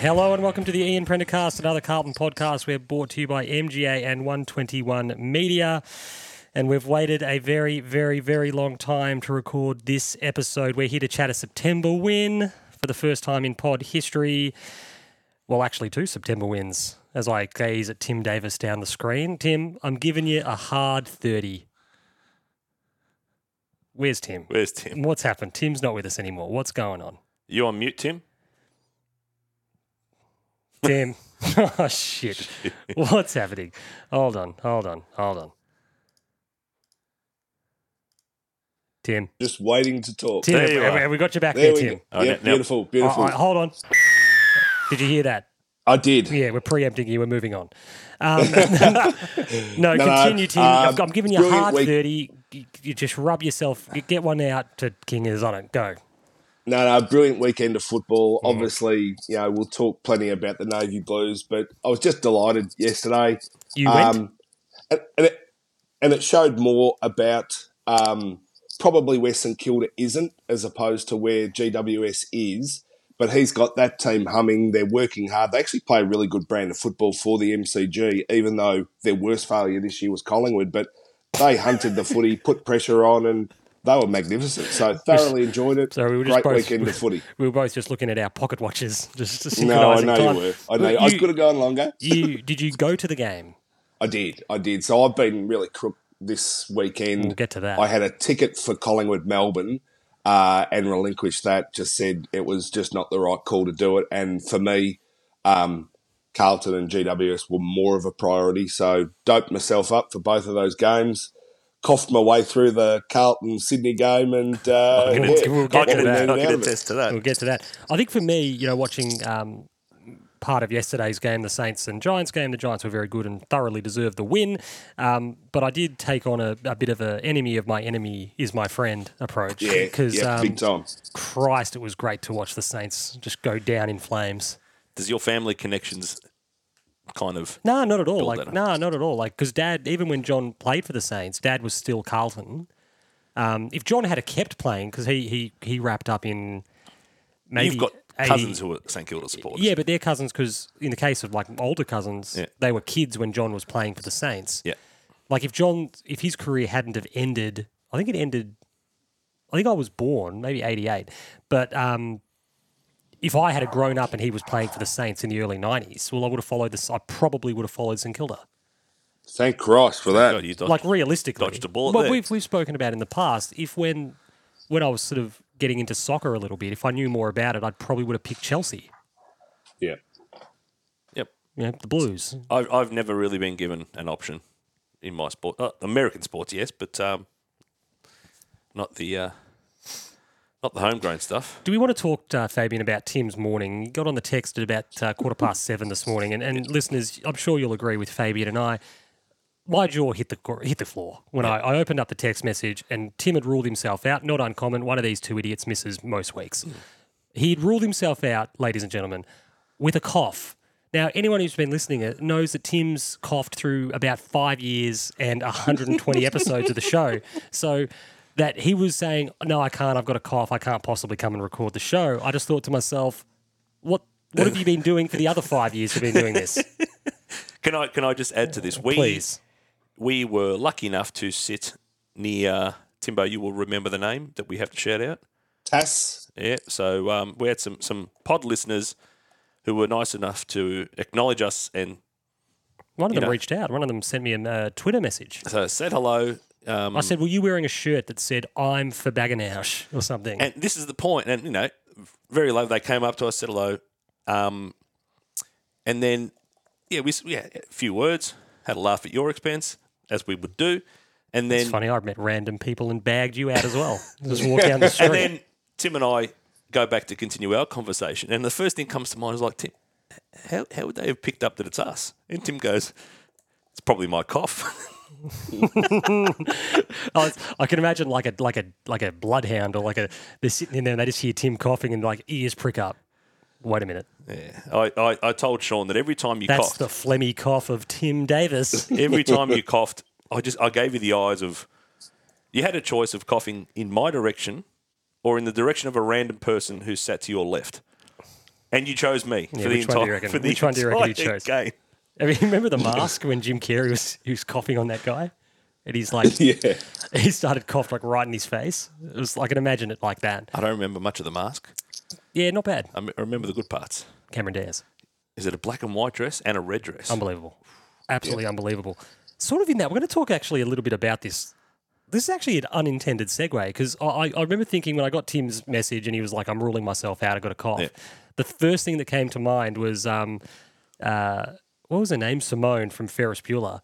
Hello and welcome to the Ian Prendercast, another Carlton podcast. We're brought to you by MGA and 121 Media. And we've waited a very, very, very long time to record this episode. We're here to chat a September win for the first time in pod history. Well, actually, two September wins as I gaze at Tim Davis down the screen. Tim, I'm giving you a hard 30. Where's Tim? Where's Tim? What's happened? Tim's not with us anymore. What's going on? You on mute, Tim? Tim. oh shit. What's happening? Hold on, hold on, hold on. Tim. just waiting to talk. Tim, There have, you have- are. have we got you back there, There we Tim? go. Oh, Yep, no, no. beautiful, beautiful. Oh, oh, hold on. Did you hear that? I did. Yeah, we're preempting you. We're moving on. Um, no, no, continue, Tim. I've- um, I'm giving you a brilliant hard week. 30. You, you just rub yourself. You get one out to Kingers on it. Go. No, no, brilliant weekend of football. Mm. Obviously, you know, we'll talk plenty about the Navy Blues, but I was just delighted yesterday. You went? Um, and, and, it, and it showed more about um, probably where St Kilda isn't as opposed to where GWS is. But he's got that team humming. They're working hard. They actually play a really good brand of football for the MCG, even though their worst failure this year was Collingwood. But they hunted the footy, put pressure on, and they were magnificent. So thoroughly enjoyed it. Sorry, we were just Great both, weekend of footy. We were both just looking at our pocket watches, just to No, I synchronising know time. you were. I know. You- I could have gone longer. you did you go to the game? I did. I did. So I've been really crook this weekend. We'll get to that. I had a ticket for Collingwood Melbourne uh, and relinquished that. Just said it was just not the right call to do it. And for me, um, Carlton and GWS were more of a priority. So doped myself up for both of those games. Coughed my way through the Carlton Sydney game and uh, I'm gonna- we'll get I got to can, what that. we needed I out can of it. attest to that. We'll get to that. I think for me, you know, watching um, part of yesterday's game, the Saints and Giants game, the Giants were very good and thoroughly deserved the win. Um, but I did take on a, a bit of a enemy of my enemy is my friend approach. Yeah, yeah, um, big time. Christ, it was great to watch the Saints just go down in flames. Does your family connections kind of? No, not at all. Build Like, that up. no, not at all. Like, because Dad, even when John played for the Saints, Dad was still Carlton. Um, if John had a kept playing, because he he he wrapped up in maybe You've got 80 cousins who are St Kilda supporters. Yeah, but they're cousins because in the case of like older cousins, Yeah. they were kids when John was playing for the Saints. Yeah. Like if John, if his career hadn't have ended, I think it ended. I think I was born maybe eighty eight, but um, if I had a grown up and he was playing for the Saints in the early nineties, well, I would have followed this. I probably would have followed St Kilda. Thank Christ for that. God, you dodged- Like realistically, dodged a bullet Well, there. we've we've spoken about in the past. If when when I was sort of getting into soccer a little bit, if I knew more about it, I probably would have picked Chelsea. Yeah. Yep. You know, the Blues. I've, I've never really been given an option in my sport. Uh, American sports, yes, but um, not the uh, not the homegrown stuff. Do we want to talk, uh, Fabian, about Tim's morning? You got on the text at about uh, quarter past seven this morning, and, and listeners, I'm sure you'll agree with Fabian and I. My jaw hit the gr- hit the floor when I, I opened up the text message, and Tim had ruled himself out. Not uncommon. One of these two idiots misses most weeks. He had ruled himself out, ladies and gentlemen, with a cough. Now, anyone who's been listening uh, knows that Tim's coughed through about five years and 120 episodes of the show. So that he was saying, No, I can't. I've got a cough. I can't possibly come and record the show. I just thought to myself, What, what have you been doing for the other five years you've been doing this? Can I can I just add to this? We Uh, Please. we were lucky enough to sit near Timbo. You will remember the name that we have to shout out. Tass, Yeah, so um, we had some some pod listeners who were nice enough to acknowledge us and One of them know. reached out. One of them sent me a uh, Twitter message. so said hello. Um, I said, Were you wearing a shirt that said, I'm for Baggenausch or something? and this is the point, and you know, very low. They came up to us, said hello, um, and then yeah, we s- yeah, a few words, had a laugh at your expense as we would do, and then it's funny, I've met random people and bagged you out as well. Just walk down the street. and then Tim and I go back to continue our conversation, and the first thing comes to mind is like Tim, how how would they have picked up that it's us? And Tim goes, it's probably my cough. I, was- I can imagine like a like a like a bloodhound or like a they're sitting in there and they just hear Tim coughing and like ears prick up. Wait a minute, Yeah, I, I, I told Sean that every time you that's coughed, the phlegmy cough of Tim Davis. every time you coughed, I just I gave you the eyes of. You had a choice of coughing in my direction, or in the direction of a random person who sat to your left. and you chose me for the which one do you entire reckon- for the which one do you reckon you entire chose? game. I mean, remember the mask when Jim Carrey was he was coughing on that guy, and he's like, Yeah. he started coughing like right in his face. It was I can imagine it like that. I don't remember much of the mask. Yeah, not bad. I m- I remember the good parts. Cameron Diaz, Is it a black and white dress and a red dress? unbelievable, absolutely unbelievable. Sort of in that, we're going to talk actually a little bit about this. This is actually an unintended segue because I, I- I remember thinking when I got Tim's message and he was like, "I'm ruling myself out. I got a cough." Yeah. The first thing that came to mind was, um, uh, what was her name? Simone from Ferris Bueller.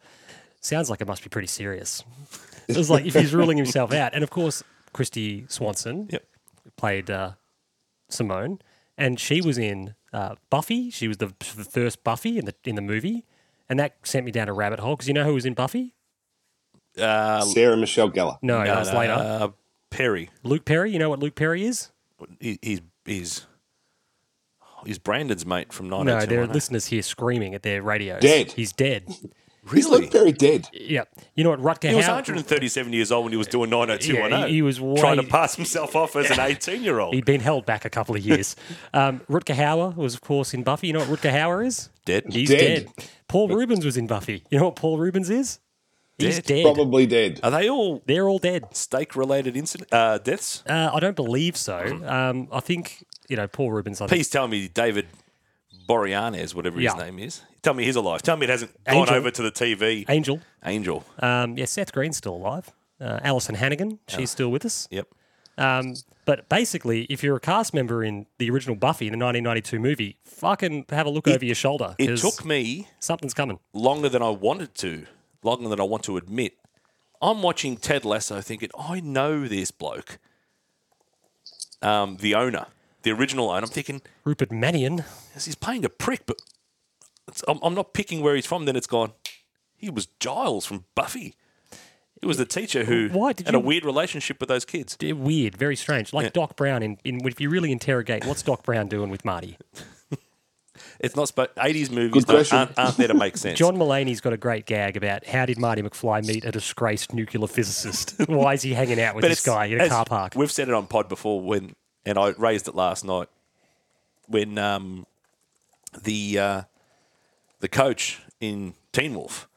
Sounds like it must be pretty serious. It was like if he's ruling himself out, and of course, Christy Swanson, Yep. played uh, Simone, and she was in uh, Buffy. She was the, the first Buffy in the in the movie, and that sent me down a rabbit hole because you know who was in Buffy? Uh, Sarah Michelle Gellar. No, that was later. uh, Perry. Luke Perry. You know what Luke Perry is? He, he's he's he's Brandon's mate from Nine. No, there are listeners here screaming at their radios. Dead. He's dead. He's Luke Perry dead. yeah. You know what Rutger He was Hauer- 137 years old when he was doing 90210. Yeah, he- he was way- trying to pass himself off as an 18 year old. He'd been held back a couple of years. um, Rutger Hauer was, of course, in Buffy. You know what Rutger Hauer is? Dead. He's dead. Dead. Paul Rubens was in Buffy. You know what Paul Rubens is? He's Dead. dead. Probably dead. Are they all They're all dead. stake related incident uh, deaths? Uh, I don't believe so. Um, I think you know Paul Rubens. I think, Please tell me David Boreanaz, whatever his Yeah. name is. Tell me he's alive. Tell me it hasn't gone Angel. over to the TV. Angel. Angel. Um, yeah, Seth Green's still alive. Uh, Alison Hannigan, she's still with us. Yep. Um, but basically, if you're a cast member in the original Buffy, the 1992 movie, fucking have a look over your shoulder. It 'cause took me something's coming. longer than I wanted to, longer than I want to admit. I'm watching Ted Lasso thinking, I know this bloke. Um, the owner, the original owner. I'm thinking, Rupert Mannion. "Yes, he's playing a prick, but it's, I'm, I'm not picking where he's from. Then it's gone. He was Giles from Buffy. It was the teacher who Why did had a you- weird relationship with those kids. They're weird, very strange. Like Doc Brown. In, in if you really interrogate, what's Doc Brown doing with Marty? It's not sp- 80s movies Good that question. aren't, aren't there to make sense. John Mulaney's got a great gag about how did Marty McFly meet a disgraced nuclear physicist? Why is he hanging out with this it's- guy in a as- car park? We've said it on pod before when, and I raised it last night when um, the uh, the coach in Teen Wolf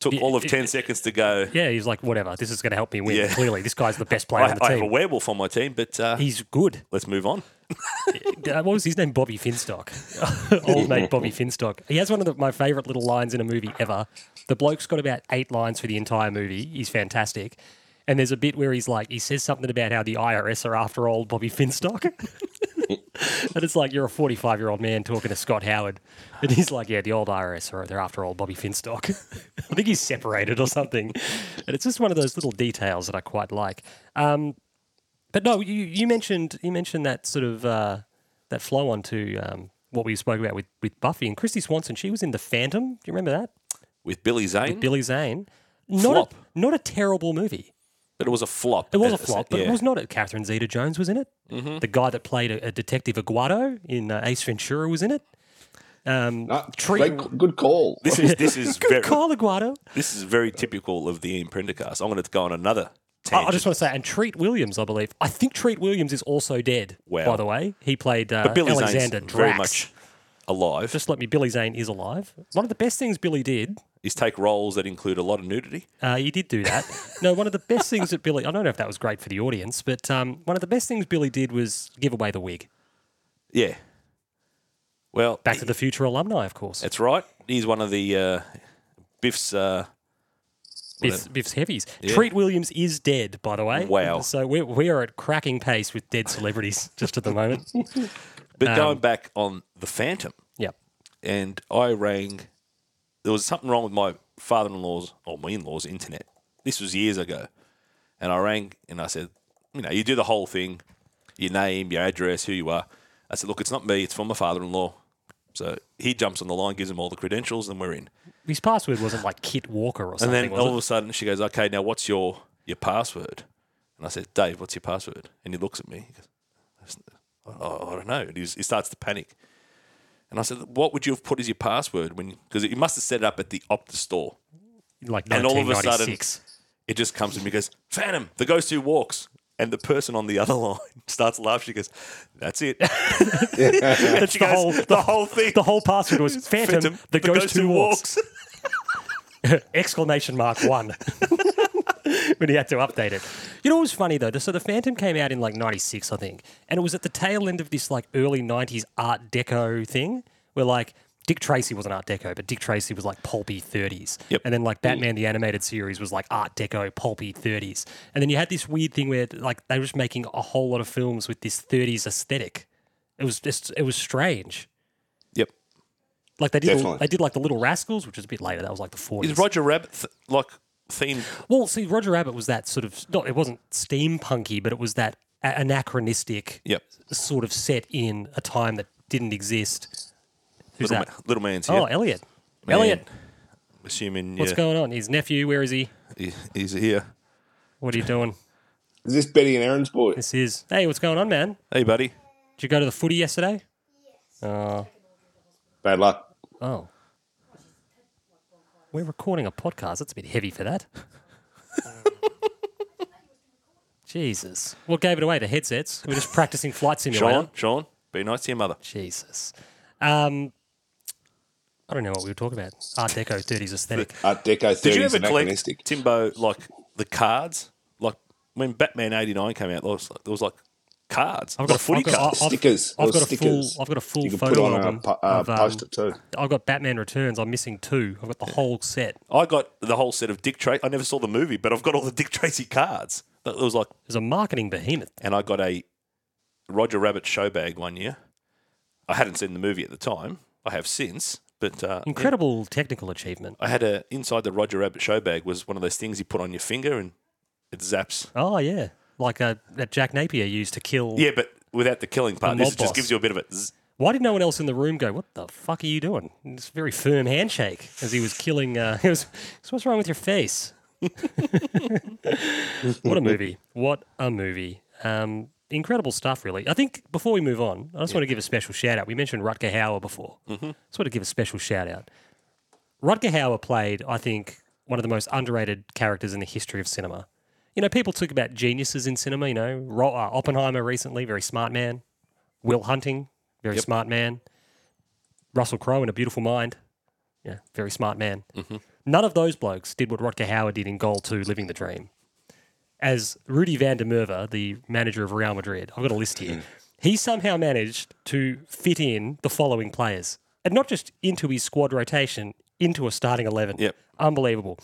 took all of ten seconds to go. Yeah, he's like, whatever. This is going to help me win. Yeah. Clearly, this guy's the best player I, on the I have a team. werewolf on my team, but uh, He's good. let's move on. Uh, What was his name? Bobby Finstock. Old mate Bobby Finstock. He has one of the, my favourite little lines in a movie ever. The bloke's got about eight lines for the entire movie. He's fantastic. And there's a bit where he's like, he says something about how the IRS are after old Bobby Finstock. and it's like, you're a 45 year old man talking to Scott Howard. And he's like, yeah, the old IRS are they're after old Bobby Finstock. I think he's separated or something. And it's just one of those little details that I quite like. Um, but no, you, you mentioned you mentioned that sort of uh, that flow on to um, what we spoke about with, with Buffy and Christy Swanson. She was in The Phantom. Do you remember that? With Billy Zane, Billy Zane. Not Mm. Flop. A, not a terrible movie. but it was a flop. It was a As I said, flop, but yeah. Mm-hmm. it was not. A, Catherine Zeta-Jones was in it. The guy that played a, a detective Aguado in uh, Ace Ventura was in it. Um, No, Treat- great- good call. This is this is Uh, very Carl Aguado. this is very typical of the Ian Prendergast. I'm going to go on another. I, Tangent. I just want to say, and Treat Williams, I believe. I think Treat Williams is also dead. Wow. By the way, he played uh, Billy Zane's Alexander Drax. very much alive. Just let me. Billy Zane is alive. One of the best things Billy did is take roles that include a lot of nudity. Uh, you did do that. no, one of the best things that Billy, I don't know if that was great for the audience, but um, one of the best things Billy did was give away the wig. Yeah. Well, Back to the Future alumni, of course. that's right. He's one of the uh, Biff's. Uh, Biff's, Biff's heavies. Treat Williams is dead, by the way. Wow. So we're, we are at cracking pace with dead celebrities just at the moment. but Um, going back on the Phantom, yep. and I rang. There was something wrong with my father-in-law's or my in-law's internet. This was years ago, and I rang and I said, you know, you do the whole thing, your name, your address, who you are. I said, look, it's not me. It's from my father-in-law. So he jumps on the line, gives him all the credentials, and we're in. His password wasn't like Kit Walker or And something. then was all it? of a sudden she goes, "Okay, now what's your your password?" And I said, "Dave, what's your password?" And he looks at me. He goes, "Oh, I don't know." And he's, he starts to panic. And I said, "What would you have put as your password when? Because you must have set it up at the Optus store." like and all of a sudden- 1996. It just comes to me. He goes, "Phantom, the ghost who walks." And the person on the other line starts laughing. She goes, "That's it." That's the She goes, whole the whole thing. the whole password was Phantom, the, ghost, who walks. exclamation mark one when he had to update it. You know what was funny though? So the Phantom came out in like '96, I think, and it was at the tail end of this like early '90s Art Deco thing, where like Dick Tracy wasn't Art Deco, but Dick Tracy was like pulpy '30s, Yep. and then like Batman the animated series was like Art Deco pulpy '30s, and then you had this weird thing where like they were just making a whole lot of films with this '30s aesthetic. It was just it was strange. Yep. Like they did, Definitely. they did like the Little Rascals, which was a bit later. That was like the '40s. Is Roger Rabbit th- like themed? Well, see, Roger Rabbit was that sort of not. It wasn't steampunky, but it was that a- anachronistic Yep. sort of set in a time that didn't exist. Who's little, that? ma- little man's here. Oh, Elliot. Man, Elliot, Assuming what's yeah, going on? His nephew. Where is he? he- he's here. What are you doing? Is this Betty and Aaron's boy? This is. Hey, what's going on, man? Hey, buddy. Did you go to the footy yesterday? Bad luck. Oh, we're recording a podcast. That's a bit heavy for that. Jesus. What gave it away? The headsets. We're just practicing flight simulator. Sean, Sean, be nice to your mother. Jesus. Um, I don't know what we were talking about. Art Deco 30s aesthetic. Art Deco 30s Did you ever anachronistic. collect Timbo like the cards? Like when Batman '89 came out, there was, there was like cards. I've got like a- footy I've got- cards. I've- stickers. I've Or got a stickers. full. I've got a full you can photo put on album a, po- uh, of, um, poster too. I've got Batman Returns. I'm missing two. I've got the whole set. I got the whole set of Dick Tracy. I never saw the movie, but I've got all the Dick Tracy cards. But It was like, There's a marketing behemoth. and I got a Roger Rabbit show bag one year. I hadn't seen the movie at the time. I have since, but uh, yeah. Incredible technical achievement. I had a inside the Roger Rabbit show bag was one of those things you put on your finger and it zaps. Oh yeah, like uh, that Jack Napier used to kill. Yeah, but without the killing part, The this mob just boss. gives you a bit of a. Zzz. Why did no one else in the room go? What the fuck are you doing? And This very firm handshake as he was killing. Uh, he was. "So What's wrong with your face? what a movie! What a movie! Um, incredible stuff, really. I think before we move on, I just want to give a special shout out. We mentioned Rutger Hauer before. I just want to give a special shout out. Rutger Hauer played, I think, one of the most underrated characters in the history of cinema. You know, people talk about geniuses in cinema. You know, Ro- uh, Oppenheimer recently, very smart man. Will Hunting, very smart man. Russell Crowe in A Beautiful Mind, yeah, very smart man. None of those blokes did what Rutger Hauer did in Goal 2, Living the Dream. As Rudy van der Merwe, the manager of Real Madrid, I've got a list here. He somehow managed to fit in the following players, and not just into his squad rotation, into a starting 11. Yep. Unbelievable.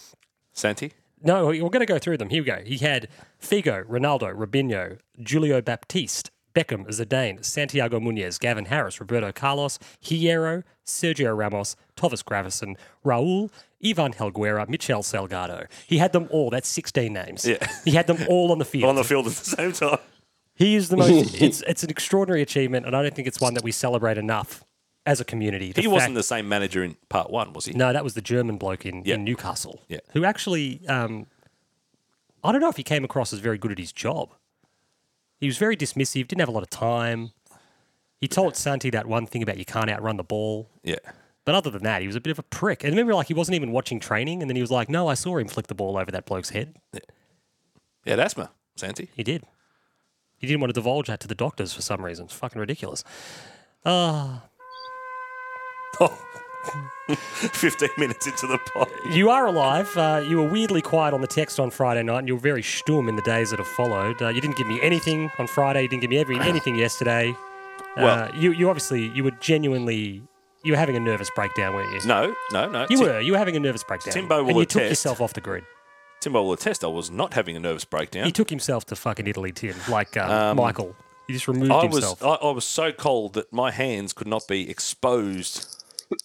Santi? No, we're going to go through them. Here we go. He had Figo, Ronaldo, Robinho, Julio Baptiste, Beckham, Zidane, Santiago Munez, Gavin Harris, Roberto Carlos, Hierro, Sergio Ramos, Tovis Gravison, Raul, Ivan Helguera, Michel Salgado. He had them all. That's 16 names. Yeah. He had them all on the field. On the field at the same time. He is the most. it's it's an extraordinary achievement, and I don't think it's one that we celebrate enough as a community. The He wasn't fact- the same manager in part one, was he? no, that was the German bloke in, Yeah. in Newcastle. Yeah. Who actually, um, I don't know if he came across as very good at his job. He was very dismissive, didn't have a lot of time. He told Santi that one thing about you can't outrun the ball. Yeah. But other than that, he was a bit of a prick. And remember, like, he wasn't even watching training. And then he was like, no, I saw him flick the ball over that bloke's head. He had asthma, Santi. He did. He didn't want to divulge that to the doctors for some reason. It's fucking ridiculous. 15 minutes into the pod. You are alive. Uh, you were weirdly quiet on the text on Friday night, and you were very stum in the days that have followed. Uh, you didn't give me anything on Friday. You didn't give me every, anything yesterday. Well- uh, you, you obviously you were genuinely you were having a nervous breakdown, weren't you? No, no, no. You Tim- were. You were having a nervous breakdown. Timbo will and you took attest. yourself off the grid. Timbo will attest I was not having a nervous breakdown. He took himself to fucking Italy, Tim, like um, Michael. He just removed I was himself. I, I was so cold that my hands could not be exposed.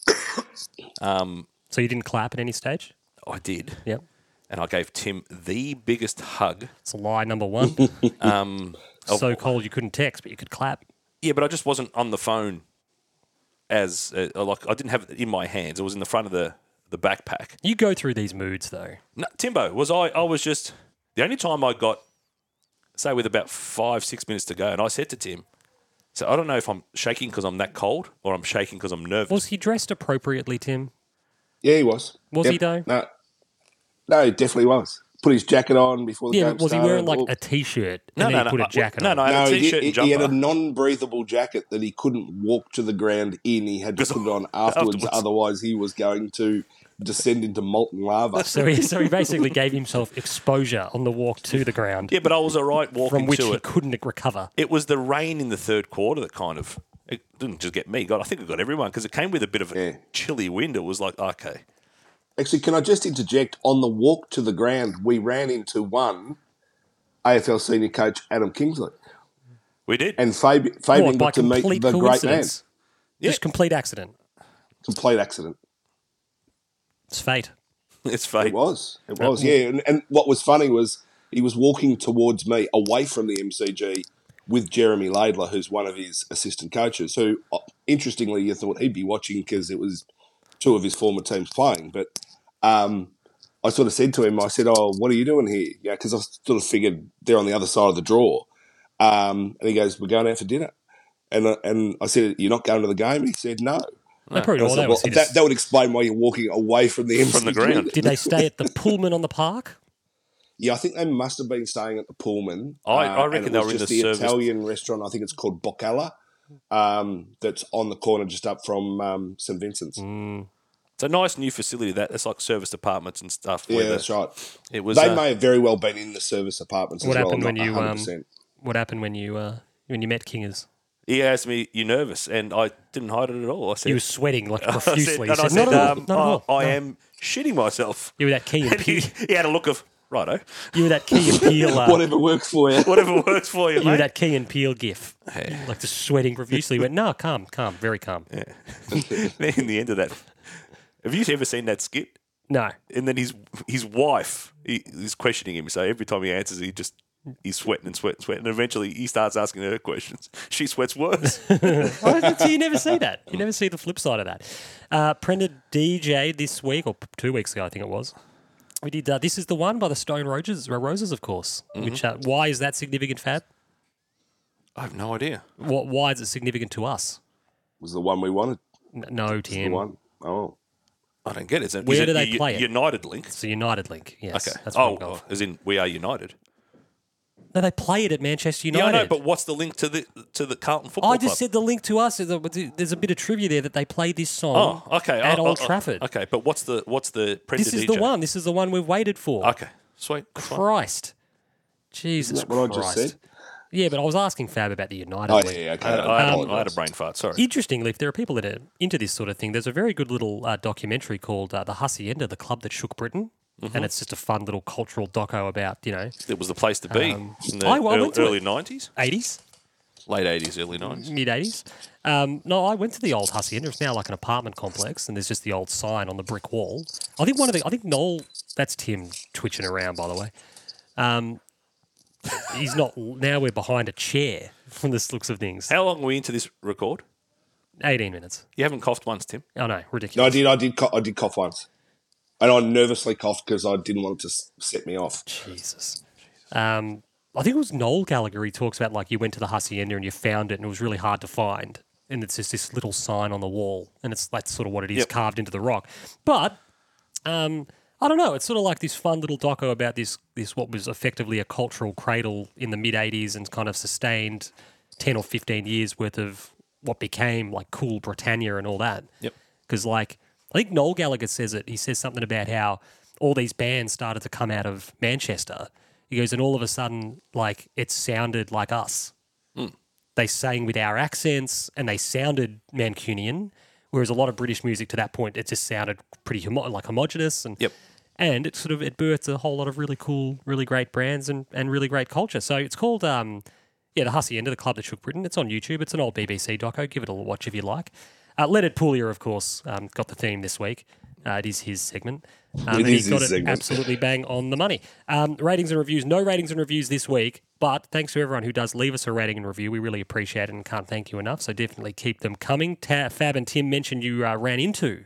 so you didn't clap at any stage. I did. Yep, And I gave Tim the biggest hug. it's a lie number one. Oh. um, so cold you couldn't text, but you could clap. Yeah, but I just wasn't on the phone as uh, like I didn't have it in my hands. It was in the front of the the backpack. You go through these moods though. No, Timbo, was I? I was just the only time I got, say, with about five six minutes to go, and I said to Tim, "So I don't know if I'm shaking because I'm that cold, or I'm shaking because I'm nervous." Was he dressed appropriately, Tim? Yeah, he was. Was he though? No, no, he definitely was. put his jacket on before the Yeah, game but was he started. wearing like Well, a t-shirt and No, then no, he no. put I- a jacket no, on? no, I- no, a he, t-shirt and he- he had a jumper. non-breathable jacket that he couldn't walk to the ground in. He had to Because- put it on afterwards, afterwards. otherwise he was going to descend into molten lava. So he, so he basically gave himself exposure on the walk to the ground Yeah, but I was all right walking from which to he it. couldn't recover. It was the rain in the third quarter that kind of it didn't just get me. God, I think it got everyone because it came with a bit of a Yeah. chilly wind. It was like okay, Actually, can I just interject? On the walk to the ground, we ran into one AFL senior coach, Adam Kingsley, we did. and Fabi- Fabian What, by got to meet complete the great man. coincidence? Just complete accident. Complete accident. It's fate. it's fate. It was. It was. Yeah. And, and what was funny was he was walking towards me, away from the MCG, with Jeremy Laidler, who's one of his assistant coaches. Who, uh, interestingly, you thought he'd be watching because it was two of his former teams playing. But um, I sort of said to him, I said, "Oh, what are you doing here?" Yeah, because I sort of figured they're on the other side of the draw. Um, and he goes, "We're going out for dinner." And I, and I said, "You're not going to the game?" He said, "No." They probably And I all said, they well, was hit that, us. that would explain why you're walking away from the MCG. From the ground. Did they stay at the Pullman on the park? Yeah, I think they must have been staying at the Pullman. Uh, I- I and reckon it they was were in just the service- Italian restaurant. I think it's called Boccala. Um, that's on the corner just up from um, St Vincent's. Mm, It's a nice new facility that it's like service departments and stuff. yeah, where the- that's right. It was. They uh, may have very well been in the service apartments What as well. happened I'm when not you, um, 100%. What happened when you uh, when you met Kingers? he asked me, "You nervous?" And I didn't hide it at all. I said, You were sweating like I said, profusely. and I You said, said, "Not at all, um, not at all, I, I no." am shitting myself. You were that key and And he, peel. he had a look of righto, You were that key and peel. Uh, Whatever works for you. whatever works for you, you were mate. that key and peel gif. Like just sweating profusely. You went, no, calm, calm, very calm. Then in the end of that, have you ever seen that skit? No. And then his his wife he, is questioning him. So every time he answers, he just he's sweating and sweating and sweating. And eventually, he starts asking her questions. She sweats worse. Well, so you never see that. You never see the flip side of that. Uh, Prenda DJ this week, or p- two weeks ago, I think it was. We did. Uh, this is the one by the Stone Roses, Roses of course. Mm-hmm. Which uh, why is that significant, Fab? I have no idea. What? Why is it significant to us? was the one we wanted. N- No, The Tim. one. Oh. I don't get it. Is it- Where is it do they U- play it? United Link. It's the United link. Yes. Okay. That's what I'm oh, going for. as in we are United. No, they play it at Manchester Yeah, United. I know, but what's the link to the to the Carlton Football I just Club? said the link to us. is that- There's a bit of trivia there that they played this song Oh, okay. at Oh, Old oh, oh, Trafford. Okay, but what's the what's the Prenda This is DJ? the one. This is the one we've waited for. Okay, sweet. that's fine. Christ. Jesus that what I Christ. just said? Yeah, but I was asking Fab about the United Oh, League. yeah, okay. I had, I, had, apologise. I had a brain fart. Sorry. Interestingly, if there are people that are into this sort of thing, there's a very good little uh, documentary called uh, "The Hacienda," the club that shook Britain, and it's just a fun little cultural doco about you know It was the place to be in the Um, I- I went early, to it. early 90s, 80s, late 80s, early 90s. mid 80s. Um, no, I went to the old hacienda. It's now like an apartment complex, and there's just the old sign on the brick wall. I think one of the, I think Noel, that's Tim twitching around, by the way. Um, he's not. Now we're behind a chair from the looks of things. How long are we into this record? 18 minutes. You haven't coughed once, Tim. Oh no, No, I ridiculous. did. I did. Co- I did cough once, and I nervously coughed because I didn't want it to s- set me off. Jesus. Um, I think it was Noel Gallagher. He talks about like you went to the hacienda and you found it, and it was really hard to find. And it's just this little sign on the wall, and it's that's sort of what it is Yep. carved into the rock. But um, I don't know. It's sort of like this fun little doco about this this what was effectively a cultural cradle in the mid '80s and kind of sustained ten or fifteen years worth of what became like cool Britannia and all that. Yep. Because like I think Noel Gallagher says it. He says something about how all these bands started to come out of Manchester. He goes, and all of a sudden, like it sounded like us they sang with our accents and they sounded Mancunian, whereas a lot of British music to that point it just sounded pretty homo- like homogenous and Yep. and it sort of it birthed a whole lot of really cool, really great brands and and really great culture. So it's called um yeah the Hacienda, the club that shook Britain. It's on YouTube. It's an old BBC doco. Give it a watch if you like. Uh, Leonard Puglia, of course, um, got the theme this week. Uh, it is his segment. Um, and It he's is got his it segment. absolutely bang on the money. Um, ratings and reviews. No ratings and reviews this week, but thanks to everyone who does leave us a rating and review. We really appreciate it and can't thank you enough. So definitely keep them coming. Ta- Fab and Tim mentioned you uh, ran into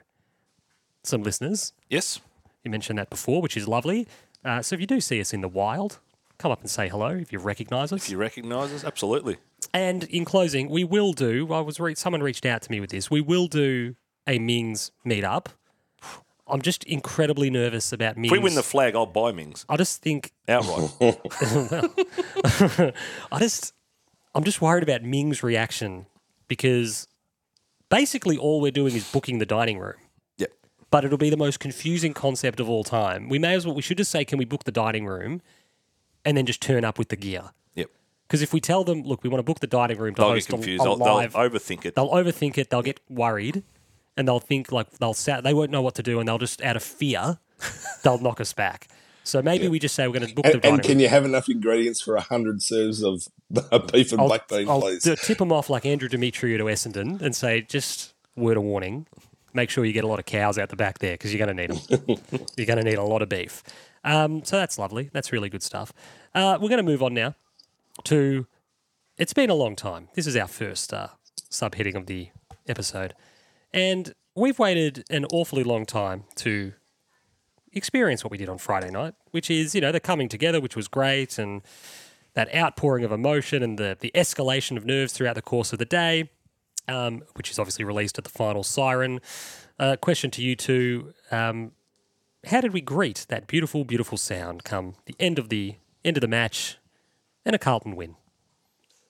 some listeners. Yes. You mentioned that before, which is lovely. Uh, so if you do see us in the wild, come up and say hello if you recognise us. Do you recognise us? Absolutely. And in closing, we will do. I was re- someone reached out to me with this. We will do a Mings meetup. I'm just incredibly nervous about Mings. If we win the flag, I'll buy Mings I just think outright. I just I'm just worried about Ming's reaction because basically all we're doing is booking the dining room. yep. But it'll be the most confusing concept of all time. We may as well we should just say can we book the dining room and then just turn up with the gear. Yep. Because if we tell them, look, we want to book the dining room to They'll get host a, confused. a They'll, they'll live overthink it. they'll overthink it. They'll get worried, and they'll think like they'll sat. They won't know what to do, and they'll just out of fear, they'll knock us back. So maybe we just say we're going to book the And, dining and can room. you have enough ingredients for 100 serves of beef and I'll, black bean, I'll please? d- tip them off like Andrew Demetriou to Essendon and say just word of warning: make sure you get a lot of cows out the back there because you're going to need them. you're going to need a lot of beef. Um, so that's lovely. That's really good stuff. Uh, we're going to move on now to. It's been a long time. This is our first uh, subheading of the episode. And we've waited an awfully long time to experience what we did on Friday night, which is, you know, the coming together, which was great, and that outpouring of emotion and the, the escalation of nerves throughout the course of the day, um, which is obviously released at the final siren. Uh, question to you two um, How did we greet that beautiful, beautiful sound come the end of the end of the match and a Carlton win?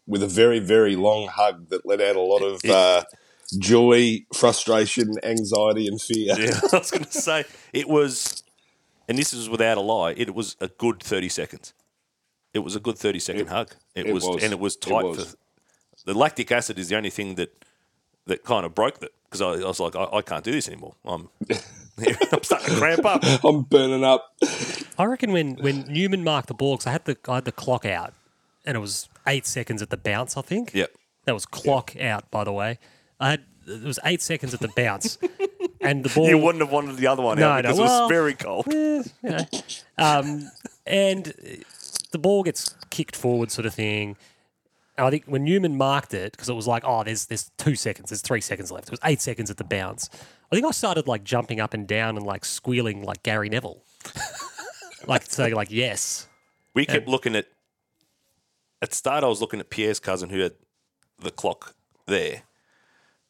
With a very, very long hug that let out a lot of uh, joy, frustration, anxiety, and fear. Yeah, I was going to say it was, and this is without a lie. It was a good thirty seconds. It was a good thirty second hug. It, it was, was. and it was It tight. was. For, the lactic acid is the only thing that that kind of broke that because I, I was like, I, I can't do this anymore. I'm I'm starting to cramp up. I'm burning up. I reckon when, when Newman marked the ball, because I had the I had the clock out, and it was eight seconds at the bounce. I think. Yep. That was clock out, by the way. I had it was eight seconds at the bounce, and the ball. You wouldn't have wanted the other one No, out no, because it well- was very cold. and uh, the ball gets kicked forward, sort of thing. And I think when Newman marked it, because it was like, oh, there's there's two seconds, there's three seconds left. It was eight seconds at the bounce. I think I started like jumping up and down and like squealing like Gary Neville, like saying like yes, We kept looking at. At start, I was looking at Pierre's cousin who had the clock there,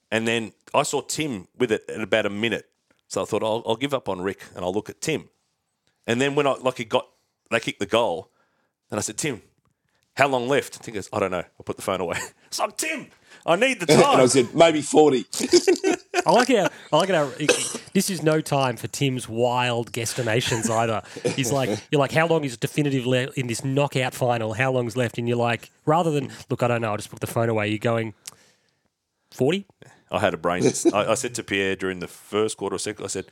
and then I saw Tim with it at about a minute. So I thought I'll, I'll give up on Rick and I'll look at Tim. And then when I like it got they kicked the goal, and I said Tim, how long left? Tim goes I don't know. I put the phone away. So I'm Tim. I need the time. And I said, maybe 40. I like how I like how this is no time for Tim's wild guesstimations either. He's like, you're like, how long is definitive le- in this knockout final? How long's left? And you're like, rather than look, I don't know, I just put the phone away. You're going forty. I had a brain. I, I said to Pierre during the first quarter or second, I said,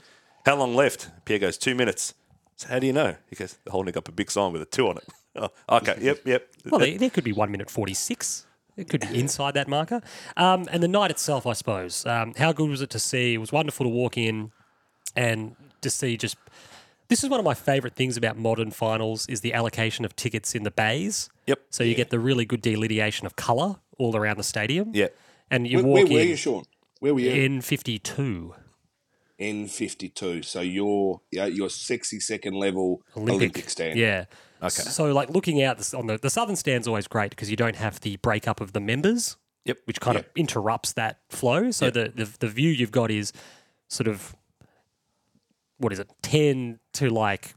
How long left? Pierre goes, Two minutes. So how do you know? He goes, They're holding up a big sign with a two on it. Oh, okay, yep, yep. Well, there, there could be one minute forty six. It could be inside that marker. Um, and the night itself, I suppose. Um, how good was it to see? It was wonderful to walk in and to see just. This is one of my favourite things about modern finals is the allocation of tickets in the bays. Yep. So you get the really good delineation of colour all around the stadium. Yeah. And you Where, where walk were you, in Sean? Where were you? in 52 N52. So your yeah, your sexy second level Olympic, Olympic, stand. Yeah. Okay. So like looking out this- on the the southern stand's always great because you don't have the breakup of the members. Yep. Which kind of interrupts that flow. So the, the the view you've got is sort of what is it, ten to like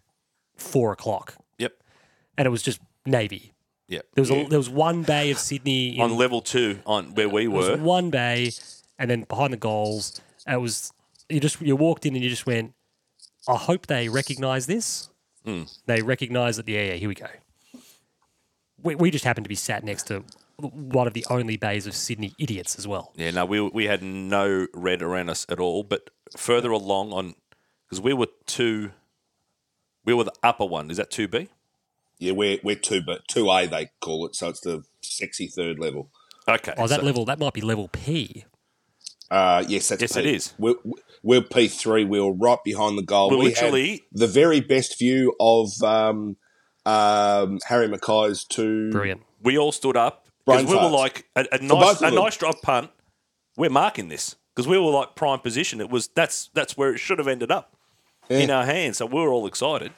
four o'clock, Yep. and it was just navy. Yep. There was a, there was one bay of Sydney in On level two, on where we It was were, one bay, and then behind the goals, it was you just you walked in and you just went, I hope they recognise this. They recognise that. Yeah, yeah. Here we go. We, we just happened to be sat next to one of the only bays of Sydney idiots as well. yeah, no, we, we had no red around us at all. But further along on, because we were two, we were the upper one. Is that 2B? Yeah, we're we're two but two A they call it, so it's the sexy third level. Okay. Oh, is that so- level that might be level P. Uh, yes, that's Yes, P. it is. We're, we're P three. We were right behind the goal. We're we had literally- the very best view of um, um, Harry Mackay's two. Brilliant. we all stood up because Brain we were farts. like a, a both nice of a them. nice drop punt. We're marking this because we were like prime position. It was that's that's where it should have ended up in our hands. So we were all excited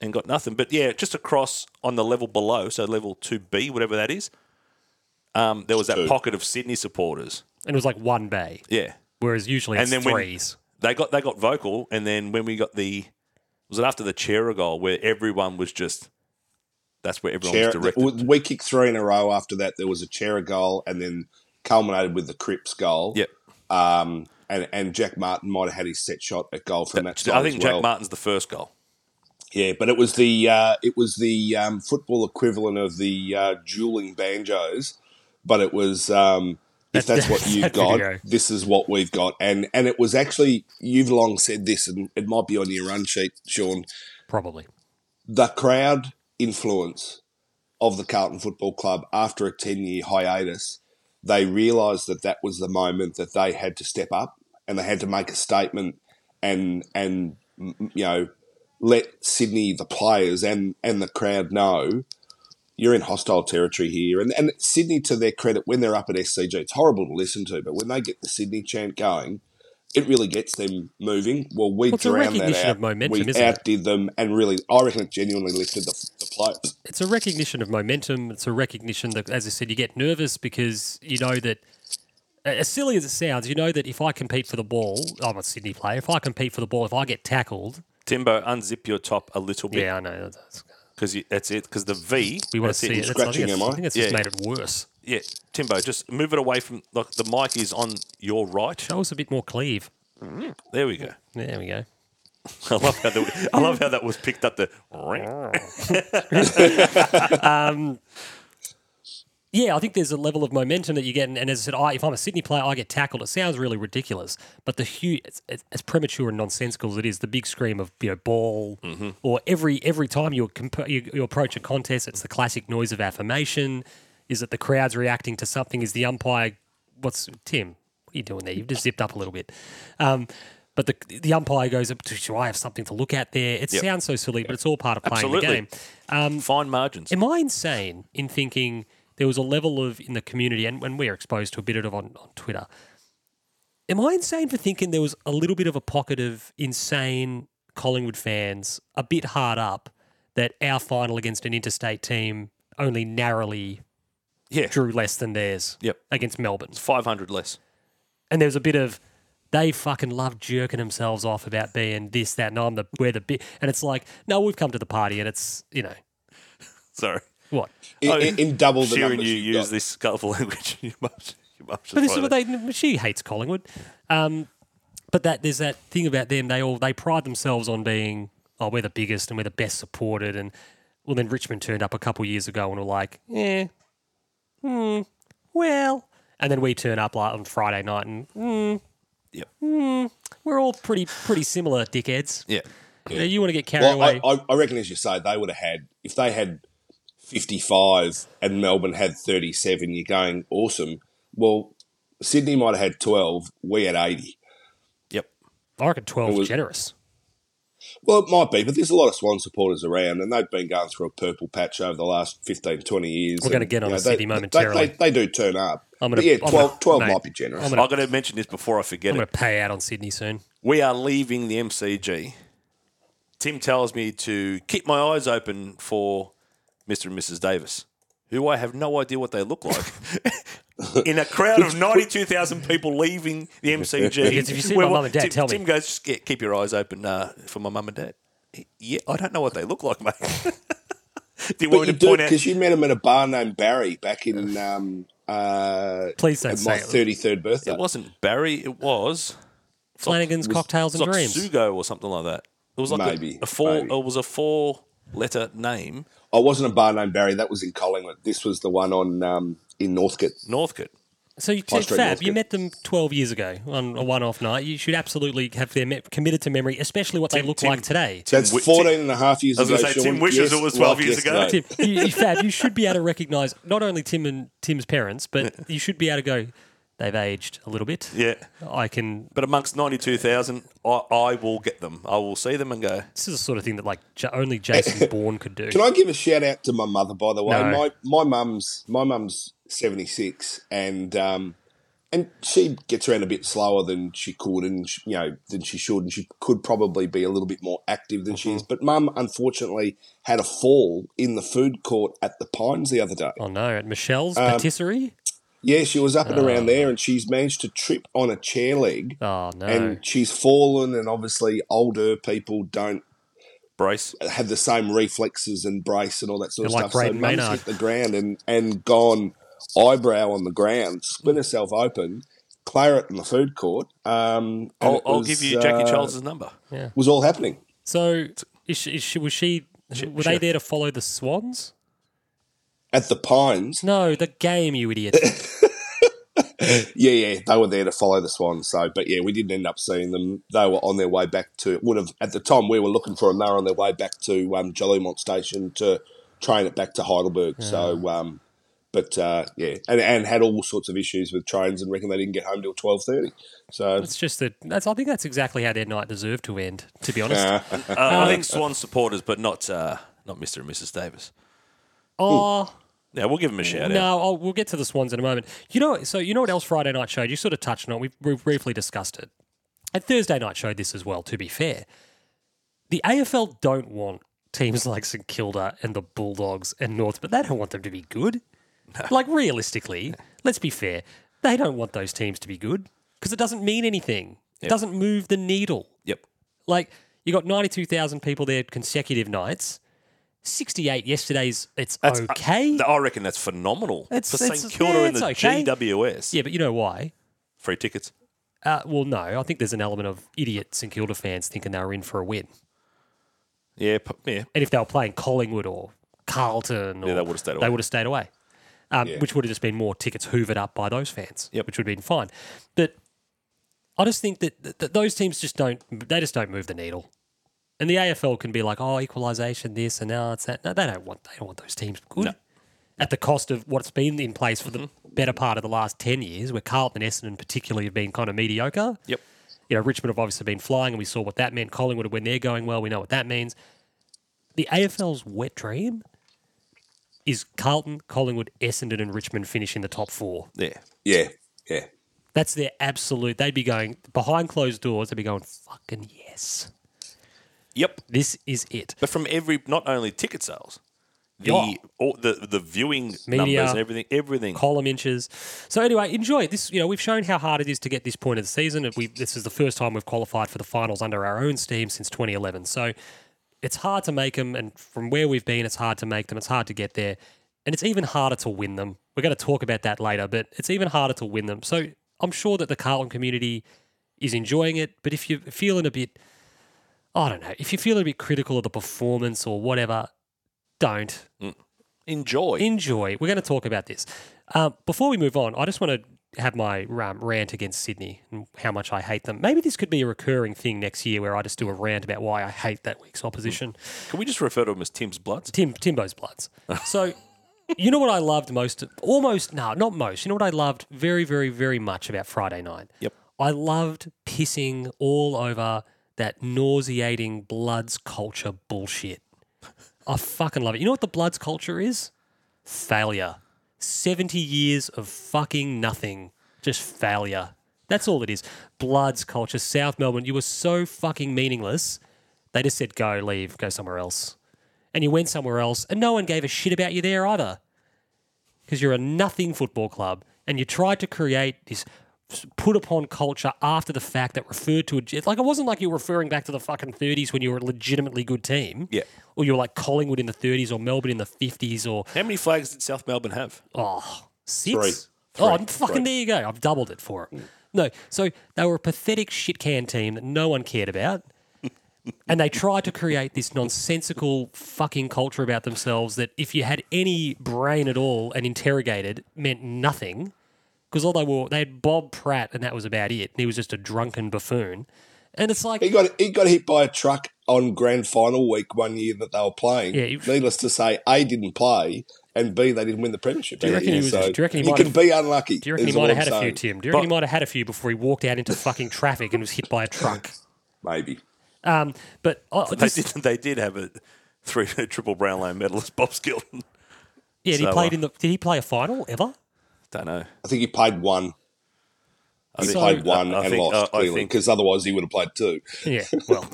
and got nothing. But yeah, just across on the level below, so level two B, whatever that is. Um, there was that Two. pocket of Sydney supporters. And it was like one bay, Yeah, whereas usually it's And then when- threes. They got they got vocal, and then when we got the was it after the Chera goal where everyone was just that's where everyone Chera- was directed. we kicked three in a row after that. There was a Chera goal and then culminated with the Cripps goal. Yep. Um, and, and Jack Martin might have had his set shot at goal from that, side I think as well. Jack Martin's the first goal. Yeah, but it was the uh, it was the um, football equivalent of the uh, dueling banjos, but it was um, if That- that's what you've that got, video. this is what we've got, and and it was actually you've long said this, and it might be on your run sheet, Sean. Probably. The crowd influence of the Carlton Football Club after a ten year hiatus, they realised that that was the moment that they had to step up and they had to make a statement and and mm, you know let Sydney, the players and and the crowd know you're in hostile territory here. And and Sydney, to their credit, when they're up at SCG, it's horrible to listen to, but when they get the Sydney chant going, it really gets them moving. Well, we Well, it's a drowned that recognition out. of momentum, we isn't it? outdid them, and really, I reckon it genuinely lifted the, the players. It's a recognition of momentum. It's a recognition that, as I said, you get nervous because you know that, as silly as it sounds, you know that if I compete for the ball, I'm a Sydney player. If I compete for the ball, if I get tackled, Timbo, unzip your top a little bit yeah, I know. That's, because that's it. Because the V, we want to that's see it. it. That's- I think Scratching, that's, am I? I think that's just Yeah. made it worse. Yeah, Timbo, just move it away from like the mic is on your right. Show us a bit more cleave. There we go. There we go. I love how that, I love how that was picked up. The ring. Yeah, I think there's a level of momentum that you get, and, and as I said, I, if I'm a Sydney player, I get tackled. It sounds really ridiculous, but the huge, it's, it's, as premature and nonsensical as it is, the big scream of you know ball, or every every time you, comp- you you approach a contest, it's the classic noise of affirmation. Is that the crowd's reacting to something? Is the umpire? What's Tim? What are you doing there? You've just zipped up a little bit. Um, but the the umpire goes, "Do I have something to look at there?" It sounds so silly, but it's all part of playing the game. Absolutely. Um, Fine margins. Am I insane in thinking there was a level of in the community, and when we're exposed to a bit of it on, on Twitter, am I insane for thinking there was a little bit of a pocket of insane Collingwood fans, a bit hard up, that our final against an interstate team only narrowly Yeah. drew less than theirs Yep. against Melbourne? Five hundred less. and there was a bit of they fucking love jerking themselves off about being this, that, and I'm the we're the bit, and it's like no, we've come to the party, and it's you know Sorry. what. In, Oh, in, in double the Shearing, numbers you you use this colourful language. You must. You must But this is what they. She hates Collingwood. Um, but that there's that thing about them. They all they pride themselves on being oh we're the biggest and we're the best supported and well then Richmond turned up a couple years ago and were like yeah, hmm, well and then we turn up like on Friday night and mm, Yep. we're all pretty pretty similar dickheads. Yeah. You know, You want to get carried Well, away? I, I, I reckon, as you say, they would have had if they had fifty-five and Melbourne had thirty-seven. You're going awesome. Well, Sydney might have had twelve. We had eighty. Yep. I, reckon twelve It was was- generous. Well, it might be, but there's a lot of Swan supporters around, and they've been going through a purple patch over the last 15, 20 years. We're gonna and, get on you a they- Sydney they- momentarily. They, they, do turn up. I'm gonna- but yeah, I'm 12, gonna- 12 mate, might be generous. I'm gonna- I'm going to mention this before I forget I'm it. going to pay out on Sydney soon. We are leaving the MCG. Tim tells me to keep my eyes open for Mr. and Mrs. Davis, who I have no idea what they look like. In a crowd of 92,000 people leaving the MCG. Because if you see my Well, mum and dad, Tim, tell me. Tim goes, just get, keep your eyes open uh, for my mum and dad. Yeah, I don't know what they look like, mate. do you but want you me to do point out? because you met him at a bar named Barry back in um, uh, Please don't at say my it. thirty-third birthday. It wasn't Barry, it was. Flanagan's cocktails It's and like dreams. Sugo or something like that. It was like a- Maybe, a, four. maybe. It was a four-letter name. I wasn't a bar named Barry. That was in Collingwood. This was the one on um, in Northcote. Northcote. So you High said Street Fab, Northcote. you met them 12 years ago on a one-off night. You should absolutely have them me- committed to memory, especially what they look Tim- like today. That's Wi- 14 and a half years I was ago. gonna say, Sean. Tim wishes it was 12 years ago. yesterday. Tim, you, you- Fab, you should be able to recognise not only Tim and Tim's parents, but you should be able to go, they've aged a little bit. Yeah. I can. But amongst 92,000, I, I will get them. I will see them and go, This is the sort of thing that like J- only Jason Bourne could do. Can I give a shout out to my mother, by the way? No. My my mum's my mum's seventy six, and um, and she gets around a bit slower than she could, and she, you know than she should, and she could probably be a little bit more active than she Mm-hmm. is. But mum, unfortunately, had a fall in the food court at the Pines the other day. oh no, at Michelle's patisserie. Yeah, she was up Ah. and around there, and she's managed to trip on a chair leg, Oh no. and she's fallen. And obviously, older people don't Brace. have the same reflexes and brace and all that sort They're of like stuff. Brayden so mum's Maynard. hit the ground and, and gone eyebrow on the ground, Mm. split herself open, claret in the food court. Um, and I'll, it I'll was, give you Jackie uh, Charles's number. Was all happening. so is she, is she, was she? Were they she- there to follow the Swans? At the Pines, No, the game, you idiot. yeah, yeah, they were there to follow the Swans. So, but yeah, we didn't end up seeing them. They were on their way back to would have at the time we were looking for them. They were on their way back to um, Jollymont Station to train it back to Heidelberg. So, um, but uh, yeah, and, and had all sorts of issues with trains and reckon they didn't get home till twelve thirty. So It's just that that's, I think that's exactly how their night deserved to end. To be honest, Uh, Uh, I think Swan supporters, but not uh, not Mr. and Mrs. Davis. oh Yeah, we'll give him a shout out. no, I'll, we'll get to the Swans in a moment. You know, so you know what else Friday night showed? You sort of touched on it. We we briefly discussed it, and Thursday night showed this as well. To be fair, the AFL don't want teams like St Kilda and the Bulldogs and North, but they don't want them to be good. Like realistically, let's be fair, they don't want those teams to be good because it doesn't mean anything. It doesn't move the needle. Yep. Like you got ninety two thousand people there consecutive nights. Sixty eight yesterday's. It's uh, okay. I reckon that's phenomenal. It's- for it's- St Kilda yeah, in the it's okay. GWS. yeah, but you know why? Free tickets. Uh, well, no. I think there's an element of idiot St Kilda fans thinking they were in for a win, Yeah, p- yeah. and if they were playing Collingwood or Carlton, or, they would've stayed away. They would have stayed away, um, which would have just been more tickets hoovered up by those fans, Yep. which would have been fine. But I just think that, that, that those teams just don't. They just don't move the needle. And the AFL can be like, oh, equalisation, this and now it's that. No, they don't want. They don't want those teams good. At the cost of what's been in place for the Mm-hmm. better part of the last ten years, where Carlton and Essendon particularly have been kind of mediocre. Yep. You know, Richmond have obviously been flying, and we saw what that meant. Collingwood, when they're going well, we know what that means. The AFL's wet dream is Carlton, Collingwood, Essendon, and Richmond finishing the top four. Yeah. yeah, yeah, That's their absolute. They'd be going behind closed doors. They'd be going, "Fucking yes, Yep. this is it." But from every, not only ticket sales, the Yeah. all, the the viewing Media. numbers and everything, everything. Column inches. So anyway, enjoy it. This. You know, we've shown how hard it is to get this point of the season. We this is the first time we've qualified for the finals under our own steam since 2011. So it's hard to make them, and from where we've been, it's hard to make them. It's hard to get there, and it's even harder to win them. We're going to talk about that later, but it's even harder to win them. So I'm sure that the Carlton community is enjoying it. But if you're feeling a bit, I don't know, if you're feeling a bit critical of the performance or whatever, don't Enjoy. enjoy. We're going to talk about this. Um, before we move on, I just want to have my um, rant against Sydney and how much I hate them. Maybe this could be a recurring thing next year where I just do a rant about why I hate that week's opposition. Can we just refer to them as Tim's Bloods? Tim Timbo's Bloods. So, you know what I loved most? Almost no, not most. You know what I loved very, very, very much about Friday night. Yep. I loved pissing all over that nauseating Bloods culture bullshit. I fucking love it. You know what the Bloods culture is? Failure. Seventy years of fucking nothing. Just failure. That's all it is. Bloods culture. South Melbourne. You were so fucking meaningless. They just said go, leave, go somewhere else and you went somewhere else, and no one gave a shit about you there either. Because you're a nothing football club, and you tried to create this put upon culture after the fact that referred to a. it's Like, it wasn't like you were referring back to the fucking 30s when you were a legitimately good team. Yeah. Or you were like Collingwood in the 30s or Melbourne in the 50s or, How many flags did South Melbourne have? oh, six? Three. Oh, I'm fucking, there you go. I've doubled it for it. No, so they were a pathetic shit can team that no one cared about and they try to create this nonsensical fucking culture about themselves that if you had any brain at all and interrogated meant nothing because all they were they had bob pratt and that was about it and he was just a drunken buffoon and it's like he got he got hit by a truck on Grand Final week one year that they were playing. Yeah, he- Needless to say, A didn't play. And B, they didn't win the premiership. Do you reckon he was- do you reckon he might can have- be unlucky? do you reckon he might have had a few tim do you reckon he might have had a few before he walked out into fucking traffic and was hit by a truck Maybe. um, but uh, They this- did. They did have a three triple brown lane medalist, Bob Skilton. yeah did he so, played uh, in the did he play a final ever Don't know. I think he played one. He think- played one I and think- uh, lost, I- I clearly, think- Oh, because otherwise he would have played two. Yeah, well.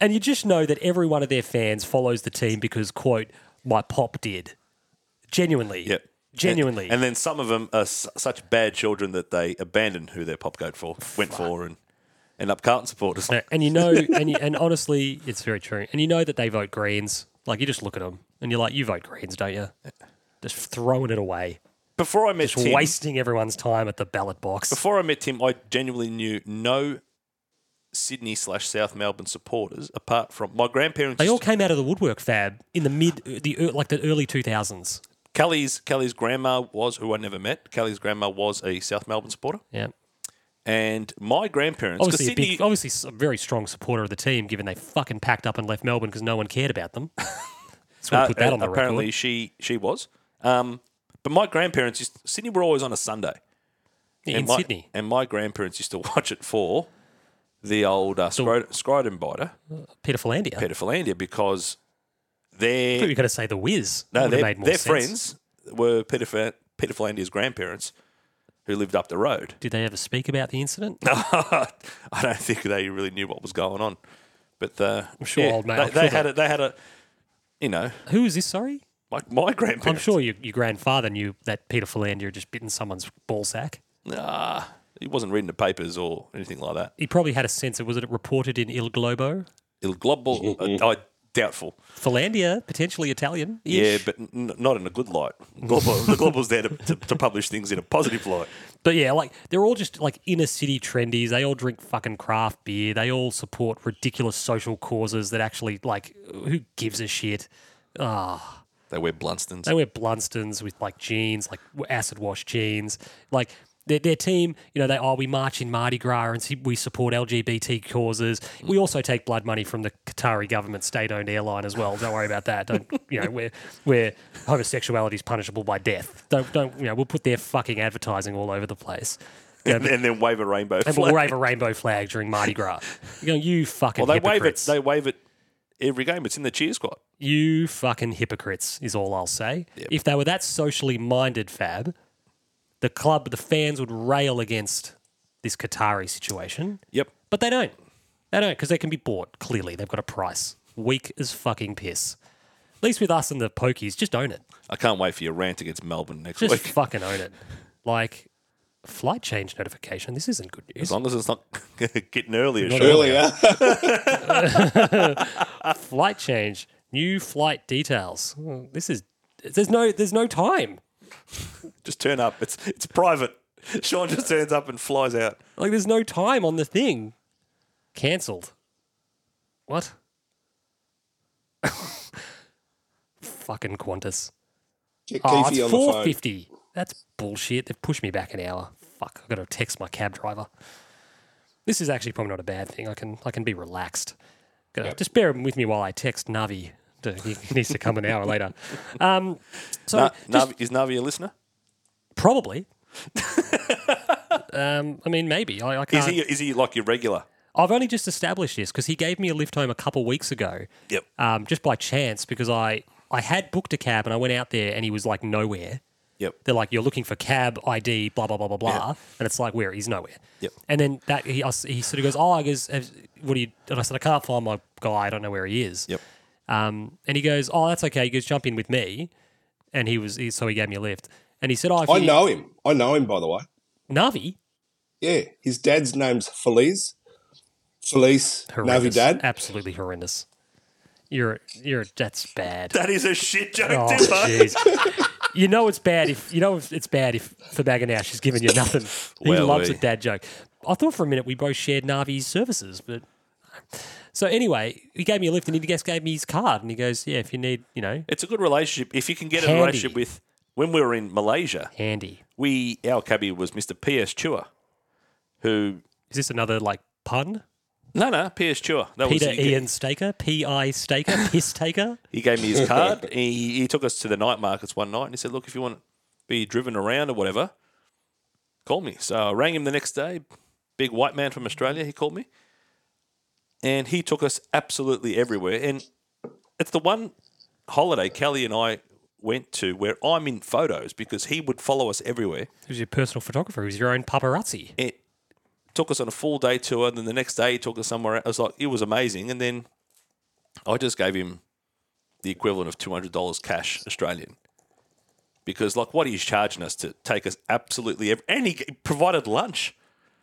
and you just know that every one of their fans follows the team because, quote, my pop did. Genuinely. Yep. Genuinely. And then some of them are s- such bad children that they abandon who their pop goat for went for and end up Carlton supporters. Uh, and you know, and you, and honestly, it's very true. And you know that they vote Greens. Like you just look at them, and you're like, you vote Greens, don't you? Just throwing it away, Before I met just Tim, wasting everyone's time at the ballot box. before I met Tim, I genuinely knew no Sydney slash South Melbourne supporters apart from my grandparents. They used all came out of the woodwork, Fab, in the mid, the ear- like the early 2000s. Kelly's Kelly's grandma was who I never met. Kelly's grandma was a South Melbourne supporter, Yeah, and my grandparents. 'cause obviously, a Sydney, big, obviously s- a very strong supporter of the team, given they fucking packed up and left Melbourne because no one cared about them. So we uh, put that on the apparently record. she she was. Um, but my grandparents used Sydney were always on a Sunday In and my, Sydney, and my grandparents used to watch it for the old uh, Scro- Scroden biter, Peter Philandia. pedophilandia, because I thought you their were going to say the Whiz. That no, would've their, made more their sense. friends were pedoph- pedophilandia's grandparents who lived up the road. Did they ever speak about the incident? I don't think they really knew what was going on, but uh, I'm sure old mate- They, I'm they sure had they- a, they had a, you know, Who is this? Sorry, like my grandparents. I'm sure your, your grandfather knew that Peter Philander had just bitten someone's ball sack. Nah, he wasn't reading the papers or anything like that. He probably had a sense of was it reported in Il Globo? Il Global, uh, I doubtful. Philandia, potentially Italian. Yeah, but n- not in a good light. Global, the Global's there to, to, to publish things in a positive light. But yeah, like they're all just like inner city trendies. They all drink fucking craft beer. They all support ridiculous social causes that actually like who gives a shit. They wear Blunstons. They wear Blunstons with like jeans, like acid wash jeans. Like their, their team, you know, they oh we march in Mardi Gras and see- we support LGBT causes. We also take blood money from the Qatari government state-owned airline as well. Don't worry about that. Don't you know where where homosexuality is punishable by death. Don't don't you know we'll put their fucking advertising all over the place. You know, and, and then wave a rainbow and flag. we'll wave a rainbow flag during Mardi Gras. You know, you fucking well, they wave it. hypocrites. They wave it every game. It's in the cheer squad. You fucking hypocrites is all I'll say. If they were that socially minded, Fab, the club, the fans would rail against this Qatari situation, Yep. but they don't. They don't because they can be bought. Clearly, they've got a price. Weak as fucking piss. At least with us and the pokies, just own it. I can't wait for your rant against Melbourne next Just week. fucking own it. Like flight change notification. This isn't good news. as long as it's not getting earlier. Not sure. Earlier, flight change, new flight details. Hmm, This is there's no there's no time. Just turn up. It's it's private. Sean just turns up and flies out. Like there's no time on the thing. Cancelled. What? Fucking Qantas. get Oh, Keefe it's on the four phone. fifty. That's bullshit. They've pushed me back an hour. Fuck, I've got to text my cab driver. This is actually probably not a bad thing. I can I can be relaxed. Gotta- Just bear with me while I text Navi. He needs to come an hour later. Um, so Na- just- Navi, is Navi a listener? Probably. um, I mean, maybe. I, I Is can't. he is he like your regular? I've only just established this because he gave me a lift home a couple weeks ago, Yep. um, just by chance, because I, I had booked a cab and I went out there and he was like nowhere. Yep. They're like, you're looking for cab ID, blah blah blah blah blah, and it's like, where he's nowhere. Yep. And then that he, I s- he sort of goes, oh, I guess, have- what do you? And I said, I can't find my guy. I don't know where he is. Yep. Um, and he goes, oh, that's okay. He goes, jump in with me, and he was, he, so he gave me a lift, and he said, oh, if I you- know him. I know him, by the way. Navi. Yeah, his dad's name's Feliz. Feliz horrendous. Navidad. Absolutely horrendous. You're you're that's bad. That is a shit joke, Oh Timbo. jeez. You know it's bad if you know if it's bad if for Baganow she's giving you nothing. He Well, loves we- a dad joke. I thought for a minute we both shared Navi's services, but so anyway, he gave me a lift and he just gave me his card and he goes, "Yeah, if you need, you know, It's a good relationship if you can get a Handy. relationship with. When we were in Malaysia, handy." we our cabbie was Mr. P.S. Chua, who Is this another like pun? no no P.S. Chua that Peter was he, Ian Staker, P.I. Staker, Piss Taker. he gave me his card. he, he took us to the night markets one night and he said, "Look, if you want to be driven around or whatever, call me." So I rang him the next day. Big white man from Australia, he called me, and he took us absolutely everywhere. And it's the one holiday Kelly and I went to where I'm in photos because he would follow us everywhere. Who's your personal photographer? Who's your own paparazzi? it took us on a full day tour. And then the next day, he took us somewhere. else. I was like, it was amazing. And then I just gave him the equivalent of two hundred dollars cash Australian because like what he's charging us to take us absolutely every, and he g- provided lunch.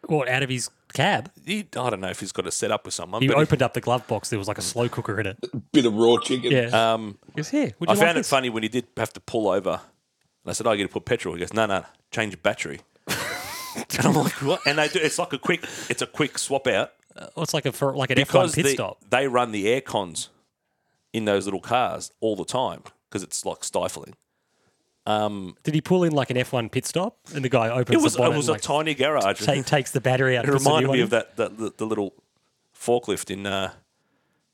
Well, out of his cab, He, I don't know if he's got it set up with someone. he but he- opened up the glove box. There was like a slow cooker in it. Bit of raw chicken. Yeah. um, He goes, here. Would you I like found it this?" funny when he did have to pull over, and I said, "I get to put petrol." He goes, "No, no, change your battery." and I'm like, "What?" And they do. It's like a quick. It's a quick swap out Well, Oh, it's like a for like an because F1 pit they, stop. they run the air cons in those little cars all the time because it's like stifling. Did he pull in like an F1 pit stop? And the guy opens It was the it bonnet was a and, like, tiny garage. ta- takes the battery out. It reminded me of that, that the, the little forklift in uh,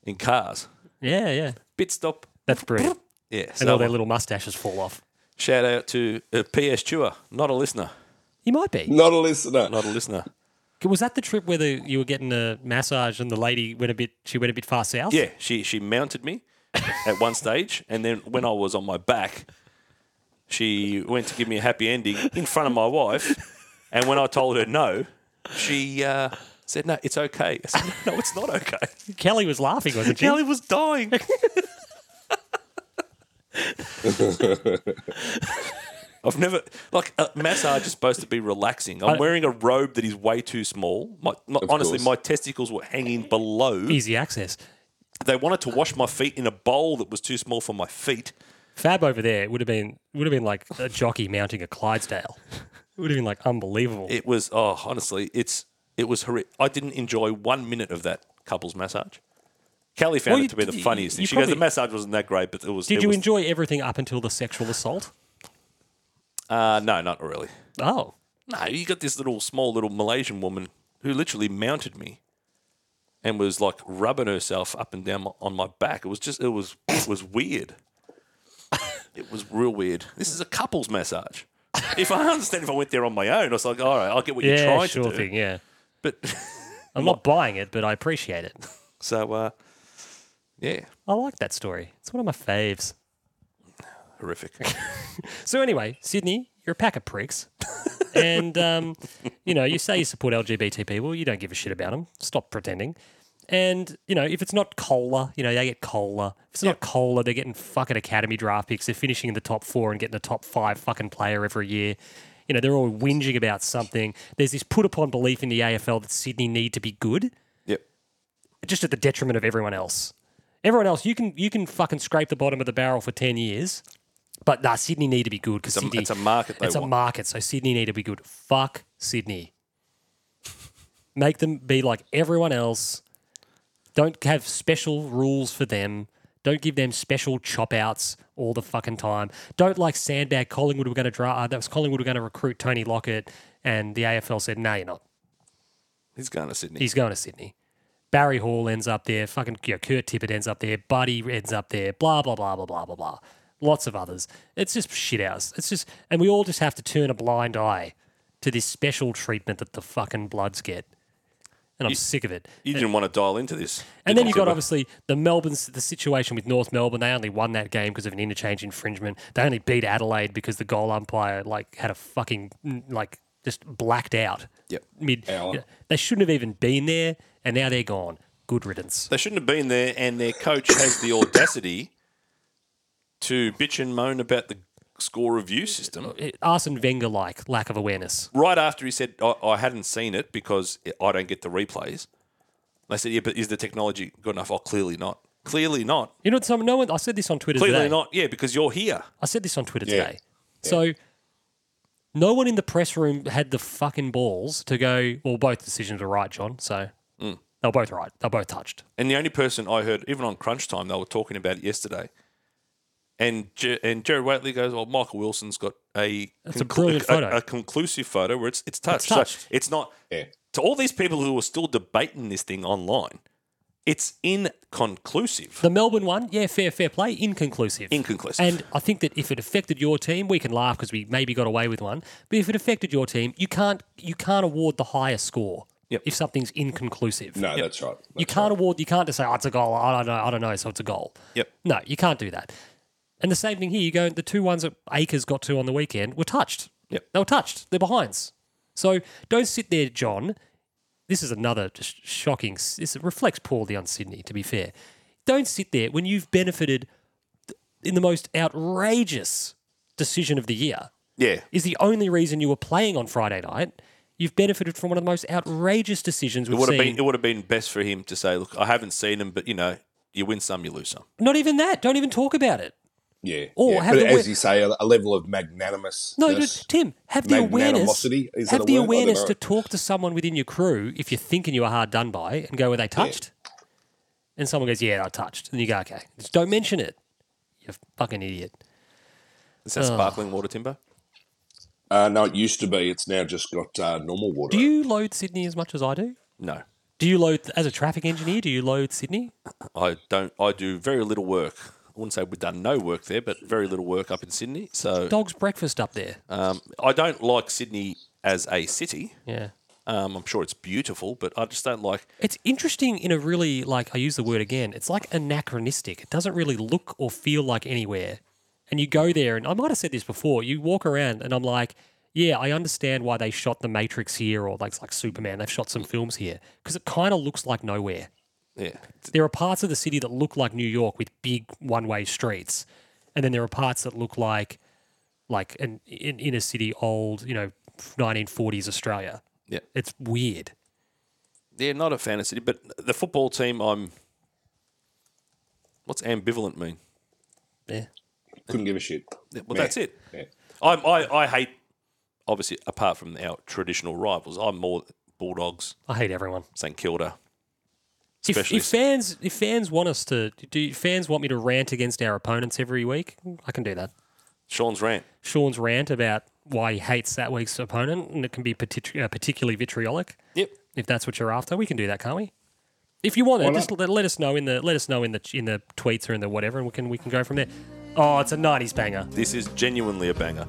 in cars. Yeah, yeah. Bit stop. That's brilliant. Yeah. And So all their little mustaches fall off. shout out to uh, PS Chua, not a listener, He might be. Not a listener. not a listener. Was that the trip where the, you were getting a massage and the lady went a bit? She went a bit far south. Yeah, she she mounted me at one stage, and then when I was on my back, she went to give me a happy ending in front of my wife, and when I told her no, she uh, said no, it's okay. I said, no, it's not okay. Kelly was laughing, wasn't she? Kelly was dying. I've never like a massage is supposed to be relaxing. I'm wearing a robe that is way too small. My, my, honestly, course. my testicles were hanging below. Easy access. They wanted to wash my feet in a bowl that was too small for my feet. Fab over there would have been would have been like a jockey mounting a Clydesdale. It would have been like unbelievable. It was oh, honestly, it's it was horrific. I didn't enjoy one minute of that couple's massage. Kelly found Well, you- it to be the you- funniest thing. you She goes, probably- "The massage wasn't that great, but it was." Did it you was, enjoy everything up until the sexual assault? Uh, no, not really. Oh, No, you got this little small little Malaysian woman who literally mounted me and was like rubbing herself up and down my, on my back. It was just it was it was weird. It was real weird. This is a couples massage. If I understand if I went there on my own, I was like, all right, I'll get what you're yeah, trying sure to do. thing. Yeah, But I'm not buying it, but I appreciate it. so uh, yeah, I like that story. It's one of my faves. horrific. So anyway, Sydney, you're a pack of pricks, and um, you know you say you support LGBT people. You don't give a shit about them. Stop pretending. And you know if it's not cola, you know they get cola. If it's not cola, they're getting fucking academy draft picks. They're finishing in the top four and getting a top five fucking player every year. You know they're all whinging about something. There's this put upon belief in the AFL that Sydney need to be good yep. just at the detriment of everyone else. Everyone else, you can you can fucking scrape the bottom of the barrel for ten years, but nah, Sydney need to be good because It's a- Sydney it's a market they it's a want. market, so Sydney need to be good. Fuck Sydney. Make them be like everyone else. Don't have special rules for them. Don't give them special chop outs all the fucking time. Don't like sandbag Collingwood were going to draw. Uh, that was Collingwood were going to recruit Tony Lockett, and the AFL said, "No, you're not." He's going to Sydney. He's going to Sydney. Barry Hall ends up there. Fucking you know, Kurt Tippett ends up there. Buddy ends up there. Blah blah blah blah blah blah blah. Lots of others. It's just shit house. It's just, and we all just have to turn a blind eye to this special treatment that the fucking Bloods get. And I'm sick of it. you didn't want to dial into this. And then did you got Tibber? obviously the Melbourne's the situation with North Melbourne. They only won that game because of an interchange infringement. They only beat Adelaide because the goal umpire like had a fucking mm, like just blacked out. Yep. Mid. Hour. yeah. They shouldn't have even been there, and now they're gone. Good riddance. They shouldn't have been there, and their coach has the audacity to bitch and moan about the score review system It- Eh, Arsene Wenger like lack of awareness. right after he said, I, I hadn't seen it because I don't get the replays. They said, Yeah, but is the technology good enough? Oh, clearly not. Clearly not. You know, some no one. I said this on Twitter Clearly today. not. Yeah, because you're here. I said this on Twitter Yeah. today. So no one in the press room had the fucking balls to go. Well, both decisions were right, John. So they're both right. They're both touched. And the only person I heard, even on crunch time, they were talking about it yesterday. And Jer- and Jerry Waitley goes, "Well, Michael Wilson's got a That's a brilliant photo. a, conclusive photo where it's it's touched. touched. So it's not Yeah. to all these people who are still debating this thing online. It's inconclusive. The Melbourne one, yeah, fair, fair play, inconclusive. Inconclusive. and I think that if it affected your team, we can laugh because we maybe got away with one. But if it affected your team, you can't you can't award the higher score Yep. if something's inconclusive. No, that's right. you can't award. You can't just say, "Oh, it's a goal." I don't know. I don't know. So it's a goal. Yep. No, you can't do that. And the same thing here. You go. The two ones that Akers got to on the weekend were touched. Yep. They were touched. They're behinds. So don't sit there, John. This is another just shocking. This reflects poorly on Sydney. To be fair, don't sit there when you've benefited in the most outrageous decision of the year Yeah. is the only reason you were playing on Friday night. You've benefited from one of the most outrageous decisions It we've would have seen. been it would have been best for him to say, look, I haven't seen him, but you know, you win some, you lose some. Not even that. Don't even talk about it. Yeah. Or yeah. have but the as we- you say, a, a level of magnanimous. No, just, Tim, have the awareness. Magnanimosity, is that Have a the word? I don't awareness know. to talk to someone within your crew if you're thinking you are hard done by and go, were they touched? And someone goes, yeah, I touched. And you go, okay, just don't mention it. You fucking idiot. Is that sparkling water timber? Uh, no, it used to be. It's now just got uh, normal water. Do you load Sydney as much as I do? No. Do you load, as a traffic engineer, do you load Sydney? I don't I do very little work. I wouldn't say we've done no work there, but very little work up in Sydney. So Dog's breakfast up there. Uh, um, I don't like Sydney as a city. Yeah. Um, I'm sure it's beautiful, but I just don't like It's interesting in a really, like, I use the word again, it's like anachronistic. It doesn't really look or feel like anywhere. And you go there, and I might have said this before, you walk around, and I'm like, yeah, I understand why they shot The Matrix here, or like, it's like Superman, they've shot some films here, because it kind of looks like nowhere. yeah. There are parts of the city that look like New York with big one way streets, and then there are parts that look like, like, an in, inner city, old, you know, 1940s Australia. Yeah. It's weird. Yeah, not a fan of City, but the football team I'm what's ambivalent mean? Yeah. Couldn't give a shit. Yeah, Well Meh. that's it. Yeah. I'm, I, I hate, obviously, apart from our traditional rivals, I'm more Bulldogs, I hate everyone. St Kilda. If, especially- if fans if fans want us to do fans want me to rant against our opponents every week, I can do that. Sean's rant. Sean's rant about why he hates that week's opponent and it can be partic- uh, particularly vitriolic. Yep. If that's what you're after, we can do that, can't we? If you want it, not? just let, let us know in the let us know in the in the tweets or in the whatever, and we can we can go from there. Oh, it's a '90s banger. This is genuinely a banger.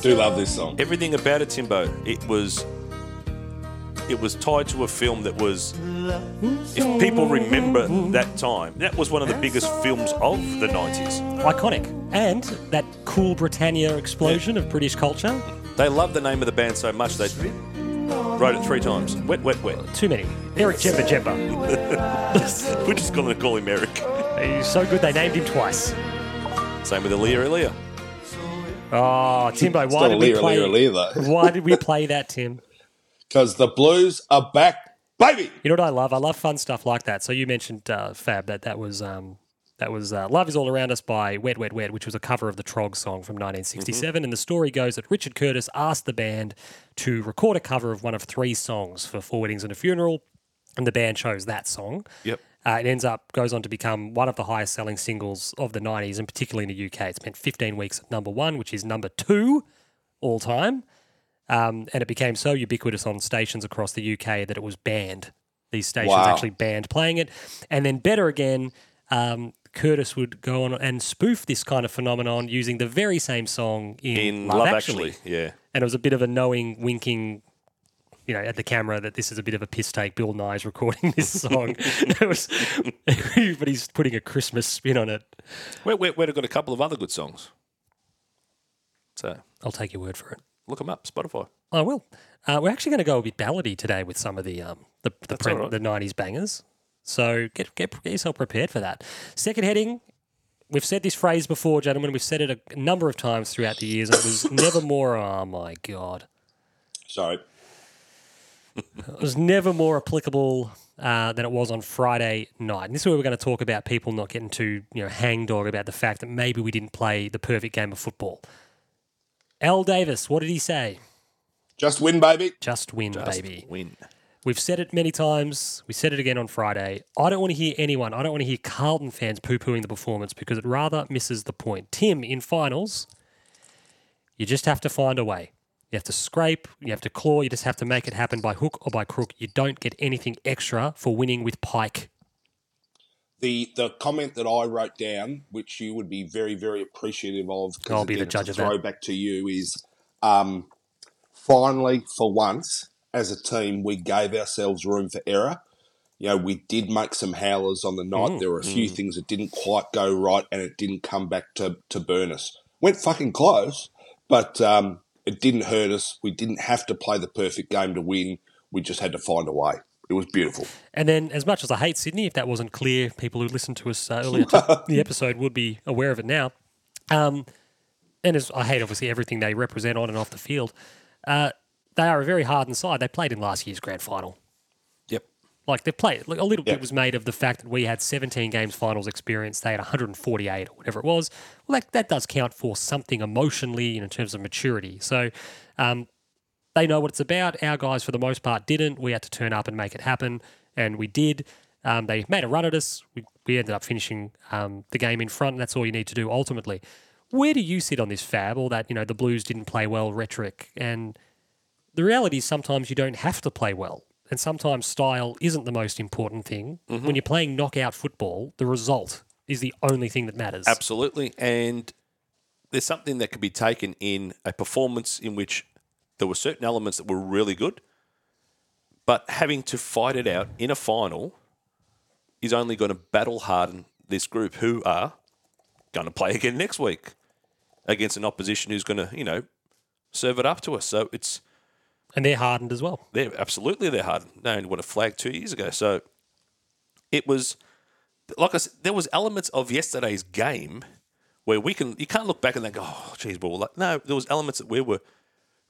Do love this song. Everything about it, Timbo, it was, it was tied to a film that was. If people remember that time, that was one of the biggest films of the nineties. Iconic, and that cool Britannia explosion of British culture. They loved the name of the band so much they wrote it three times. Wet, wet, wet. Too many. Eric Jemba Jemba. We're just going to call him Eric. He's so good they named him twice. Same with Aaliyah. Aaliyah. Oh, Timbo, It's why not did a we Lear, play? Lear, Lear, though. Why did we play that, Tim? Because the Blues are back, baby. You know what I love? I love fun stuff like that. So you mentioned uh, Fab that that was um, that was uh, "Love Is All Around Us" by Wet Wet Wet, which was a cover of the Trog song from Mm-hmm. 1967. And the story goes that Richard Curtis asked the band to record a cover of one of three songs for Four Weddings and a Funeral, and the band chose that song. Yep. Uh, it ends up goes on to become one of the highest selling singles of the 90s, and particularly in the UK. It spent 15 weeks at number one, which is number two all time. Um, and it became so ubiquitous on stations across the UK that it was banned. These stations Wow. actually banned playing it. And then, better again, um, Curtis would go on and spoof this kind of phenomenon using the very same song in, In Love, Actually. Yeah. And it was a bit of a knowing, winking, you know, at the camera that this is a bit of a piss take. Bill Nye's recording this song. it was, but he's putting a Christmas spin on it. Wet, wet, wet have got a couple of other good songs. So I'll take your word for it. look them up, Spotify. I will. Uh, we're actually going to go a bit ballady today with some of the um, the the, print, all right. the '90s bangers. So get, get get yourself prepared for that. Second heading. We've said this phrase before, gentlemen. We've said it a number of times throughout the years, and it was never more. Oh my god, Sorry. it was never more applicable uh, than it was on Friday night. And this is where we're going to talk about people not getting too you know hangdog about the fact that maybe we didn't play the perfect game of football. L. Davis, what did he say? Just win, baby. Just win, baby. Win. We've said it many times. We said it again on Friday. I don't want to hear anyone. I don't want to hear Carlton fans poo pooing the performance because it rather misses the point. Tim, in finals, you just have to find a way. You have to scrape, you have to claw, you just have to make it happen by hook or by crook. You don't get anything extra for winning with Pike. The the comment that I wrote down, which you would be very very appreciative of, 'cause I'll be the again, it's a judge of that. Throwback to you is, um, finally for once as a team we gave ourselves room for error. You know, we did make some howlers on the night. Mm, There were a few things that didn't quite go right, and it didn't come back to to burn us. Went fucking close, but um, it didn't hurt us. We didn't have to play the perfect game to win. We just had to find a way. It was beautiful. And then, as much as I hate Sydney, if that wasn't clear, people who listened to us uh, earlier to the episode would be aware of it now. Um, and as I hate obviously everything they represent on and off the field, uh, they are a very hardened side. They played in last year's grand final. Yep. Like they played like a little Yeah. bit was made of the fact that we had 17 games finals experience. They had 148 or whatever it was. Well, that, that does count for something emotionally and in terms of maturity. So um, they know what it's about. Our guys, for the most part, didn't. We had to turn up and make it happen, and we did. Um, they made a run at us. We, we ended up finishing um, the game in front, and that's all you need to do ultimately. Where do you sit on this, Fab? All that you know, the Blues didn't play well rhetoric, and the reality is sometimes you don't have to play well, and sometimes style isn't the most important thing. Mm-hmm. When you're playing knockout football, the result is the only thing that matters. Absolutely. And there's something that could be taken in a performance in which there were certain elements that were really good, but having to fight it out in a final is only going to battle harden this group who are going to play again next week against an opposition who's going to, you know, serve it up to us. So it's and they're hardened as well. they're absolutely they're hard. They only won a flag two years ago, so it was like I said, there was elements of yesterday's game where we can you can't look back and think, oh, geez, well, like no, there was elements that we were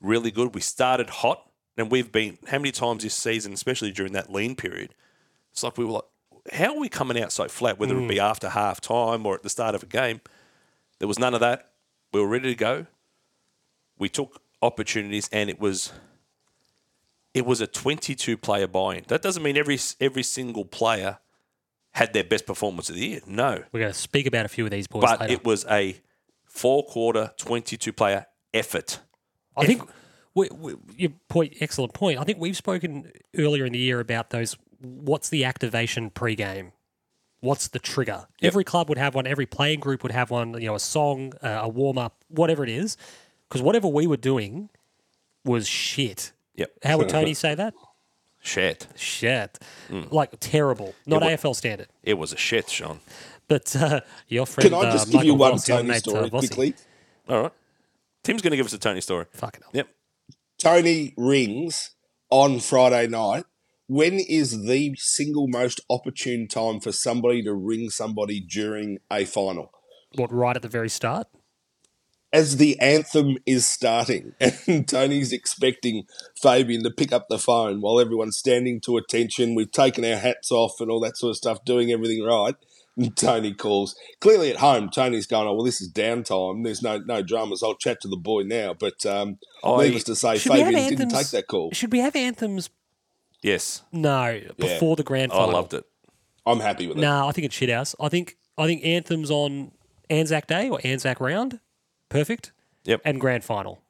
really good. We started hot, and we've been how many times this season, especially during that lean period, it's like we were like, how are we coming out so flat? Whether it be after half time or at the start of a game, there was none of that. We were ready to go. We took opportunities, and it was it was a 22 player buy-in. That doesn't mean every every single player had their best performance of the year. No, We're going to speak about a few of these boys but later. it was a four quarter 22 player effort. I think we, we, your point, excellent point. I think we've spoken earlier in the year about those. What's the activation pre-game? What's the trigger? Every club would have one. Every playing group would have one. You know, a song, uh, a warm up, whatever it is. Because whatever we were doing was shit. Yep. How would Tony say that? Shit. Shit, Hmm. like terrible, not AFL standard. It was a shit, Sean. But uh, your friend, Can I just uh, give you Michael one Voss, your Tony mate, uh, story Vossi. quickly? All right. Tim's going to give us a Tony story. Fucking hell. Yep. Tony rings on Friday night. When is the single most opportune time for somebody to ring somebody during a final? What right at the very start? As the anthem is starting, and Tony's expecting Fabian to pick up the phone while everyone's standing to attention. We've taken our hats off and all that sort of stuff, doing everything right. And Tony calls. Clearly at home, Tony's going, "Oh well, this is downtime. There's no no dramas. I'll chat to the boy now." But um, I- needless to say, Should we have Fabian didn't anthems- take that call. Should we have anthems Yes. No, before the grand I final. loved it. I'm happy with it. No, I think it's shit house. I think I think anthems on Anzac Day or Anzac round, perfect. Yep. And grand final.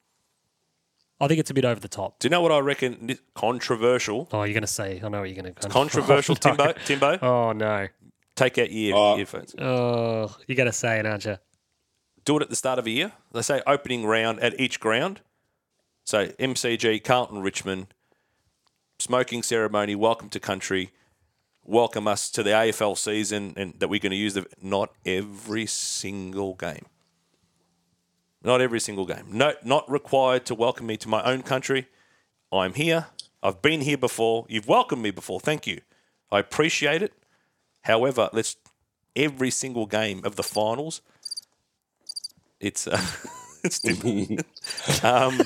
I think it's a bit over the top. Do you know what I reckon? Controversial. Oh, you're gonna say? I know what you're gonna. Go Controversial, oh, no. Timbo. Timbo, Oh no. take out your Uh, earphones. Oh, you gotta say it, aren't you? do it at the start of a year. They say opening round at each ground. So MCG, Carlton, Richmond, smoking ceremony, welcome to country, welcome us to the AFL season, and that we're going to use the not every single game. Not every single game. No, not required to welcome me to my own country. I'm here. I've been here before. You've welcomed me before. Thank you. I appreciate it. However, let's every single game of the finals it's uh, it's different. um,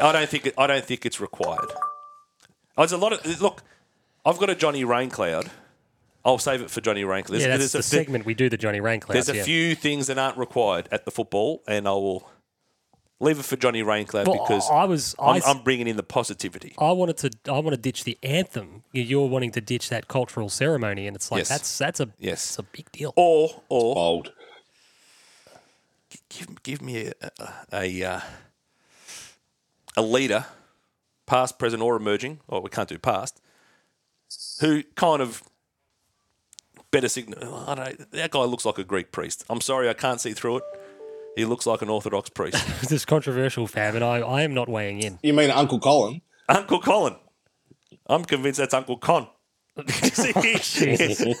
I don't think it, I don't think it's required. Oh, There's a lot of look. I've got a Johnny Raincloud. I'll save it for Johnny Raincloud. Yeah, that's There's, the there's, a, segment we do the Johnny Rainclouds. there's a yeah. few things that aren't required at the football, and I will leave it for Johnny Raincloud Well, because I was I, I'm, s- I'm bringing in the positivity. I wanted to I want to ditch the anthem. You- You're wanting to ditch that cultural ceremony, and it's like Yes. that's that's a Yes. it's a big deal. Or or Bold. give give me a a, a, uh, a leader, past, present, or emerging. Or we can't do past. Who kind of better signal? I don't. That guy looks like a Greek priest. I'm sorry, I can't see through it. He looks like an Orthodox priest. This is controversial, Fab, and I, I am not weighing in. You mean Uncle Colin? Uncle Colin. I'm convinced that's Uncle Con.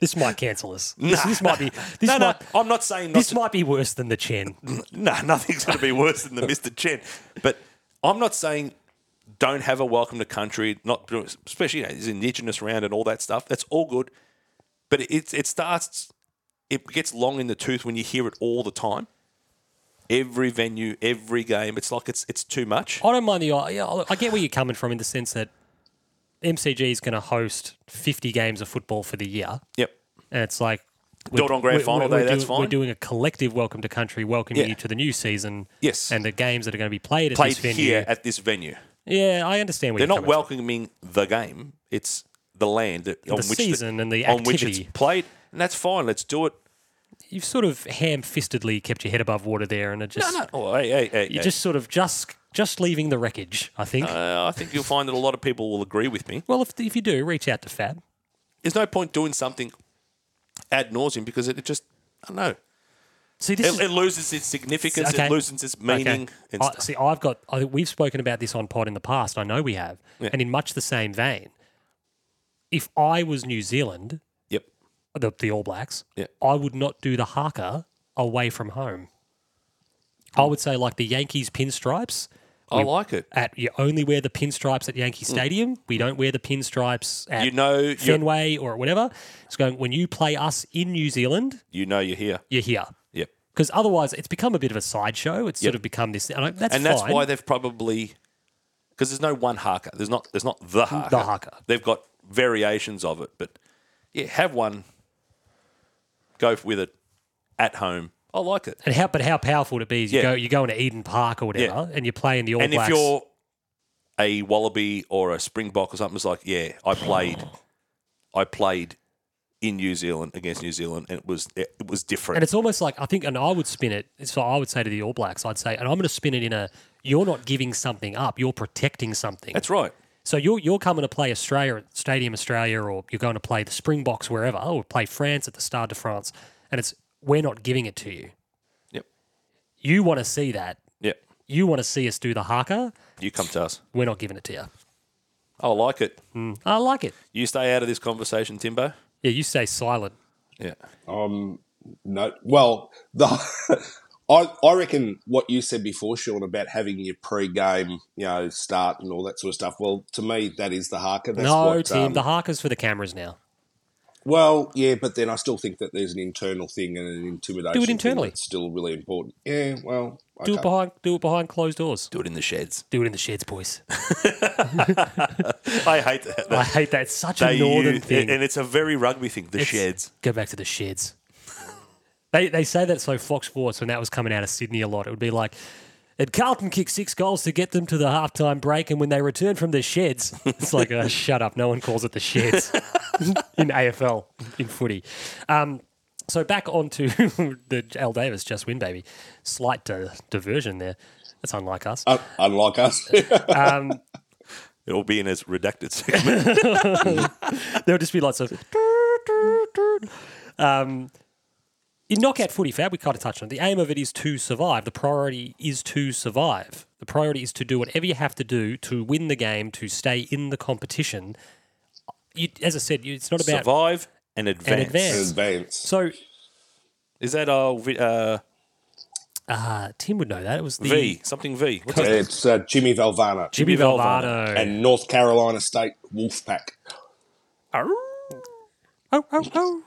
This might cancel us. This, this might be this no, might no, I'm not saying not this might be worse than the chin. No, nothing's going to be worse than the Mr. Chen. But I'm not saying don't have a welcome to country, not do- especially you know, this indigenous round and all that stuff. That's all good. But it, it starts it gets long in the tooth when you hear it all the time. Every venue, every game, it's like it's it's too much. I don't mind the. Yeah, I I get where you're coming from in the sense that MCG is going to host 50 games of football for the year, Yep. and it's like. Do it on grand final day, we're that's doing- We're fine. doing a collective welcome to country, welcoming Yeah. you to the new season. Yes. And the games that are going to be played at Played this venue. here at this venue. Yeah, I understand where They're you're not coming from. welcoming the game. It's the land that, on which season and the on which it's activity. played, and that's fine. Let's do it. You've sort of ham-fistedly kept your head above water there, and it just No, no. Oh, hey, hey, hey, you're hey. just sort of just just leaving the wreckage. I think. Uh, I think you'll find that a lot of people will agree with me. well, if, if you do, reach out to Fab. There's no point doing something ad nauseum because it, it just I don't know. See, this is It, it loses its significance. Okay. It loses its meaning. Okay. And I- stuff. see, I've got. I, we've spoken about this on pod in the past. I know we have, and in much the same vein. If I was New Zealand, Yep. the, the All Blacks, Yeah. I would not do the haka away from home. I would say like the Yankees pinstripes. I like it. At you only wear the pinstripes at Yankee Stadium. We don't wear the pinstripes at Mm. You know you're- Fenway or whatever. It's going when you play us in New Zealand, You know you're here. you're here. Yep. Because otherwise, it's become a bit of a sideshow. It's sort of become this, and I, that's and that's fine. why they've probably because there's no one haka. There's not. There's not the haka. The haka. They've got variations of it, but yeah, have one. Go with it at home. I like it. And how, but how powerful would it be? Is you Yeah. go, you go into Eden Park or whatever, and you're playing the All and Blacks. if you're a wallaby or a springbok or something, it's like, yeah, I played, I played in New Zealand against New Zealand, and it was it, it was different. and it's almost like I think, and I would spin it. So I would say to the All Blacks, I'd say, and I'm going to spin it in a. You're not giving something up. You're protecting something. That's right. So you're you're coming to play Australia at Stadium Australia, or you're going to play the Springboks wherever, or play France at the Stade de France, and it's we're not giving it to you. Yep. You want to see that. Yep. You want to see us do the haka. You come to us. We're not giving it to you. I like it. I like it. You stay out of this conversation, Timbo. Yeah, you stay silent. Yeah. No, well, the I I reckon what you said before, Sean, about having your pre-game, you know, start and all that sort of stuff. Well, to me, that is the haka. That's no, what, Tim, um, the haka's for the cameras now. well, yeah, but then I still think that there's an internal thing and an intimidation. Do it thing internally. that's still really important. Yeah. Well. Do okay. it behind do it behind closed doors. Do it in the sheds. Do it in the sheds, boys. I hate that. I hate that. It's such They a northern use- thing. and it's a very rugby thing. The It's- sheds. Go back to the sheds. they they say that so Fox Sports when that was coming out of Sydney a lot, it would be like. And Carlton kicked six goals to get them to the halftime break, and when they returned from their sheds, it's like, oh, shut up, no one calls it the sheds in AFL, in footy. Um, so back onto the Al Davis, just win, baby. Slight di- diversion there. That's unlike us. Un- Uh, unlike us. It'll be in his redacted segment. There'll just be lots of. Um, in knockout footy, Fab, we kind of touched on it. The aim of it is to survive. The priority is to survive. The priority is to do whatever you have to do to win the game, to stay in the competition. You, as I said, you, it's not about. Survive and advance. in advance. advance. So Is that our vi- uh, uh, Tim would know that. It was the V? Something V. What's that? It's uh, Jimmy Valvano Jimmy Jimmy Valvano. Valvano. and North Carolina State Wolfpack. Oh, oh, oh.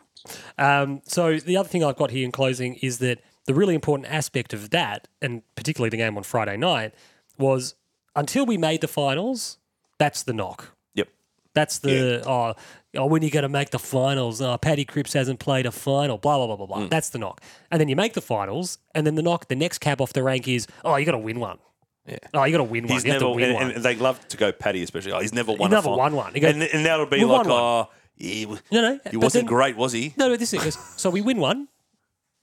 Um, so the other thing I've got here in closing is that the really important aspect of that, and particularly the game on Friday night, was until we made the finals, that's the knock. Yep. That's the oh, oh, when are you going to make the finals? Oh, Paddy Cripps hasn't played a final. Blah blah blah blah Mm. blah. That's the knock. And then you make the finals, and then the knock, the next cab off the rank is oh, you got to win one. Yeah. Oh, you got to win one. He's you have never, to win and, one. and they love to go Paddy, especially. Oh, he's never won. never a fi- won one. He goes, And, and that'll be "We like, won one." oh, he, w- No, no, he but wasn't then- great, was he? No, no, this is so we win one,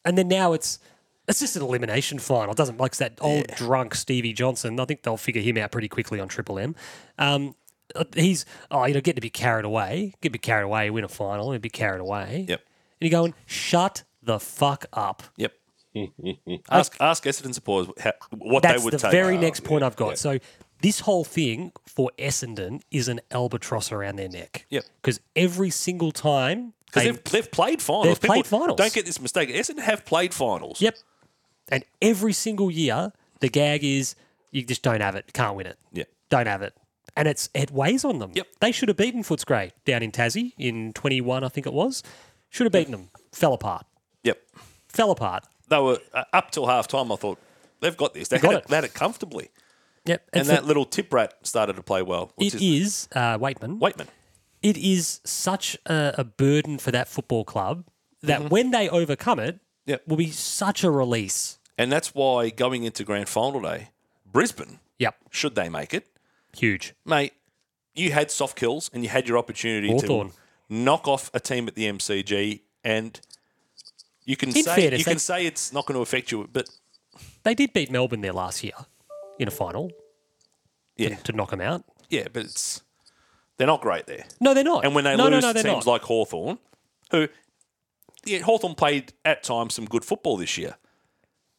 and then now it's it's just an elimination final. Doesn't like that old drunk Stevie Johnson. I think they'll figure him out pretty quickly on Triple M. Um, uh, he's oh, you know, get to be carried away, get to be carried away, win a final, and be carried away. Yep. And you're going, shut the fuck up. Yep. ask ask Essendon supporters how, what That's they would the take. Ah. very next point I've got. So this whole thing for Essendon is an albatross around their neck. Yep. Because every single time because they- they've, they've played finals. They've People played finals. Don't get this mistake. Essendon have played finals. Yep. And every single year, the gag is you just don't have it, can't win it. Yeah. Don't have it. And it's it weighs on them. Yep. They should have beaten Footscray down in Tassie in 21, I think it was. Should have beaten them. Fell apart. Yep. Fell apart. They were uh, up till half time. I thought they've got this. They, got had it. it. they had it comfortably. Yep. And for- that little tip rat started to play well. Which it is, is uh, Waitman. Waitman. It is such a, a burden for that football club that when they overcome it, Mm-hmm. Yep. will be such a release. And that's why going into grand final day, Brisbane, Yep. should they make it, Huge. mate, you had soft kills and you had your opportunity Hawthorn. to knock off a team at the MCG and you can In say fairness, you can they- say it's not going to affect you, but They did beat Melbourne there last year in a final. Yeah. To, to knock them out. yeah, but it's they're not great there. No, they're not. And when they no, no, lose no, to they're teams not. like Hawthorn, who yeah, Hawthorn played at times some good football this year,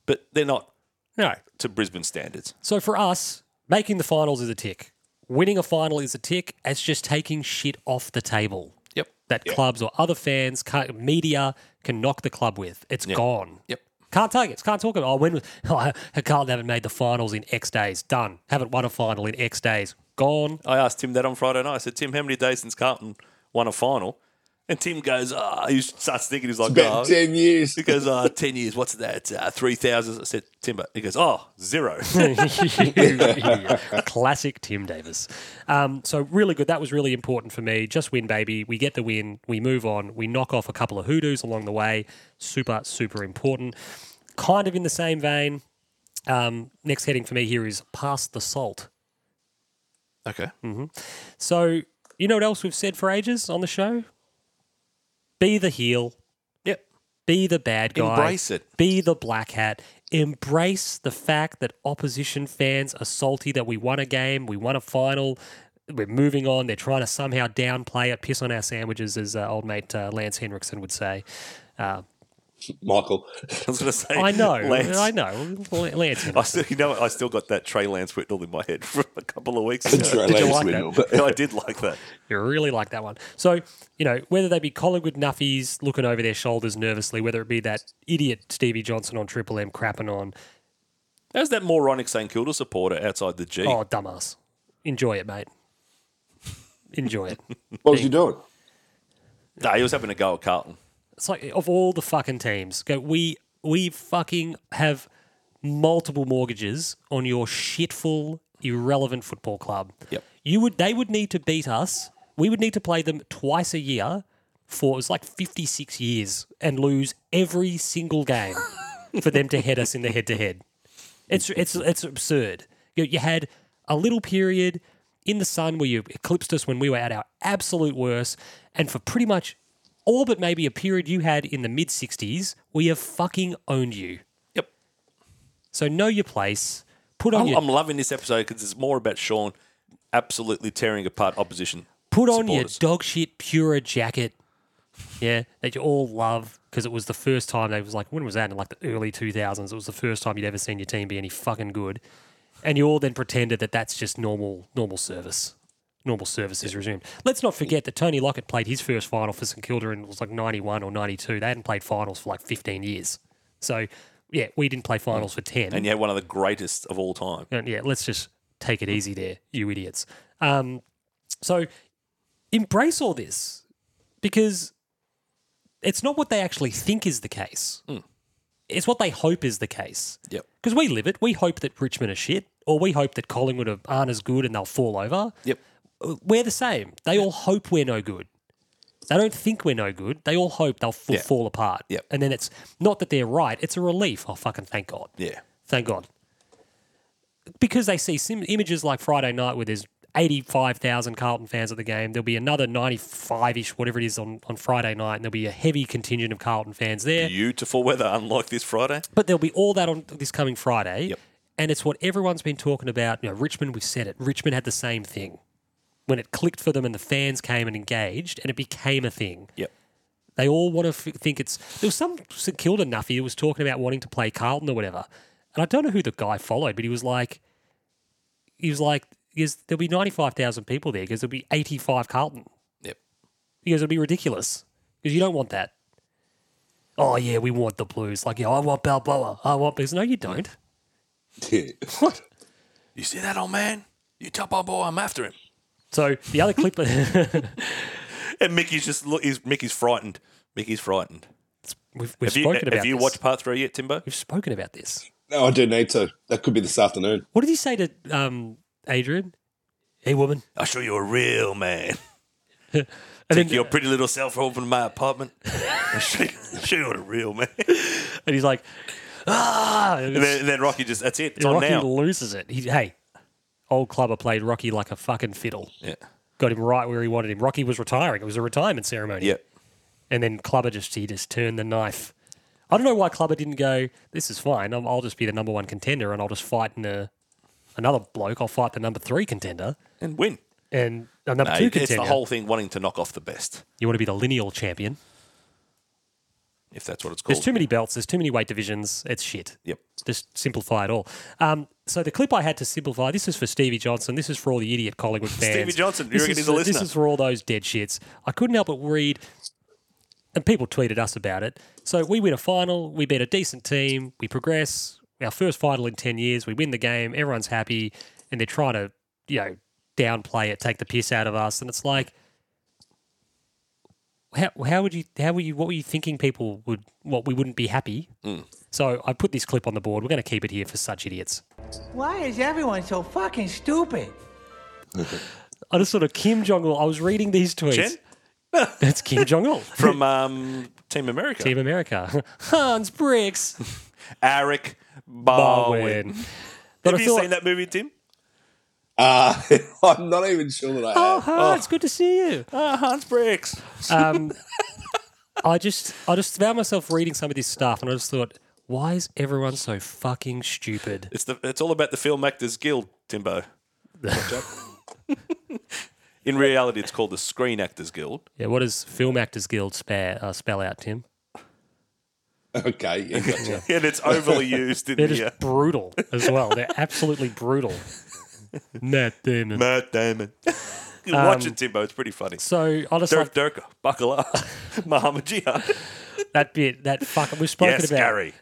but they're not no. to Brisbane standards. So for us, making the finals is a tick. Winning a final is a tick. It's just taking shit off the table Yep. that clubs or other fans, ca- media can knock the club with. It's gone. Yep. Can't take it. Can't talk about. Oh, when was oh, Carlton haven't made the finals in X days? Done. Haven't won a final in X days. Gone. I asked Tim that on Friday night. I said, Tim, how many days since Carlton won a final? And Tim goes, ah, he starts thinking, he's like, About oh. 10 years. He goes, oh, 10 years, what's that? Uh, 3,000. I said, Timber. He goes, oh, zero. Classic Tim Davis. Um, so really good. That was really important for me. Just win, baby. We get the win. We move on. We knock off a couple of hoodoos along the way. Super, super important. Kind of in the same vein. Um, next heading for me here is pass the salt. okay. So you know what else we've said for ages on the show? Be the heel. Yep. Be the bad guy. Embrace it. Be the black hat. Embrace the fact that opposition fans are salty that we won a game, we won a final, we're moving on. They're trying to somehow downplay it, piss on our sandwiches, as uh, old mate uh, Lance Henriksen would say. Uh, Michael. I was going to say, I know, Lance. Oh. I know, L- Lance. I Henriksen. still, you know, what? I still got that Trey Lance Whitnall in my head from a couple of weeks ago. Did you like But- uh, I did like that. You really like that one. So, you know, whether they be Collingwood Nuffies looking over their shoulders nervously, whether it be that idiot Stevie Johnson on Triple M crapping on, How's that moronic St Kilda supporter outside the G? oh, dumbass. Enjoy it, mate. Enjoy it. What was you doing? Nah, he was having a go at Carlton. It's like of all the fucking teams, go we we fucking have multiple mortgages on your shitful, irrelevant football club. Yep. You would they would need to beat us. We would need to play them twice a year for it was like fifty six years and lose every single game for them to head us in the head to head. It's it's it's absurd. You, you had a little period in the sun where you eclipsed us when we were at our absolute worst, and for pretty much all but maybe a period you had in the mid '60s, we have fucking owned you. Yep. So know your place. Put on I'm, your I'm loving this episode because it's more about Sean absolutely tearing apart opposition. put on supporters. your dog shit Pura jacket. Yeah, that you all love because it was the first time they was like, when was that? In like the early 2000s, it was the first time you'd ever seen your team be any fucking good. And you all then pretended that that's just normal, normal service. Normal service is resumed. Let's not forget that Tony Lockett played his first final for St Kilda and it was like 91 or 92. They hadn't played finals for like 15 years. So, yeah, we didn't play finals for 10. And you had one of the greatest of all time. And yeah, let's just take it Mm. easy there, you idiots. Um, so embrace all this because it's not what they actually think is the case. It's what they hope is the case. Mm. Yep. Because we live it. We hope that Richmond are shit, or we hope that Collingwood are- aren't as good and they'll fall over. Yep. We're the same. They all hope we're no good. They don't think we're no good. They all hope they'll f- Yeah. fall apart. Yep. And then it's not that they're right. It's a relief. Oh, fucking thank God. Yeah. Thank God. Because they see sim- images like Friday night where there's 85,000 Carlton fans at the game. There'll be another 95 ish, whatever it is, on, on Friday night. And there'll be a heavy contingent of Carlton fans there. Beautiful weather, unlike this Friday. But there'll be all that on this coming Friday. Yep. And it's what everyone's been talking about. You know, Richmond, we've said it. Richmond had the same thing when it clicked for them and the fans came and engaged and it became a thing. Yep. They all want to f- think it's. There was some St Kilda Nuffy who was talking about wanting to play Carlton or whatever, and I don't know who the guy followed, but he was like, he was like, because there'll be ninety five thousand people there because there'll be eighty five Carlton Yep. because it'll be ridiculous because you don't want that. Oh yeah, we want the Blues. Like yeah, I want Balboa. I want because no, you don't. Yeah. You see that old man? You top our boy, I'm after him. So the other clip, And Mickey's just look. He's Mickey's frightened. Mickey's frightened. It's- We've, we've Have you, spoken about have you this. watched part three yet, Timbo? We've spoken about this. No, I do need to. That could be this afternoon. What did he say to um, Adrian? Hey, woman. I'll show you a real man. And then, Take your pretty little self over to my apartment. I'll show you, show you what a real man. and he's like, ah. And And it's- then, and then Rocky just, that's it. It's on Rocky now. loses it. He, hey, old clubber played Rocky like a fucking fiddle. Yeah. Got him right where he wanted him. Rocky was retiring. It was a retirement ceremony. Yeah. And then Clubber just he just turned the knife. I don't know why Clubber didn't go. This is fine. I'm, I'll just be the number one contender, and I'll just fight in a, another bloke. I'll fight the number three contender And win. and a number No, two it's contender. the whole thing wanting to knock off the best, you want to be the lineal champion. if that's what it's called. There's too many belts. There's too many weight divisions. It's shit. Yep. Just simplify it all. Um, so the clip I had to simplify. This is for Stevie Johnson. This is for all the idiot Collingwood fans. Johnson, you This reckon is he's for- a This listener? is for all those dead shits. I couldn't help but read, and people tweeted us about it. So we win a final. We beat a decent team. We progress. Our first final in ten years. We win the game. Everyone's happy, and they're trying to you know downplay it, take the piss out of us, and it's like. How, how would you how were you what were you thinking people would what we wouldn't be happy Mm. so I put this clip on the board. We're going to keep it here for such idiots. Why is everyone so fucking stupid? I just sort of Kim Jong Il. I was reading these tweets. Jen? That's Kim Jong Il From um, Team America. Team America. Hans Bricks. Eric Barwin. Barwin. But Have I Oh, you thought, seen that movie, Tim? Uh, I'm not even sure that I have. oh, Hans, good to see you. Ah, Hans Briggs. I just, I just found myself reading some of this stuff, and I just thought, why is everyone so fucking stupid? It's the it's all about the Film Actors Guild, Timbo. In reality, it's called the Screen Actors Guild. Yeah, what does Film Actors Guild spare, uh, spell out, Tim? Okay, yeah, gotcha. And it's overly used in uh, They're here. just brutal as well. They're absolutely brutal. Matt Damon. Matt Damon. You Watch it, Timbo. It's pretty funny. Um, So I just Dirk like Durka, buckle up. Muhammad Jihad. that bit, that fucking we've spoken Yes, about. Gary.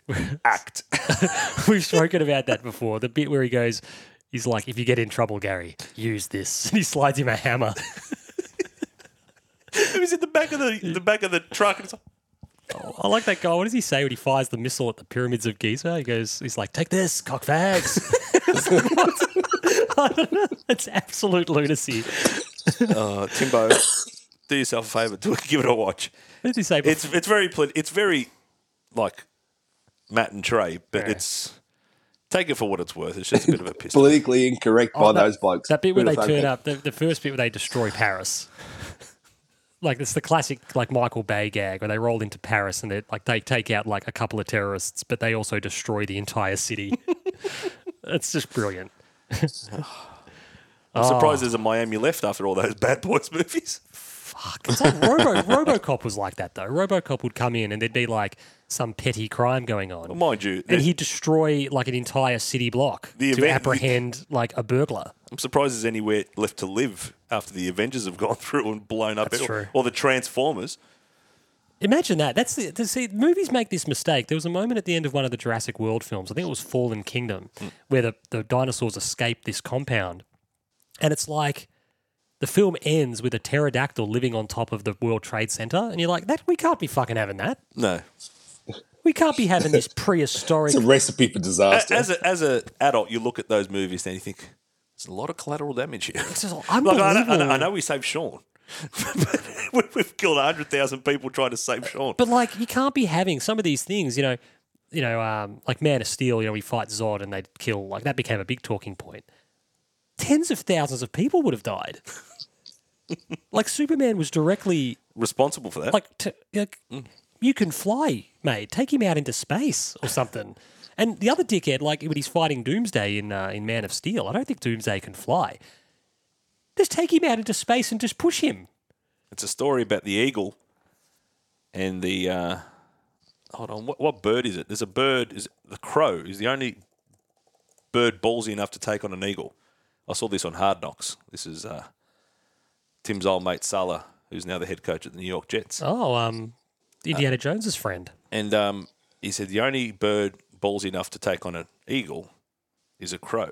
Act. We've spoken about that before. The bit where he goes, he's like, if you get in trouble, Gary, use this. And he slides him a hammer. He was in the back of the the back of the truck. And it's like, I like that guy. What does he say when he fires the missile at the pyramids of Giza? He goes, he's like, take this, cockfags. It's like, what? I don't know. It's absolute lunacy. oh, Timbo, do yourself a favour. Do it. Give it a watch. What did he say? It's it's very polit- it's very like Matt and Trey, but Yeah. it's take it for what it's worth. It's just a bit of a piss. Politically incorrect by Oh, that- those blokes. That bit where Who'd they have turn thunk it? up, the, the first bit where they destroy Paris. Like it's the classic like Michael Bay gag where they roll into Paris and they like they take out like a couple of terrorists, but they also destroy the entire city. it's just brilliant. I'm surprised there's a Miami left after all those Bad Boys movies. Fuck. It's like Robo Robocop was like that though. Robocop would come in and there'd be like some petty crime going on. Mind you, And he'd destroy like an entire city block The to event- apprehend like a burglar. I'm surprised there's anywhere left to live after the Avengers have gone through and blown up That's it all. true. Or the Transformers. Imagine that. That's the, the see, movies make this mistake. There was a moment at the end of one of the Jurassic World films, I think it was Fallen Kingdom, Hmm. where the, the dinosaurs escape this compound. And it's like the film ends with a pterodactyl living on top of the World Trade Center. And you're like, that we can't be fucking having that. No. We can't be having this prehistoric. It's a recipe for A- Uh, disaster. As a as a adult, you look at those movies and you think, there's a lot of collateral damage here. It's just Like, I, know, I, know, unbelievable. I know we saved Sean. but we- We've killed 100,000 people trying to save Sean. Uh, But like, you can't be having some of these things, you know, you know, um, like Man of Steel. You know, we fight Zod and they would kill. Like that became a big talking point. Tens of thousands of people would have died. like Superman was directly Responsible for that. like, t- like you can fly, mate. Take him out into space or something. And the other dickhead, like when he's fighting Doomsday in uh, in Man of Steel, I don't think Doomsday can fly. Just take him out into space and just push him. It's a story about the eagle and the. Uh, hold on, what, what bird is it? There's a bird. Is it- the crow is the only bird ballsy enough to take on an eagle. I saw this on Hard Knocks. This is uh, Tim's old mate Salah, who's now the head coach at the New York Jets, Oh, um, Indiana Jones's friend. and um, he said the only bird ballsy enough to take on an eagle is a crow.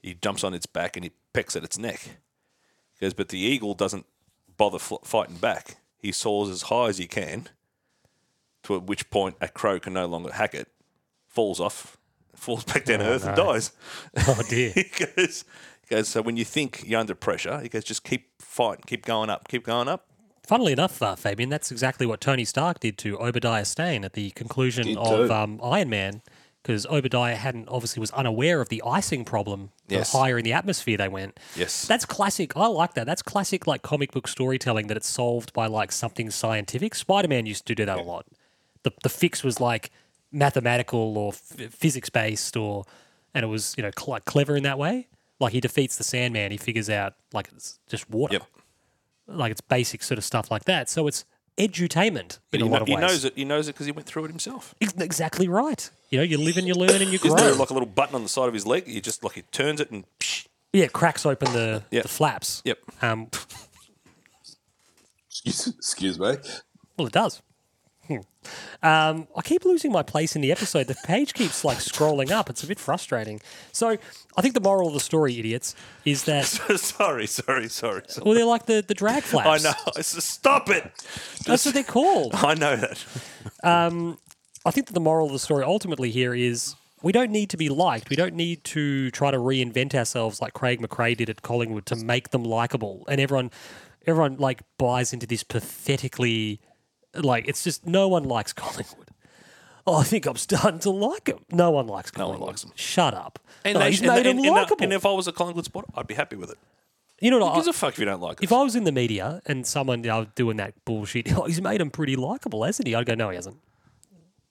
He jumps on its back and he pecks at its neck. He goes, but the eagle doesn't bother fl- fighting back. He soars as high as he can to at which point a crow can no longer hack it, falls off, falls back down to earth and dies. Oh dear. he goes, he goes, so when you think you're under pressure, he goes, just keep fighting, keep going up, keep going up. Funnily enough, uh, Fabian, that's exactly what Tony Stark did to Obadiah Stane at the conclusion Did of too. um, Iron Man, because Obadiah hadn't obviously was unaware of the icing problem. The Yes. higher in the atmosphere they went, Yes. that's classic. I like that. That's classic, like comic book storytelling that it's solved by like something scientific. Spider Man used to do that a lot. The the fix was like mathematical or f- physics based, or and it was you know cl- clever in that way. Like he defeats the Sandman, he figures out like it's just water Yep. like it's basic sort of stuff like that. So it's edutainment in a he, kno- lot of he ways. knows it. He knows it because he went through it himself. Ex- Exactly right. You know, you live and you learn and you grow. Isn't there like a little button on the side of his leg? He just like he turns it and psh, yeah, it cracks open the, Yep. the flaps. Yep. Um, Excuse, excuse me. well, it does. Hmm. Um, I keep losing my place in the episode. The page keeps like scrolling up. It's a bit frustrating. So I think the moral of the story, idiots, is that sorry, sorry, sorry. sorry. well, they're like the the drag I flaps. know. I said, Stop it. That's what they're called. I know that. I think that the moral of the story ultimately here is we don't need to be liked. We don't need to try to reinvent ourselves like Craig McRae did at Collingwood to make them likable. And everyone, everyone like buys into this pathetically, like it's just no one likes Collingwood. Oh, I think I'm starting to like him. No one likes Collingwood. No one likes him. Shut up. No, Oh, he's made him and- uh, likable. and if I was a Collingwood supporter, I'd be happy with it. you know what? I- Gives a fuck if you don't like it. if I was in the media and someone you know, doing that bullshit, oh, he's made him pretty likable, hasn't he? I'd go, no, he hasn't.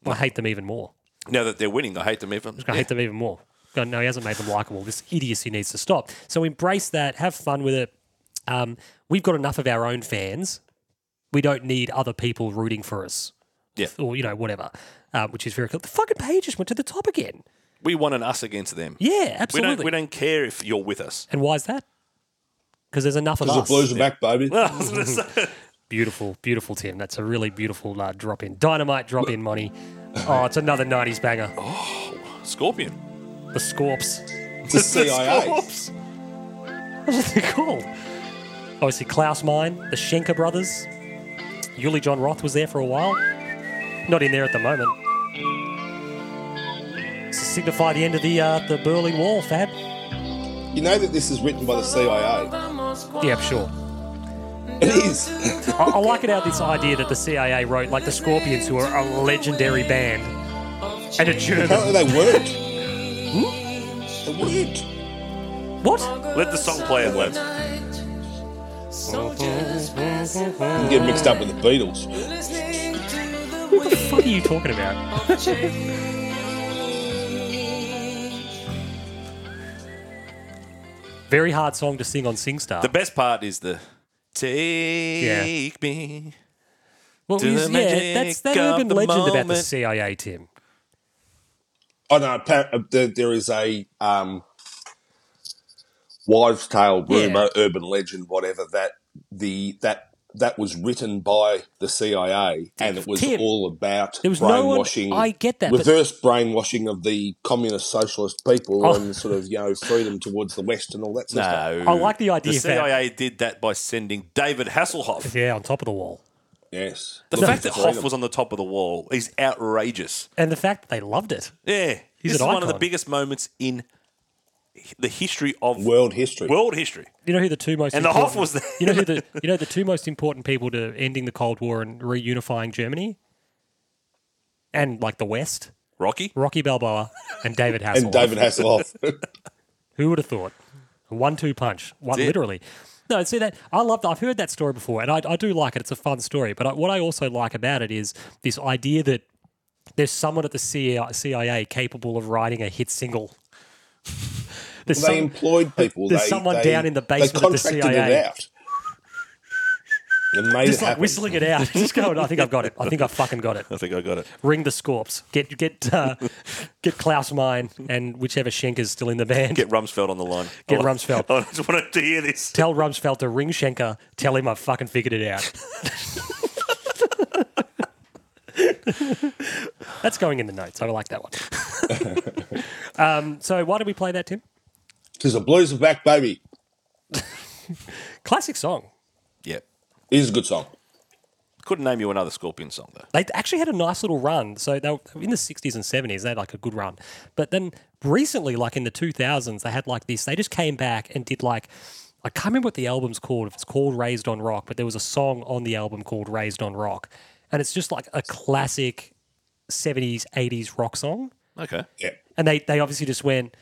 I hate them even more. now that they're winning, I hate them even. I hate them even more. God, no, he hasn't made them likable. This idiocy needs to stop. So embrace that. Have fun with it. Um, we've got enough of our own fans. We don't need other people rooting for us. Yeah. Or, you know, whatever, uh, which is very cool. The fucking page just went to the top again. We want an us against them. Yeah, we absolutely. don't. We don't care if you're with us. And why is that? Because there's enough of Because the us. blues are back, baby. Ah, I was gonna say- Beautiful, beautiful, Tim. That's a really beautiful uh, drop in. Dynamite drop in money. Oh, it's another 90s banger. Oh. Scorpion. The Scorps. It's the CIA. Scorps. What's it called? Obviously, Klaus Mine, the Schenker brothers. Yuli John Roth was there for a while. Not in there at the moment. To signify the end of the uh, the Berlin Wall, Fab. You know that this is written by the CIA. Yeah, sure. It is. I, I like it how this idea that the CIA wrote, like the Scorpions, who are a legendary band, and a German. Apparently they weren't. They weren't. What? Let the song play out, lads. You get mixed up with the Beatles. What the fuck are you talking about? Very hard song to sing on SingStar. The best part is the take me. Well, To the is- yeah, magic that's that of urban the legend about the moment. CIA, Tim. Oh no! appar- uh, there- there is a um, wives' tale, rumor, urban legend, whatever that the that that was written by the CIA, and it was Tim, all about there was no one- brainwashing. I get that, but- reverse brainwashing of the communist socialist people Oh. and sort of you know freedom towards the West and all that sort of stuff. No. I like the idea, The Fab. CIA did that by sending David Hasselhoff. Yeah, on top of the wall. Yes, The Looking fact that for Hoff freedom. was on the top of the wall is outrageous. And the fact that they loved it. Yeah. He's this is an one of the icon. biggest moments in the history of world history. world history. You know who the two most And the important- Hoff was there. You know who the you know the two most important people to ending the Cold War and reunifying Germany, and like the West, Rocky? Rocky Balboa and David Hasselhoff. and David Hasselhoff. Who would have thought? A One-two punch. One it. literally. No, see that I love that. I've heard that story before, and I, I do like it. It's a fun story. But I, what I also like about it is this idea that there's someone at the CIA, CIA capable of writing a hit single. There's they some- uh, employed people. there's they, someone they- down in the basement of They the contracted CIA. it out. And made just it like happen. whistling it out, just going. I think I've got it. I think I fucking got it. I think I got it. Ring the Scorps. Get get uh, get Klaus Mine and whichever Schenker's still in the band. Get Rumsfeld on the line. Get I want- Rumsfeld. I just wanted to hear this. tell Rumsfeld to ring Schenker, tell him I fucking figured it out. That's going in the notes. I like that one. um, so why did we play that, Tim? Because the Blues are back, baby. Classic song. Yeah. It is a good song. Couldn't name you another Scorpion song though. They actually had a nice little run. So they were in the 60s and 70s, they had like a good run. But then recently, like in the 2000s, they had like this. They just came back and did like, I can't remember what the album's called, if it's called Raised on Rock, but there was a song on the album called Raised on Rock. And it's just like a classic 70s, 80s rock song. Okay. Yeah. And they, they obviously just went,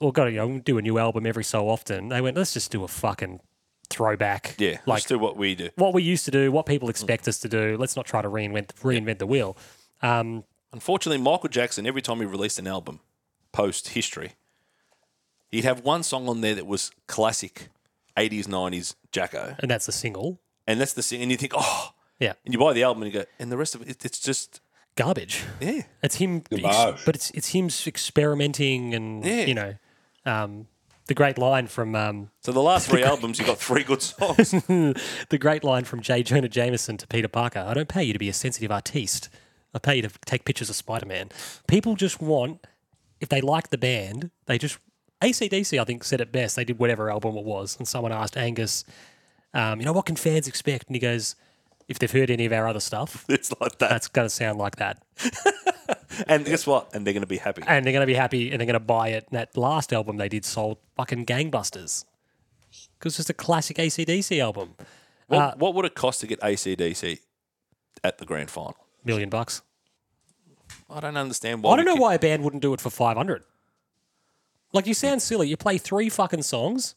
well, got to you know, do a new album every so often. They went, let's just do a fucking throwback. Yeah. Like, let's do what we do. what we used to do, what people expect us to do. Let's not try to reinvent reinvent the wheel. Um, Unfortunately, Michael Jackson, every time he released an album post history, he'd have one song on there that was classic 80s, 90s Jacko. and that's a single. And that's the scene. And you think, oh, Yeah, and you buy the album and you go, and the rest of it, it's just, garbage. yeah. It's him, Garbage. but it's it's him experimenting and Yeah. you know, um, the great line from um, So the last three albums, you got three good songs. the great line from J. Jonah Jameson to Peter Parker. I don't pay you to be a sensitive artiste. I pay you to take pictures of Spider Man. People just want if they like the band, they just ACDC, I think, said it best. They did whatever album it was, and someone asked Angus, um, you know, what can fans expect? And he goes, if they've heard any of our other stuff, it's like that. that's going to sound like that. And guess what? And they're going to be happy. And they're going to be happy and they're going to buy it. And that last album they did sold fucking gangbusters. Because it's just a classic ACDC album. What, uh, what would it cost to get ACDC at the grand final? Million bucks. I don't understand why. I don't we know keep- why a band wouldn't do it for 500. Like, you sound silly. You play three fucking songs.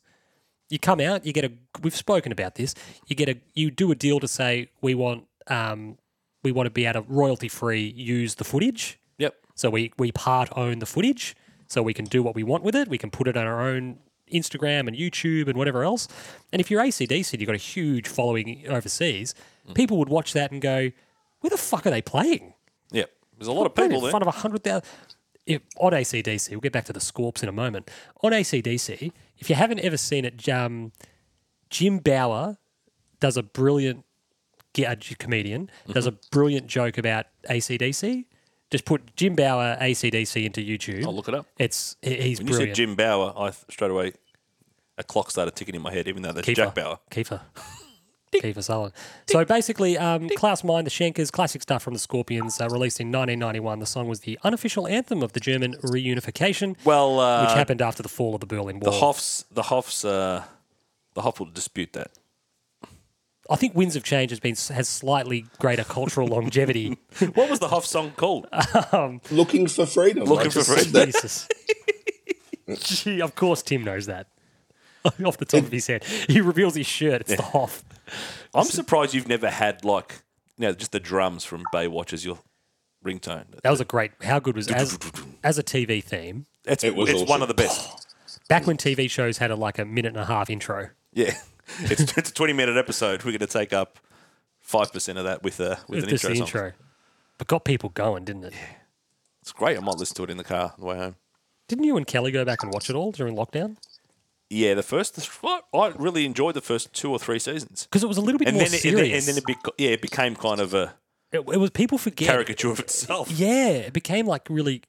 You come out, you get a. We've spoken about this. You get a. You do a deal to say we want, um, we want to be able to royalty free use the footage. Yep. So we we part own the footage, so we can do what we want with it. We can put it on our own Instagram and YouTube and whatever else. And if you're ACDC, you've got a huge following overseas. People would watch that and go, "Where the fuck are they playing?" Yep. There's a lot of Played people in there. front of a hundred thousand. If, on ACDC, we'll get back to the Scorps in a moment. On ACDC, if you haven't ever seen it, um, Jim Bauer does a brilliant ge- uh, comedian does Mm-hmm. a brilliant joke about ACDC. Just put Jim Bauer ACDC into YouTube. I'll look it up. It's he- he's When you brilliant. said Jim Bauer, I th- straight away a clock started ticking in my head, even though that's Jack Bauer. Kiefer. Kiefer Sutherland. So basically, um, Klaus Mein, the Schenkers, classic stuff from the Scorpions, uh, released in 1991. The song was the unofficial anthem of the German reunification. Well, uh, which happened after the fall of the Berlin Wall. the Hoffs, the Hoffs, uh, the Hoff will dispute that. I think Winds of Change has been has slightly greater cultural longevity. What was the Hoff song called? Looking for freedom. Looking I just for said that. Jesus. Gee, of course, Tim knows that. Off the top of his head, he reveals his shirt. It's the Hoff. I'm surprised you've never had like, you know, just the drums from Baywatch as your ringtone. That was a great. How good was as as a TV theme? It's, It was it's awesome. one of the best. Back when TV shows had a, like a minute and a half intro. Yeah, it's, it's a 20 minute episode. We're going to take up five percent of that with a with an just intro, the song. intro. But got people going, didn't it? It's great. I might listen to it in the car on the way home. Didn't you and Kelly go back and watch it all during lockdown? Yeah, the first I really enjoyed the first two or three seasons, Because it was a little bit and more then, it, and then serious. and then it beca- yeah it became kind of a it, it was people forget. caricature of itself. Yeah, it became like really.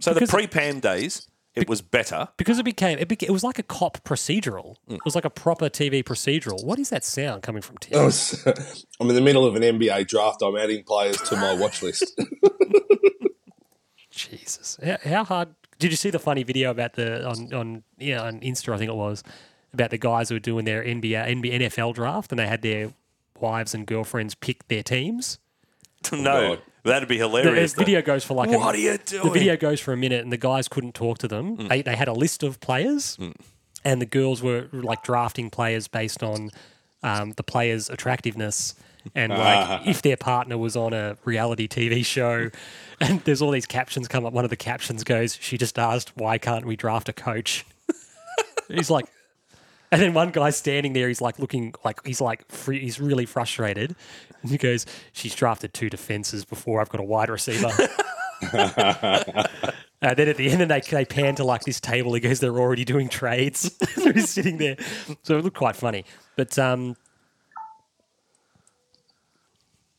So the because- pre-Pam days, it was better. because it became it, beca- it was like a cop procedural. It was like a proper TV procedural. What is that sound coming from Tim? Oh. I'm in the middle of an NBA draft. I'm adding players to my watch list. Jesus, how, how hard? Did you see the funny video about the on on yeah on Insta? I think it was about the guys who were doing their NBA, NBA NFL draft and they had their wives and girlfriends pick their teams. no, God. that'd be The, the hilarious. though. video goes for like What a, are you The doing? video goes for a minute, and the guys couldn't talk to them. They, they had a list of players, and the girls were like drafting players based on um, the player's attractiveness and like if their partner was on a reality TV show. And there's all these captions come up. One of the captions goes, "She just asked, why can't we draft a coach?" he's like. And then one guy's standing there. He's like looking like he's like fr- he's really frustrated, and he goes, "She's drafted two defenses before I've got a wide receiver." Uh, then at the end, and they, they pan to like this table. He goes, "They're already doing trades." so he's sitting there. So it looked quite funny. But um,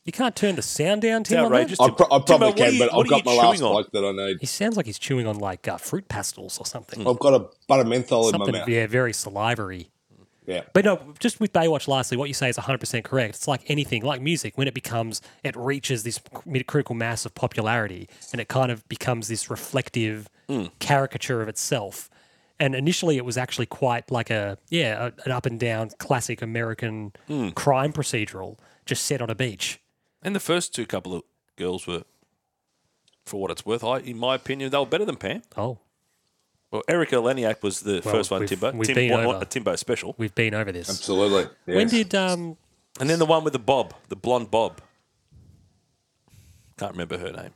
you can't turn the sound down, Tim. on that? outrageous. I, pro- I Timbo, probably what are can, you- but what I've are got you my last chewing on? bloke that I need. He sounds like he's chewing on like uh, fruit pastels or something. I've got a buttermenthol in my something, mouth. yeah, very salivary. Yeah. But no, just with Baywatch, lastly, what you say is 100% correct. It's like anything, like music, when it becomes, it reaches this cr- critical mass of popularity and it kind of becomes this reflective caricature of itself. And initially, it was actually quite like a, yeah, a, an up and down classic American crime procedural just set on a beach. And the first two couple of girls were, for what it's worth, I, in my opinion, they were better than Pam. Oh, Well, Erica Leniak was the first one, we've- Timbo. we've Tim- been one- over. A Timbo special. we've been over this. Absolutely. Yes. When did, um, And then the one with the bob, the blonde bob. Can't remember her name.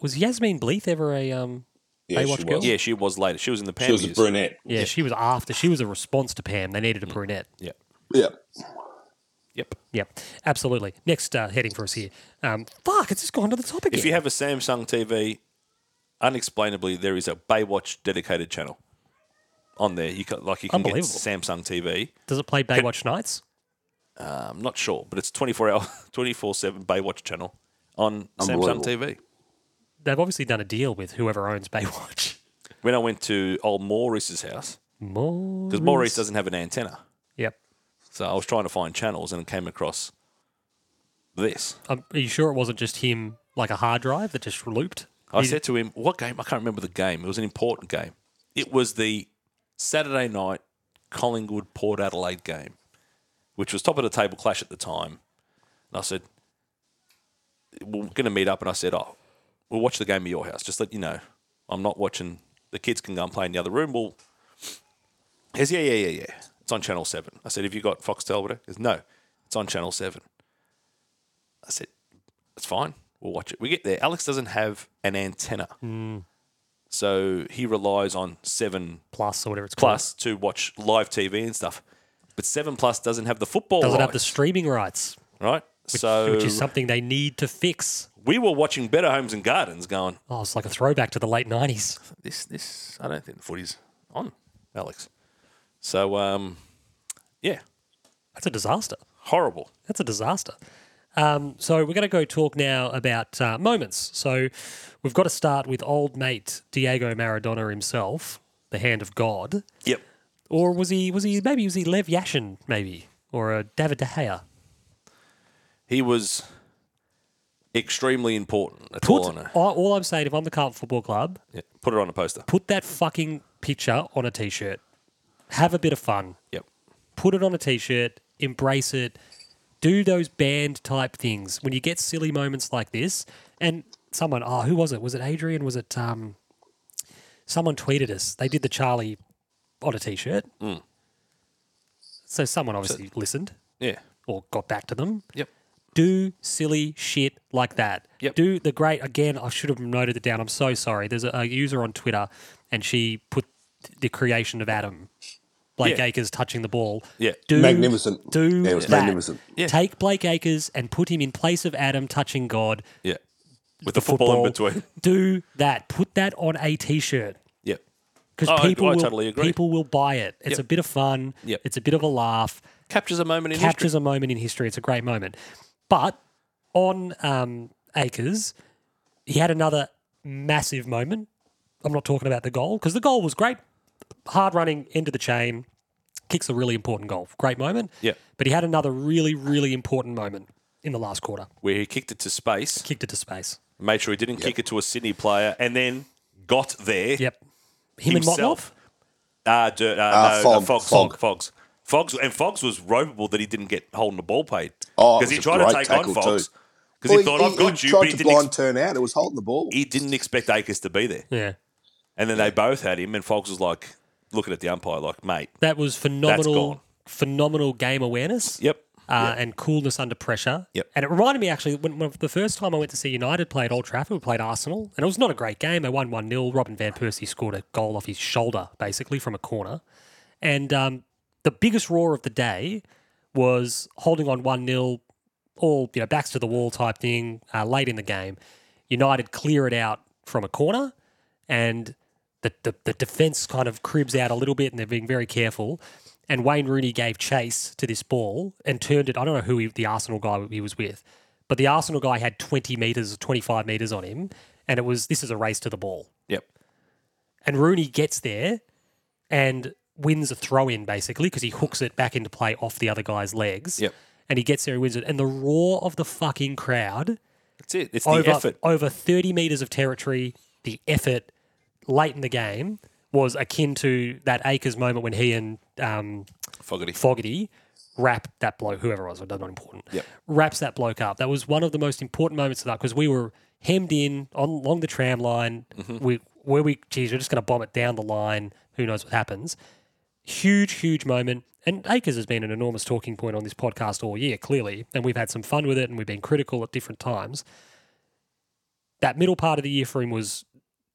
was Yasmin Bleeth ever a um, Yeah, Baywatch she girl? was. Yeah, she was later. She was in the Pam Oh. She was a years. brunette. Yeah, she was after. She was a response to Pam. They needed a brunette. Yeah. Yeah. Yep. Yep, absolutely. Next uh, heading for us here. Um, fuck, it's just gone to the topic. If you have a Samsung TV, unexplainably there is a Baywatch dedicated channel on there. You can, like you can get Unbelievable. Samsung TV. Does it play Baywatch Nights? I'm Um, not sure, but it's 24 hour, 24 seven Baywatch channel on Samsung Unbelievable. TV. They've obviously done a deal with whoever owns Baywatch. When I went to old Maurice's house, More. because Maurice doesn't have an antenna, Yep. so I was trying to find channels and came across this. Um, are you sure it wasn't just him, like a hard drive that just looped? I He- said to him, "What game? I can't remember the game. It was an important game. It was the Saturday night Collingwood Port Adelaide game, which was top of the table clash at the time." And I said, "We're going to meet up." And I said, "Oh, we'll watch the game at your house. Just let you know, I'm not watching. The kids can go and play in the other room. We'll." He says, "Yeah, yeah, yeah, yeah. It's on Channel 7. I said, "Have you got Foxtel?" with it?" He says, "No, it's on Channel 7. I said, it's fine. We'll watch it. We get there. Alex doesn't have an antenna. Hmm. So he relies on 7 plus or whatever it's called. Plus to watch live TV and stuff. But 7 Plus doesn't have the football doesn't have the rights, streaming rights, right? which, so which is something they need to fix. we were watching Better Homes and Gardens going, Oh, it's like a throwback to the late nineties. this, this, I don't think the footy's on, Alex. So, um, yeah, That's a disaster. horrible. That's a disaster. Um, so we're going to go talk now about uh, moments. So we've got to start with old mate Diego Maradona himself, the hand of God, Yep. or was he? Was he? Maybe was he Lev Yashin? Maybe or a David De Gea? He was extremely important. That's Put all I know. all, all I'm saying, if I'm the Carlton Football Club, Yeah, Put it on a poster. put that fucking picture on a t-shirt. Have a bit of fun. Yep. put it on a t-shirt, embrace it, do those band type things. When you get silly moments like this, and someone, oh, who was it? Was it Adrian? Was it um? Someone tweeted us. They did the Charlie on a t-shirt. So someone obviously listened Yeah. or got back to them. Yep. Do silly shit like that. Yep. Do the great again. I should have noted it down. I'm so sorry. There's a, a user on Twitter, and she put the creation of Adam, Blake Yeah. Acres touching the ball. Yeah. Do, Magnificent. Do Yeah, it was that. magnificent. Yeah. Take Blake Acres and put him in place of Adam touching God. Yeah. With the, football, in between. Do that. Put that on a t-shirt yep. Oh, because I- people I will, totally agree. people will buy it. It's Yep. a bit of fun. Yep. It's a bit of a laugh. Captures a moment in captures a moment in history. It's a great moment. But on um, Acres, he had another massive moment. I'm not talking about the goal because the goal was great. Hard running into the chain, kicks a really important goal. Great moment. Yeah. But he had another really, really important moment in the last quarter. where he kicked it to space, Kicked it to space. made sure he didn't kick it to a Sydney player, and then got there Yep. Him himself. Ah, dirt. Uh, Ah, no, Fogg, Fogs, Fogg. Fogs, Fogs, and Fogs was ropeable that he didn't get holding the ball paid Oh, it was he a tried to great take tackle on too. Fogs because Well, he thought I've got you, tried but he to didn't. blind Ex- turn out. It was holding the ball. he didn't expect Acres to be there, and Motlop. Yeah. and then they both had him, and Fogs was like looking at the umpire like, "Mate, That was gone. phenomenal, phenomenal game awareness. yep, uh, and coolness under pressure. Yep. And it reminded me actually when, when the first time I went to see United play at Old Trafford, we played Arsenal, and it was not a great game. They won one 0 Robin van Persie scored a goal off his shoulder, basically from a corner. And um, the biggest roar of the day was holding on one 0 all you know backs to the wall type thing uh, late in the game. United clear it out from a corner, and the, the the defense kind of cribs out a little bit, and they're being very careful. And Wayne Rooney gave chase to this ball and turned it. I don't know who he, the Arsenal guy he was with, but the Arsenal guy had twenty meters, twenty five meters on him, and it was this is a race to the ball. yep, And Rooney gets there, and wins a throw in basically because he hooks it back into play off the other guy's legs. Yep. And he gets there, he wins it. And the roar of the fucking crowd That's it. It's the over effort. over 30 meters of territory, the effort late in the game was akin to that Akers moment when he and um, Fogarty. Fogarty wrap that bloke, whoever it was, that's not important. Yep. Wraps that bloke up. That was one of the most important moments of that because we were hemmed in on, along the tram line. Mm-hmm. We where we geez, we're just going to bomb it down the line. Who knows what happens? Huge, huge moment. And Akers has been an enormous talking point on this podcast all year, clearly. And we've had some fun with it and we've been critical at different times. That middle part of the year for him was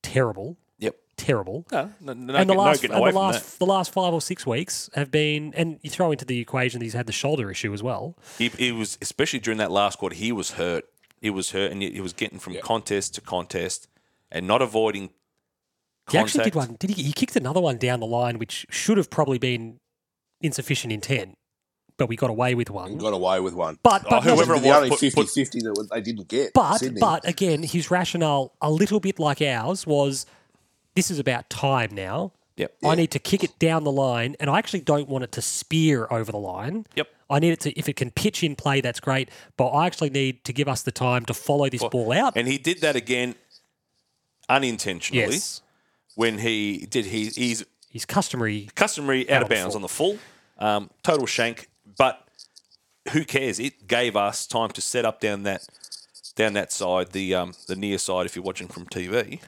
terrible. Yep. Terrible No, no, no, and the get- no last, getting and away the from last, the last five or six weeks have been, and you throw into the equation that he's had the shoulder issue as well. that. He, he was especially during that last quarter. He was hurt. He was hurt, and he, he was getting from contest to contest, and not avoiding. He actually did contact. one. Did he? He kicked another one down the line, which should have probably been insufficient intent, but we got away with one. Got away with one. But, but Oh, whoever not- it the was only put- 50 put- 50 that they didn't get. But Sydney. but again, his rationale, a little bit like ours, was this is about time now. Yep. I need to kick it down the line, and I actually don't want it to spear over the line. Yep. I need it to if it can pitch in play, that's great. But I actually need to give us the time to follow this ball out. And he did that again unintentionally yes, when he did he, he's he's customary. customary out of on the bounds full. on the full, um, total shank. But who cares? It gave us time to set up down that down that side, the um, the near side. If you're watching from TV, Um,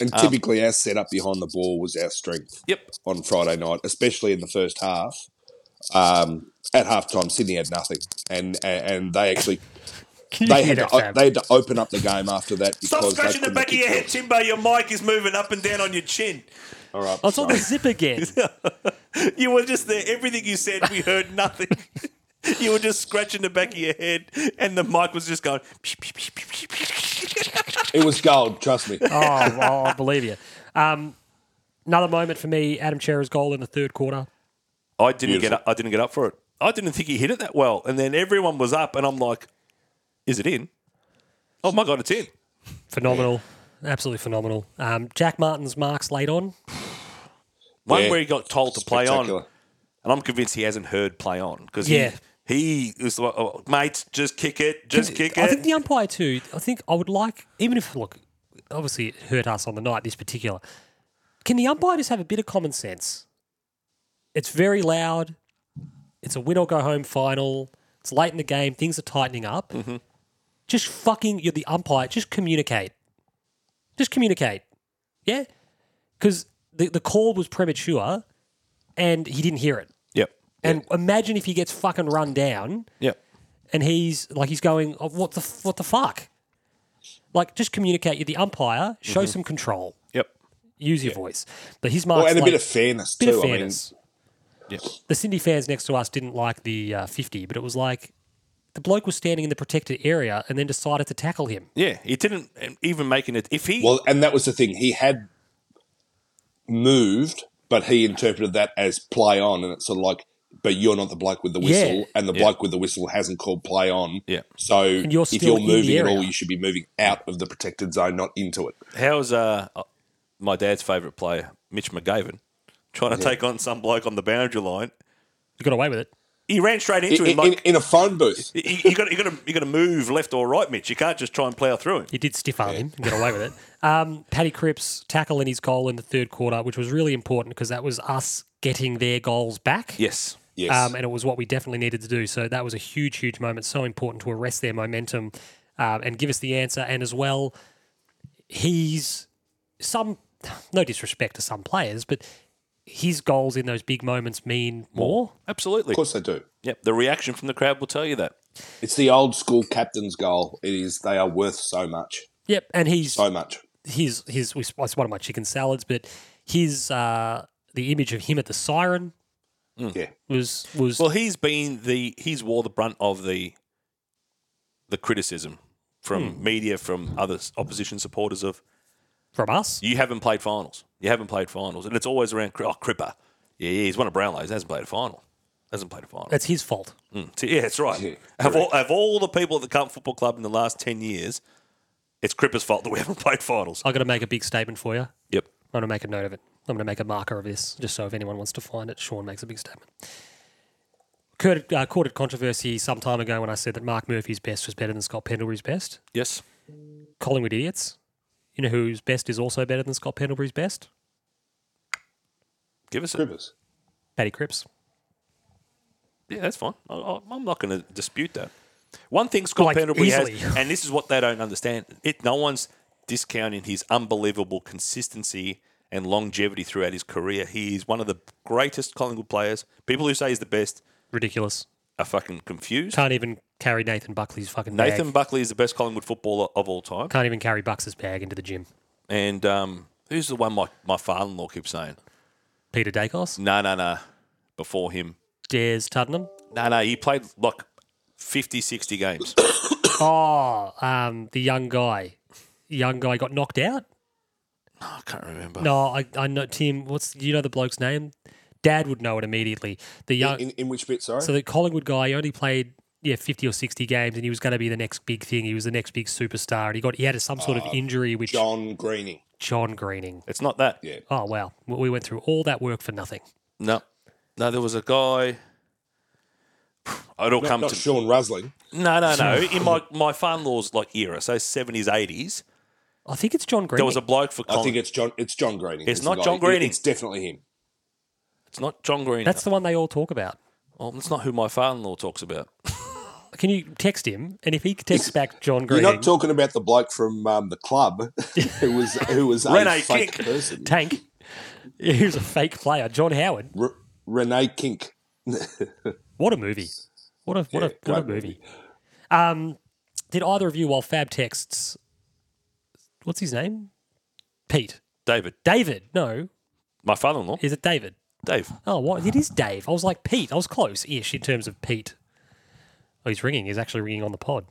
and typically, our setup behind the ball was our strength. Yep. On Friday night, especially in the first half. Um, at halftime, Sydney had nothing, and and, and they actually Can you they hear had to that, o- Fab? they had to open up the game after that Stop because scratching they the couldn't back of kick your head, goals. Timbo. Your mic is moving up and down on your chin. All right, I saw the sorry. zip again. You were just there. Everything you said, we heard nothing. you were just scratching the back of your head, and the mic was just going. It was gold. Trust me. oh, well, I believe you. Um, another moment for me, Adam Chera's goal in the third quarter. I didn't get up. I didn't get up for it. I didn't think he hit it that well, and then everyone was up, and I'm like, "Is it in? Oh my god, it's in!" Phenomenal. Absolutely phenomenal. Um, Jack Martin's marks late on. One Yeah. where he got told to play on, Spectacular. and I'm convinced he hasn't heard play on because Yeah. he he was like, oh, "Mate, just kick it, just kick I it." think the umpire too. I think I would like, even if look, obviously it hurt us on the night. This particular, can the umpire just have a bit of common sense? It's very loud. It's a win or go home final. It's late in the game. Things are tightening up. Mm-hmm. Just fucking, you're the umpire. Just communicate. Just communicate. Yeah, because the the call was premature, and he didn't hear it. yep, And imagine if he gets fucking run down yep. and he's like he's going oh, what the f- what the fuck like just communicate you're the umpire show Mm-hmm. some control Yep. use your voice but his marks Oh, and a like- bit of fairness bit too. of I mean, fairness the Cindy fans next to us didn't like the uh, 50 but it was like the bloke was standing in the protected area and then decided to tackle him Yeah, he didn't um, even making it. If he well, and that was the thing. He had moved, but he interpreted that as play on, and it's sort of like, but you're not the bloke with the whistle, Yeah. and the bloke with the whistle hasn't called play on. Yeah. So you're if still you're in the moving at area. all, you should be moving out of the protected zone, not into it. how's uh my dad's favourite player, Mitch McGavin, trying to take on some bloke on the boundary line. he got away with it He ran straight into In, him. Like, in- in a phone booth, you, you got you got to you got to move left or right, Mitch. You can't just try and plough through him. He did stiff arm him and get away with it. Um, Paddy Cripps tackle in his goal in the third quarter, which was really important because that was us getting their goals back. Yes. yes, Um, and it was what we definitely needed to do. So that was a huge, huge moment. So important to arrest their momentum uh, and give us the answer. And as well, he's some, no disrespect to some players, but his goals in those big moments mean more. Absolutely. of course they do. Yep. The reaction from the crowd will tell you that. It's the old school captain's goal. It is. They are worth so much, Yep. And he's, so much. his, his, it's one of my chicken salads, but his, uh, the image of him at the siren Hmm. Yeah. was, was, Well, he's been the he's wore the brunt of the the criticism from media, from other opposition supporters of from us. you haven't played finals, you haven't played finals, and it's always around Cri- oh Cripper. Yeah, yeah, he's one of Brownlow's. Hasn't played a final. Hasn't played a final. That's his fault. Mm. So, yeah, that's right. of, all, of all the people at the Cup Football Club in the last ten years, it's Cripper's fault that we haven't played finals. i got to make a big statement for you. Yep. I'm going to make a note of it. I'm going to make a marker of this just so if anyone wants to find it, Sean makes a big statement. Courted, uh, courted controversy some time ago when I said that Mark Murphy's best was better than Scott Pendlebury's best. Yes. Collingwood idiots. You know whose best is also better than Scott Pendlebury's best? Give us a Cribbers. Paddy Cripps. Yeah, that's fine. I, I, I'm not going to dispute that. One thing Scott Like, Pendlebury has, easily. and this is what they don't understand, it no one's discounting his unbelievable consistency and longevity throughout his career. He is one of the greatest Collingwood players. People who say he's the best Ridiculous. are fucking confused. Can't even carry Nathan Buckley's fucking Nathan bag. Buckley is the best Collingwood footballer of all time. Can't even carry Bucks' bag into the gym. And um, who's the one my, my father-in-law keeps saying? Peter Dacos. No, no, no. Before him. Dares Tuddenham. No, no. He played like 50, 60 games. Oh, um, the young guy. Young guy got knocked out. I can't remember. No, I, I know Tim. What's you know the bloke's name? Dad would know it immediately. The young, In, in which bit, sorry? so the Collingwood guy he only played yeah fifty or sixty games, and he was going to be the next big thing. He was the next big superstar, and he got he had some sort of injury, which John, John Greening. Greening. It's not that. Yeah. Oh wow, We- we went through all that work for nothing. No, no, there was a guy. It'll come Not to Sean Rusling. no, no, no. In my my father-in-law's like era, so seventies, eighties, I think it's John Greening. there was a bloke for. I Colin- think it's John it's John Greening. It's is the not guy. John It- Greening. It's definitely him. it's not John Green. That's the one they all talk about. well, that's not who my father-in-law talks about. Can you text him? And if he texts back John You're Greening, not talking about the bloke from um, the club who was who was a Rene fake Kink. person. Tank, he was a fake player. John Howard. R- Renee Kink. What a movie! What a what a Yeah, what a great movie! Um, did either of you while Fab texts? What's his name? Pete. David, David. No, my father-in-law, is it David? Dave. Oh, what? It is Dave. I was like Pete. I was close-ish in terms of Pete. Oh, he's ringing. He's actually ringing on the pod.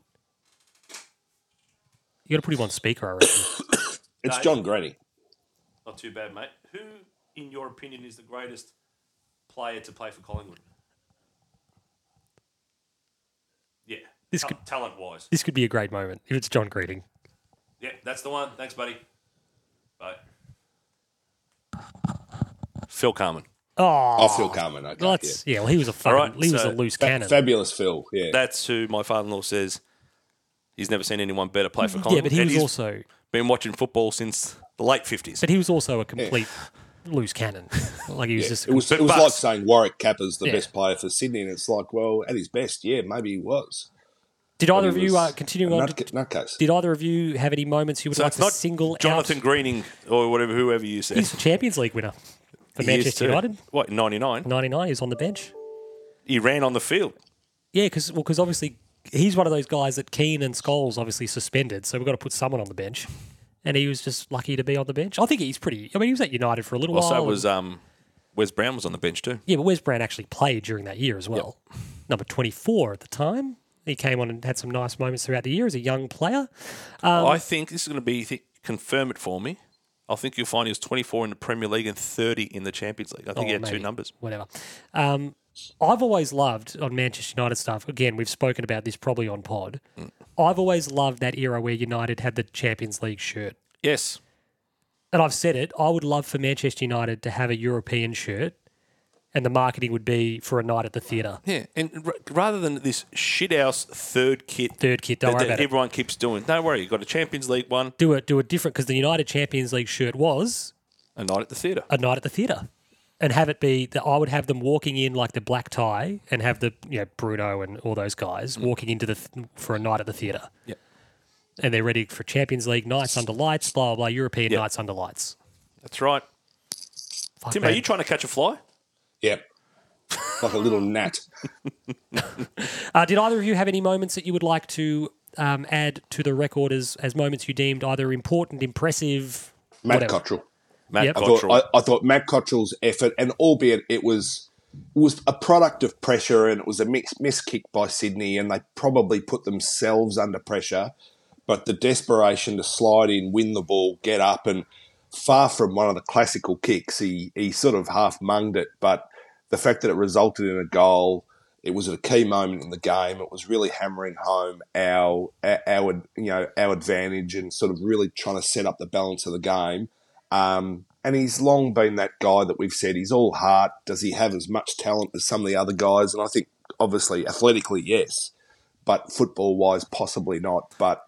You got to put him on speaker. I reckon. It's John Greening. Not too bad, mate. Who, in your opinion, is the greatest player to play for Collingwood? Yeah, This Ta- could- talent-wise. this could be a great moment if it's John Greeting. Yeah, that's the one. Thanks, buddy. Bye. Phil Carmen. Oh, Oh, Phil Carmen. Okay. well, that's yeah. Well, he was a fucking, right, he was so- a loose yeah. cannon. Fabulous Phil. Yeah. That's who my father-in-law says he's never seen anyone better play for yeah, Collingwood. but he And was he's also been watching football since the late fifties. But he was also a complete loose cannon. Like he was just. it was, it was But- like saying Warwick Capper's the Yeah. best player for Sydney, and it's like, well, at his best, yeah, maybe he was. did either of He you was uh, continue a on? nut, Did, nutcase. did either of you have any moments you would So like it's to not single Jonathan out? Greening or whatever, whoever you said. He's the Champions League winner for He is Manchester too. United. What ninety nine? Ninety nine. He's on the bench. He ran on the field. Yeah, because well, because obviously he's one of those guys that Keane and Scholes obviously suspended, so we've got to put someone on the bench. And he was just lucky to be on the bench. I think he's pretty. I mean, he was at United for a little Also while. was and- um, Wes Brown was on the bench too. yeah, but Wes Brown actually played during that year as well. Number twenty four at the time. He came on and had some nice moments throughout the year as a young player. I think this is going to be th- confirm it for me. I think you'll find he was twenty four in the Premier League and thirty in the Champions League. I think he or had two maybe, numbers. Whatever. Um, I've always loved on Manchester United stuff. Again, we've spoken about this probably on pod. I've always loved that era where United had the Champions League shirt. Yes, And I've said it, I would love for Manchester United to have a European shirt and the marketing would be for a night at the theatre. Yeah, and r- rather than this shithouse third kit, Third kit, don't that, worry that about it. everyone keeps doing. Don't worry, you got a Champions League one, Do it do a different because the United Champions League shirt was a night at the theatre. a night at the theatre. And have it be that I would have them walking in like the black tie and have the you know Bruno and all those guys walking into the th- for a night at the theatre. Mm. Yep. and they're ready for Champions League nights under lights, blah blah, blah European Yeah. nights under lights. That's right. Fuck, Tim, are man. you trying to catch a fly? yeah. like a little gnat. uh, did either of you have any moments that you would like to um, add to the record as, as moments you deemed either important, impressive? Matt Whatever. Cottrell. Matt Yep. I thought, Cottrell. I, I thought Matt Cottrell's effort, and albeit it was it was a product of pressure, and it was a mix, missed kick by Sydney, and they probably put themselves under pressure. But the desperation to slide in, win the ball, get up, and far from one of the classical kicks, he he sort of half munged it. But the fact that it resulted in a goal, it was at a key moment in the game. It was really hammering home our our you know our advantage and sort of really trying to set up the balance of the game. Um, And he's long been that guy that we've said he's all heart. Does he have as much talent as some of the other guys? And I think, obviously, athletically, yes, but football wise, possibly not. But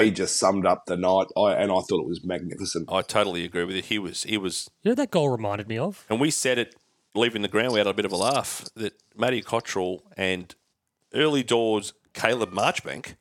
he just summed up the night, I, and I thought it was magnificent. I totally agree with you. He was he was, You know what that goal reminded me of? and we said it leaving the ground. We had a bit of a laugh that Matty Cottrell and early doors Caleb Marchbank.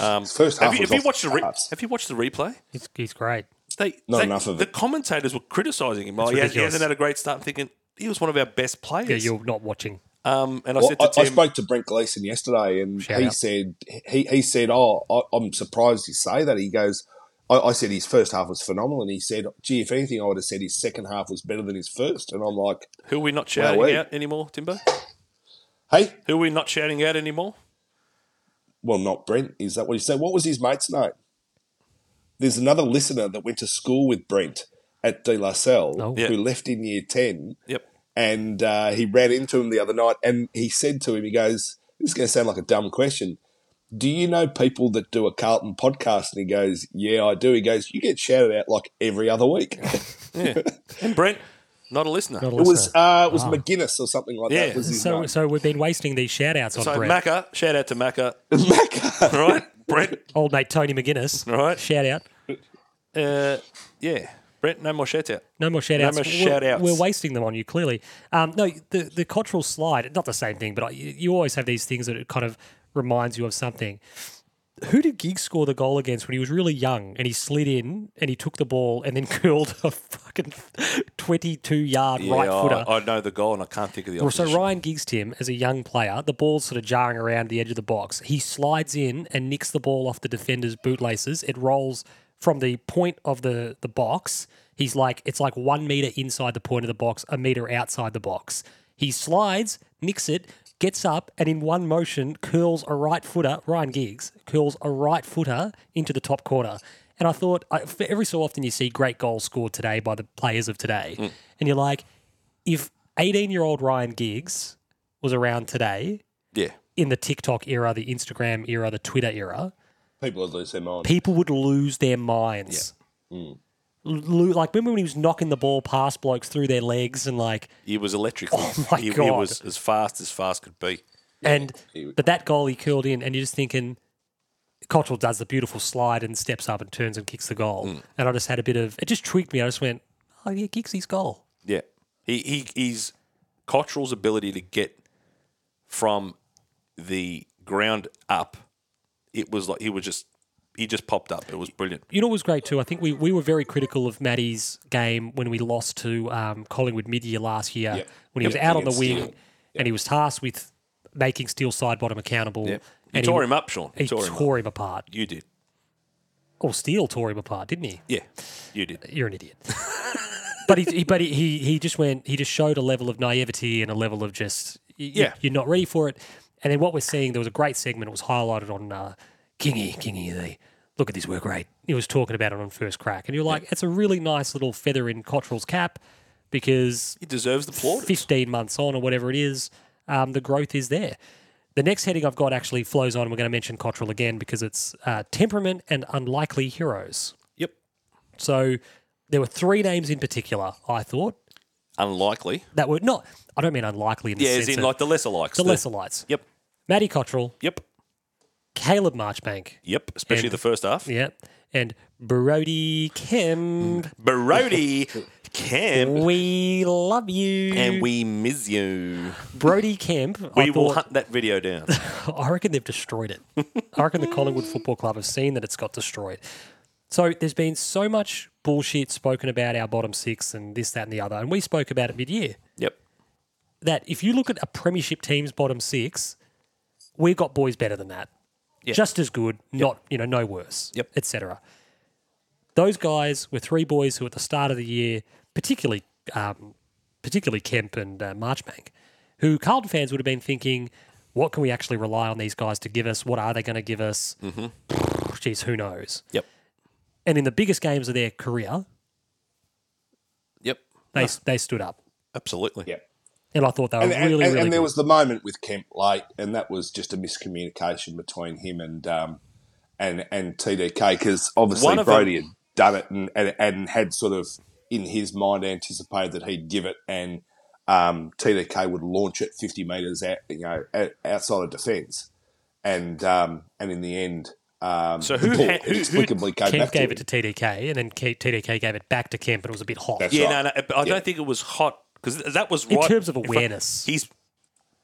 Um, His first half have you, was have you off watched the the re- charts. Have you watched the replay? He's, he's great. They, Not they- enough of the it. commentators were criticising him. Oh, It's he, has, he ridiculous. hasn't had a great start. I'm thinking he was one of our best Yeah, players. you're not watching. um, and I Well, said I, to I Tim, spoke to Brent Gleason yesterday, and Shout he out. said he, he said, "Oh, I, I'm surprised you say that." He goes, I, "I said his first half was phenomenal," and he said, "Gee, if anything, I would have said his second half was better than his first. And I'm like, "Who are we not shouting Wowee. out anymore, Timbo? "Hey, Who are we not shouting out anymore?" well, not Brent. Is that what he said? What was his mate's name? There's another listener that went to school with Brent at De La Salle Oh. Yeah. who left in year ten, Yep. and uh, he ran into him the other night, and he said to him, "He goes, this is going to sound like a dumb question." do you know people that do a Carlton podcast? And he goes, yeah, I do. He goes, you get shouted out like every other week. it And Brent, not a listener. Not a was listener. uh, it was McGuinness or something like Yeah. that. Was his so, name. so we've been wasting these shout outs on so Brett. Macca, shout out to Macca. Macca. All right, Brent. Old mate Tony McGuinness. Right. Shout out. Uh, yeah, Brent. No more shout out. No more shout outs. more we're, shout-outs. we're wasting them on you, clearly. Um, no, the, the cultural slide, not the same thing, but I, you you always have these things that it kind of reminds you of something. Who did Giggs score the goal against when he was really young and he slid in and he took the ball and then curled a fucking 22 yard right I- footer? I, know the goal, and I can't think of the Well, so opposition. Ryan Giggs, Tim, as a young player, the ball's sort of jarring around the edge of the box. He slides in and nicks the ball off the defender's bootlaces. It rolls from the point of the, the box. He's like, it's like one meter inside the point of the box, a meter outside the box. He slides, nicks it, gets up, and in one motion curls a right footer. Ryan Giggs curls a right footer into the top corner. And I thought, I, for every so often you see great goals scored today by the players of today, and you're like, if 18 year old Ryan Giggs was around today Yeah, in the TikTok era, the Instagram era, the Twitter era, People would lose their mind. people would lose their minds. Lo- like, remember when he was knocking the ball past blokes through their legs and like, he was electric. Oh, my he, He God. was as fast as fast could be. and, but that goal he curled in, and you're just thinking, Cottrell does the beautiful slide and steps up and turns and kicks the goal. And I just had a bit of, it just tweaked me. I just went, oh, yeah, Giggsy's goal. Yeah, he he he's Cottrell's ability to get from the ground up. It was like he was just he just popped up. It was brilliant. you know what was great too? I think we, we were very critical of Matty's game when we lost to um, Collingwood mid year last year Yep. when he was Yep, out on the against wing Steele. and he was tasked with making Steel side bottom accountable. You And tore he, him up, Sean. You He tore tore, him up. him apart. You did. Or Steele tore him apart, didn't he? Yeah, you did. You're an idiot. but he, he but he, he he just went. He just showed a level of naivety and a level of just y- y- Yeah. You're not ready for it. And then what we're seeing, there was a great segment. It was highlighted on uh, Kingy Kingy. The look at this work rate. He was talking about it on first crack, and you're like, it's a really nice little feather in Cottrell's cap because He deserves the plaudits. 15 months on or whatever it is, um, the growth is there. The next heading I've got actually flows on. and We're going to mention Cottrell again because it's uh, temperament and unlikely heroes. Yep. So there were three names in particular, I thought, Unlikely. that were not, I don't mean unlikely in the Yeah, sense as in of like the lesser likes. the lesser lights. Yep. Matty Cottrell, Yep. Caleb Marchbank, Yep. Especially And- the first half. yeah, and Brody Kemp. Mm. Brody Kemp. We love you. And we miss you. Brody Kemp. I We will thought- hunt that video down. I reckon they've destroyed it. I reckon the Collingwood Football Club have seen that it's got destroyed. So there's been so much bullshit spoken about our bottom six and this, that, and the other. And we spoke about it mid year yep. that if you look at a Premiership team's bottom six, we've got boys better than that. Just as good, not, you know, no worse, Yep. etc. Those guys were three boys who at the start of the year, particularly um, particularly Kemp and uh, Marchbank, who Carlton fans would have been thinking, what can we actually rely on these guys to give us? What are they going to give us? Mm-hmm. Jeez, who knows? Yep. And in the biggest games of their career, Yep. they, they stood up. Absolutely. yeah. And I thought they were And, really, and, and, really and good. there was the moment with Kemp late, and that was just a miscommunication between him and um, and and TDK because obviously One of Brody had done it and, and and had sort of in his mind anticipated that he'd give it and um, TDK would launch it 50 metres out, you know, out, outside of defence. And um, and in the end, um, So who the ball ha- who- who- inexplicably came Kemp back to gave him. it to TDK, and then K- TDK gave it back to Kemp, and it was a bit hot. That's Yeah, right. no, no, but I Yeah. don't think it was hot because that was In right terms of in front- awareness. He's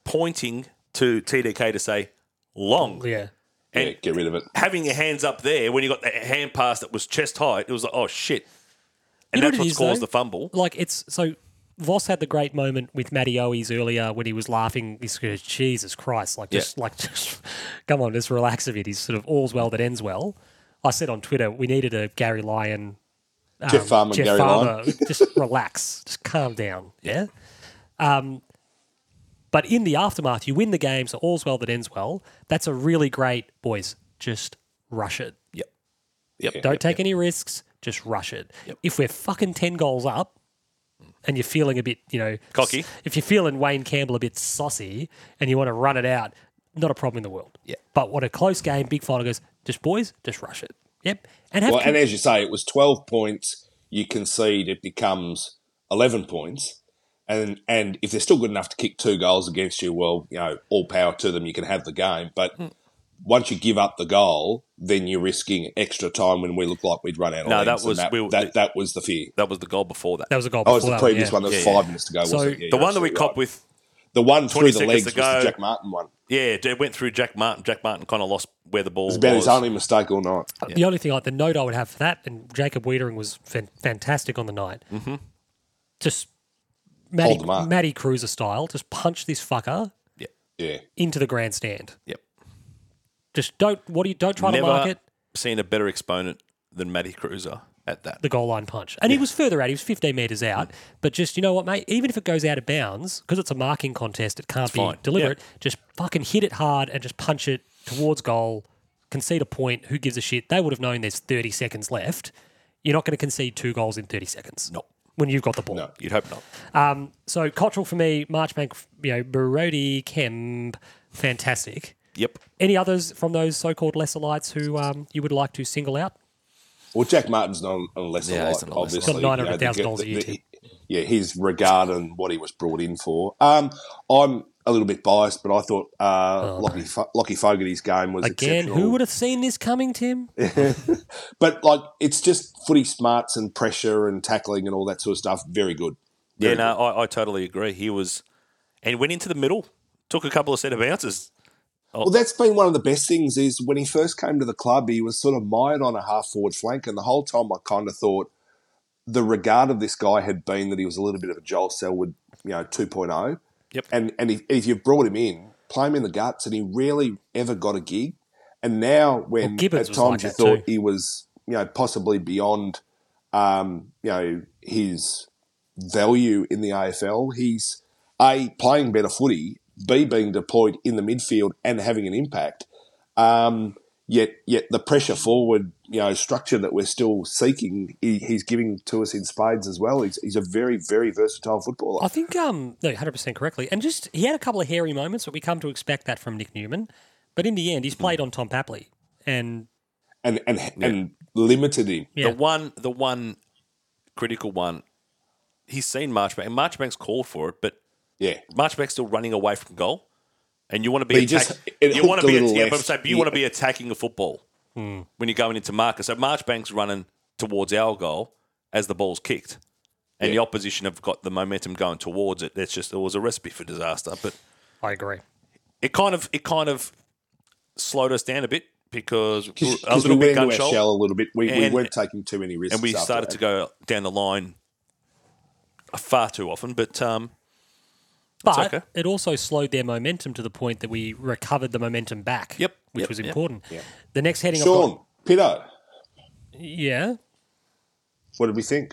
pointing to TDK to say long, yeah. Yeah, get rid of it. having your hands up there when you got that hand pass that was chest height. It was like, oh shit, and You know what it that's what's is, caused though? the fumble. Like it's so Voss had the great moment with Matty Owies earlier when he was laughing. He goes, Jesus Christ, like just like just come on, just relax a bit. He's sort of all's well that ends well. I said on Twitter, we needed a Gary Lyon um, Jeff Farmer, Gary Lyon. just relax. Just calm down. Yeah. Um but in the aftermath, you win the game, so all's well that ends well. That's a really great boys, just rush it. Yep, yep. Don't take any risks. Just rush it. If we're fucking 10 goals up and you're feeling a bit, you know, Cocky. s- if you're feeling Wayne Campbell a bit saucy and you want to run it out, not a problem in the world. Yeah. But what a close game, big final goes, just boys, just rush it. Yep. And have Well, Kim- and as you say, it was 12 points. You concede, it becomes 11 points. And and if they're still good enough to kick two goals against you, well, you know, all power to them. You can have the game. But Hmm. once you give up the goal, then you're risking extra time when we looked like we'd run out of No, that legs, and was- that, we were- that, that was the fear. That was the goal before that. that was a goal Oh, before it was the that one, previous yeah. one that was Yeah, five minutes to go, So- wasn't it? Yeah, the you're one that we absolutely copped right. with, The one through 20 the seconds legs to was go. the Jack Martin one. yeah, it went through Jack Martin. Jack Martin kind of lost where the ball It's about was. his only mistake all night. The only thing, like the note I would have for that, and Jacob Wiedering was fan- fantastic on the night. Mm-hmm. Just Matty, Hold them up. Matty Cruiser style, just punch this fucker Yep, Yeah. into the grandstand. yep. Just don't. What do you? Don't try Never to mark it. seen a better exponent than Matty Cruiser at that. the goal line punch. And he was further out. He was 15 metres out. But just, you know what, mate? Even if it goes out of bounds, because it's a marking contest, it can't be fine. deliberate. Just fucking hit it hard and just punch it towards goal, concede a point. Who gives a shit? They would have known there's 30 seconds left. You're not going to concede two goals in 30 seconds. No. When you've got the ball. No. You'd hope not. Um, so Cottrell for me, Marchbank, you know, Barodi, Kemp, fantastic. Yep. Any others from those so-called lesser lights who um, you would like to single out? Well, Jack Martin's not on less Yeah, yeah, he's light, not on lesser obviously. light. You know, Got $900,000 the- a year the- tip. Yeah, his regard and what he was brought in for. Um, I'm a little bit biased, but I thought uh, Lockie, Fo- Lockie Fogarty's game was Oh, Again, exceptional. who would have seen this coming, Tim? But like, it's just footy smarts and pressure and tackling and all that sort of stuff. Very good. Yeah, no, I, I totally agree. He was, and went into the middle, took a couple of set of bounces. Well, that's been one of the best things is when he first came to the club, he was sort of mired on a half forward flank, and the whole time I kind of thought the regard of this guy had been that he was a little bit of a Joel Selwood, you know, 2.0. Yep. And and if, if you've brought him in, play him in the guts, and he rarely ever got a gig. And now, when Well, Gibbons at was like times you that thought too. he was, you know, possibly beyond, um, you know, his value in the AFL, he's a playing better footy, b being deployed in the midfield and having an impact. Um, yet, yet the pressure forward, you know, structure that we're still seeking, he, he's giving to us in spades as well. He's, he's a very, very versatile footballer. I think um no, hundred percent correctly. And just he had a couple of hairy moments, but we come to expect that from Nick Newman. But in the end, he's Hmm. played on Tom Papley, and and and and limited him. yeah, The one, the one critical one, he's seen Marchbank, and Marchbank's called for it, but Yeah, Marchbank's still running away from goal. And you want to be But he just- attack- it you want to hooked a be little Hmm. yeah, but I'm left. saying, but you want to be attacking a football when you're going into market. So Marchbank's running towards our goal as the ball's kicked, and the opposition have got the momentum going towards it. That's just it was a recipe for disaster. But I agree. it kind of it kind of slowed us down a bit because we were a because we little bit went gun into our shot, shell a little bit. We, we And- weren't taking too many risks, and we after started that. to go down the line far too often. But um, But okay. it also slowed their momentum to the point that we recovered the momentum back. Yep, which yep, was yep. important. The next heading, I've Sean got- Pito, yeah, what did we think?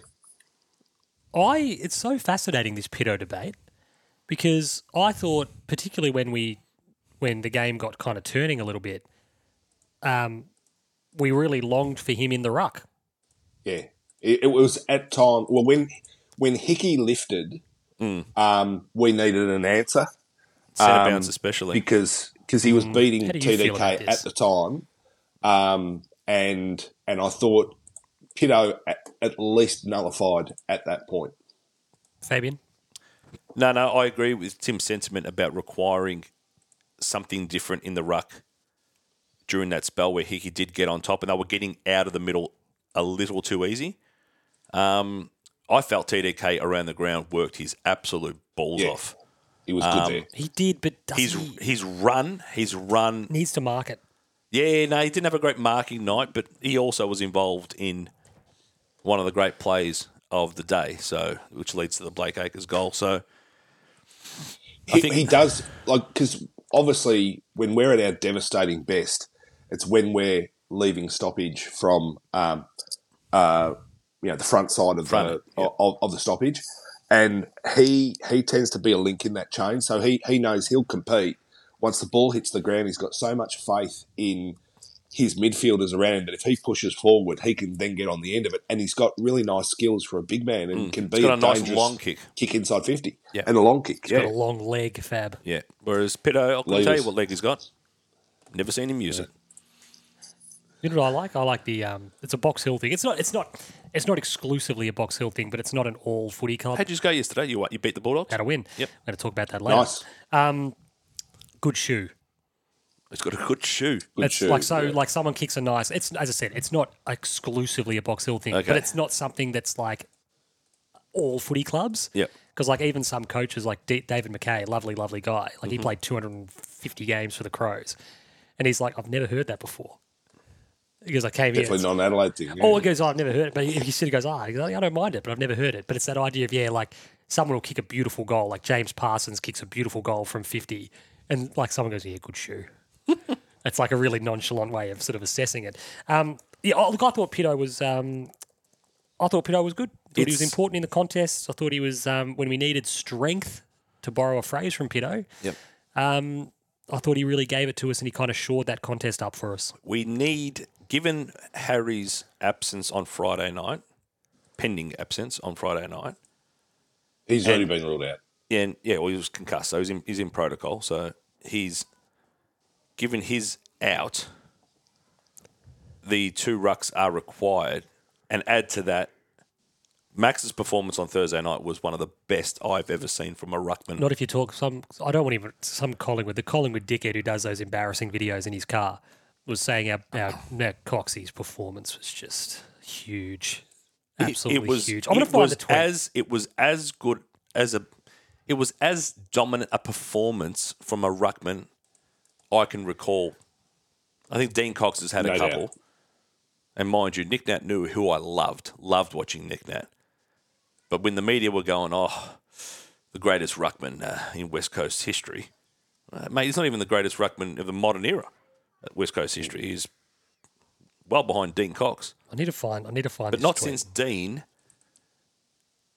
I it's so fascinating this Pito debate because I thought particularly when we when the game got kind of turning a little bit, um, we really longed for him in the ruck. Yeah, it, it was at time. Well, when when Hickey lifted, Mm. um, we needed an answer centre Um, bounce especially. because because he was beating How do you feel about TDK this? at the time, um, and and I thought Pito at, at least nullified at that point. Fabian? No, no, I agree with Tim's sentiment about requiring something different in the ruck during that spell where Hickey did get on top and they were getting out of the middle a little too easy. Um, I felt TDK around the ground worked his absolute balls Yeah. off. He was good there. He did, but does His he his run, his run. needs to mark it. Yeah, no, he didn't have a great marking night, but he also was involved in one of the great plays of the day. So, which leads to the Blake Acres goal. So, He, think- he does like because obviously when we're at our devastating best, it's when we're leaving stoppage from um, uh, you know the front side of Front, the yeah. of, of the stoppage, and he he tends to be a link in that chain. So he he knows he'll compete. Once the ball hits the ground, he's got so much faith in his midfielders around him that if he pushes forward, he can then get on the end of it. And he's got really nice skills for a big man and can be Mm. he's got a, a nice dangerous long kick. kick inside fifty Yeah. and a long kick. He's yeah. got a long leg, Fab. yeah. Whereas Pito, I can tell you Levers. what leg he's got. Never seen him use it. You know what I like? I like the um, it's a Box Hill thing. It's not it's not it's not exclusively a Box Hill thing, but it's not an all footy club. How'd you go yesterday? You what? You beat the Bulldogs? How to win. Yep. We're going to talk about that later. Nice. Um, good shoe. It's got a good shoe. Good it's shoe, like so, yeah. like someone kicks a nice. It's as I said, it's not exclusively a Box Hill thing, but Okay. it's not something that's like all footy clubs. Yep. Because like even some coaches, like D- David McKay, lovely, lovely guy. Like Mm-hmm. he played 250 games for the Crows, and he's like, I've never heard that before. Because I came here, Definitely non Adelaide thing. yeah. Or he goes, oh, I've never heard it. But he, he sort of goes, ah, He goes, I don't mind it, but I've never heard it. But it's that idea of, yeah, like someone will kick a beautiful goal, like James Parsons kicks a beautiful goal from 50, and like someone goes, yeah, good shoe. it's like a really nonchalant way of sort of assessing it. Um, yeah, oh, look, I thought Pito was, um, I thought Pito was good. I thought he was It's- important in the contests. I thought he was um, when we needed strength, to borrow a phrase from Pito. Yep. Um, I thought he really gave it to us, and he kind of shored that contest up for us. We need, given Harry's absence on Friday night, pending absence on Friday night, He's already been ruled out. and yeah, well, he was concussed, so he's in, he's in protocol. So he's given his out. The two rucks are required, and add to that, Max's performance on Thursday night was one of the best I've ever seen from a ruckman. Not if you talk some. I don't want even some Collingwood. The Collingwood dickhead who does those embarrassing videos in his car was saying our our Nick Coxey's performance was just huge, It- absolutely it was huge. I'm gonna it find was the tweet. as it was as good as a it was as dominant a performance from a ruckman I can recall. I think Dean Cox has had a No doubt. couple, and mind you, Nick Nat knew who I loved, loved watching Nick Nat. But when the media were going, oh, the greatest ruckman uh, in West Coast history, uh, mate, he's not even the greatest ruckman of the modern era, uh, West Coast history. He's well behind Dean Cox. I need to find. I need to find. But this not tweet. since Dean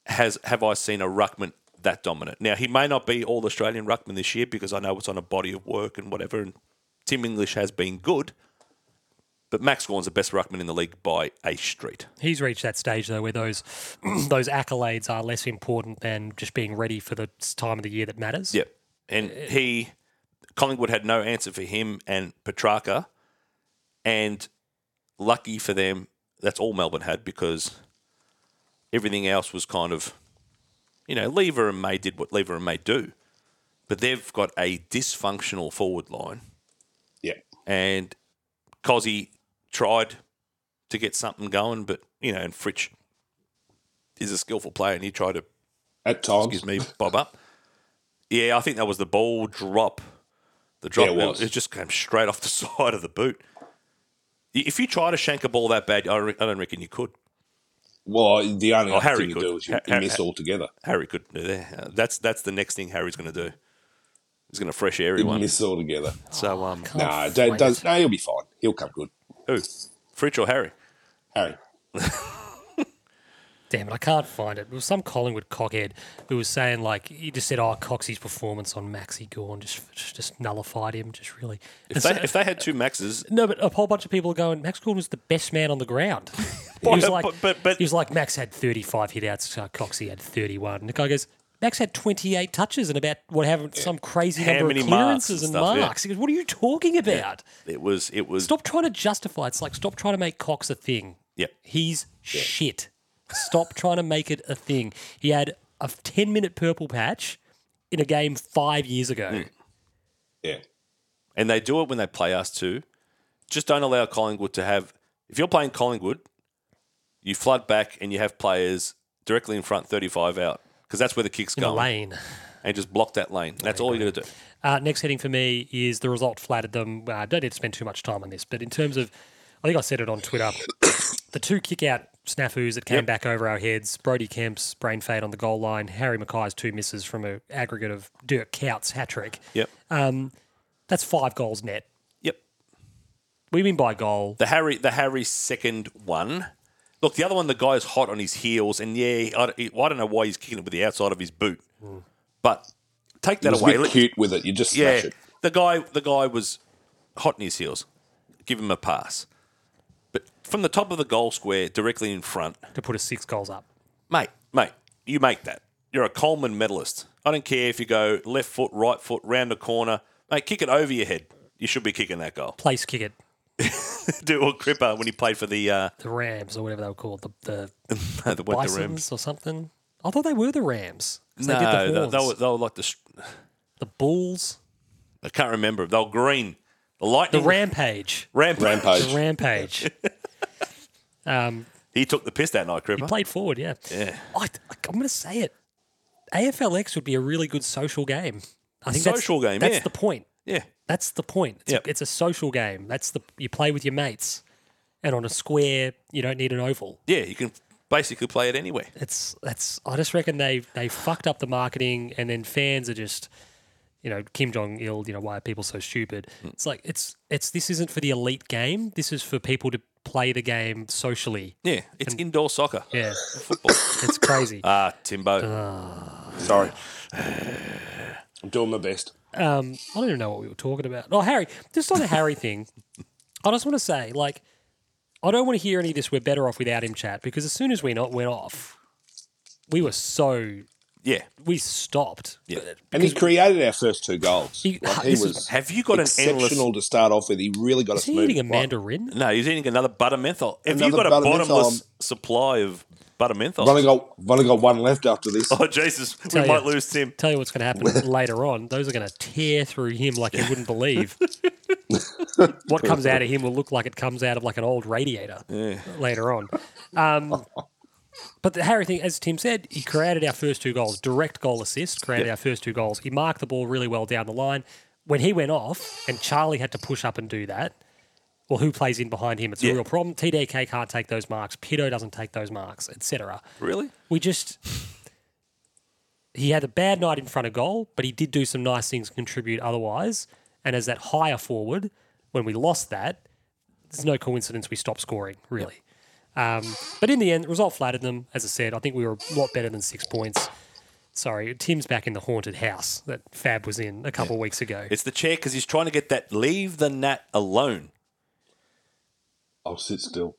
has have I seen a ruckman that dominant. Now he may not be all Australian ruckman this year because I know it's on a body of work and whatever. And Tim English has been good, but Max Gorn's the best ruckman in the league by a street. he's reached that stage though where those those accolades are less important than just being ready for the time of the year that matters. Yeah, and he Collingwood had no answer for him and Petrarca, and lucky for them, that's all Melbourne had because everything else was kind of, you know, Lever and May did what Lever and May do, but they've got a dysfunctional forward line, Yeah. and Cozzy tried to get something going, but you know, and Fritch is a skillful player, and he tried to At times. excuse me, bob up. Yeah, I think that was the ball drop. The drop Yeah, it it, was. it just came straight off the side of the boot. I- If you try to shank a ball that bad, I, re- I don't reckon you could. Well, the only Oh, other Harry thing you could. do is you, Ha- you ha- miss ha- altogether. Harry could. do that. Uh, That's that's the next thing Harry's going to do. He's going to fresh air You everyone. miss altogether. so um, Oh, No, flame don't, it. don't, no, he'll be fine. He'll come good. who? Fritch or Harry? Harry. Damn it, I can't find it. It was some Collingwood cockhead who was saying like he just said, "Oh, Coxey's performance on Maxi Gorn just just nullified him." Just really. If they, if they had two maxes, No, but a whole bunch of people are going. Max Gordon was the best man on the ground. he was But- like, but- but- but- he was like Max had thirty five hit outs. Uh, Coxey had thirty one. And the guy goes, Max had twenty eight touches and about what have some crazy How number many of marks clearances and, and stuff, yeah. marks. He goes, what are you talking about? it was it was Stop trying to justify. It's like stop trying to make Cox a thing. Yep. He's shit. Stop trying to make it a thing. He had a 10 minute purple patch in a game five years ago. Yeah. And they do it when they play us too. Just don't allow Collingwood to have. If you're playing Collingwood, you flood back and you have players directly in front, 35 out, because that's where the kicks In go. the lane. And just block that lane. That's all you got to do. Uh, next heading for me is the result flattered them. Uh, don't need to spend too much time on this, but in terms of, I think I said it on Twitter, the two kick out snafus that came Yep. back over our heads, Brody Kemp's brain fade on the goal line, Harry Mackay's two misses from an aggregate of Dirk Kout's hat trick. Yep. Uh, That's five goals net. yep. We mean by goal. The Harry, the Harry second one. Look, the other one, the guy's hot on his heels, and yeah, I, don't- I don't know why he's kicking it with the outside of his boot, Hmm. but take It that was a away. bit Let- cute with it. You just Yeah, smash it. the guy, the guy was hot in his heels. Give him a pass, but from the top of the goal square, directly in front, to put us six goals up. mate, mate, you make that. You're a Coleman medalist. I don't care if you go left foot, right foot, round a corner, mate. Kick it over your head. You should be kicking that goal. Place kick it, Do what Cripper when he played for the uh, the Rams or whatever they were called, the, the the, what, the Bisons Rams. or something. I thought they were the Rams. 'cause No, they did the, they, they, horns. were, they were like the. str- the Bulls, I can't remember. They were green. The lightning. the Rampage. Rampage. Rampage. The Rampage. He took the piss that night, Cripper. Played forward, yeah. Yeah. I, I'm going to say it. AFLX would be a really good social game. I think Social that's, game, That's yeah. the point. yeah. That's the point. It's, Yep. a, it's a social game. That's the you play with your mates, and on a square, you don't need an oval. Yeah, you can basically play it anywhere. it's that's I just reckon they they fucked up the marketing and then fans are just you know Kim Jong Il you know why are people so stupid Hmm. it's like it's it's this isn't for the elite game this is for people to play the game socially Yeah, it's indoor soccer. yeah Football. it's crazy Ah, Timbo. Sorry. I'm doing my best. um, I don't even know what we were talking about. Oh, Harry, just on the Harry thing, I just want to say, like, I don't want to hear any of this. We're better off without him chat because as soon as we not went off, we were so yeah. we stopped. Yeah. And he created our first two goals. He- uh, Like, he this was is- Have you got an endless? exceptional to start off with. He really got Is us he moving. eating a Right. mandarin? No, he's eating another butter menthol. Have you Another got a butter menthol. bottomless supply of butter menthol? I've only got, I've only got one left after this. Oh Jesus, we Tell might you. lose Tim. Tell you what's going to happen later on. Those are going to tear through him like you wouldn't believe. what comes out of him will look like it comes out of like an old radiator later on. Um, but the Harry thing, as Tim said, he created our first two goals, direct goal assist, created our first two goals. He marked the ball really well down the line. When he went off and Charlie had to push up and do that, well, who plays in behind him? It's a Yeah. real problem. TDK can't take those marks. Pido doesn't take those marks, etc. Really? We just he had a bad night in front of goal, but he did do some nice things to contribute otherwise. And as that higher forward, when we lost that, there's no coincidence we stopped scoring, really. Um, but in the end, the result flattered them. As I said, I think we were a lot better than six points. Sorry, Tim's back in the haunted house that Fab was in a couple of weeks ago. It's the chair because he's trying to get that. Leave the nat alone. I'll sit still.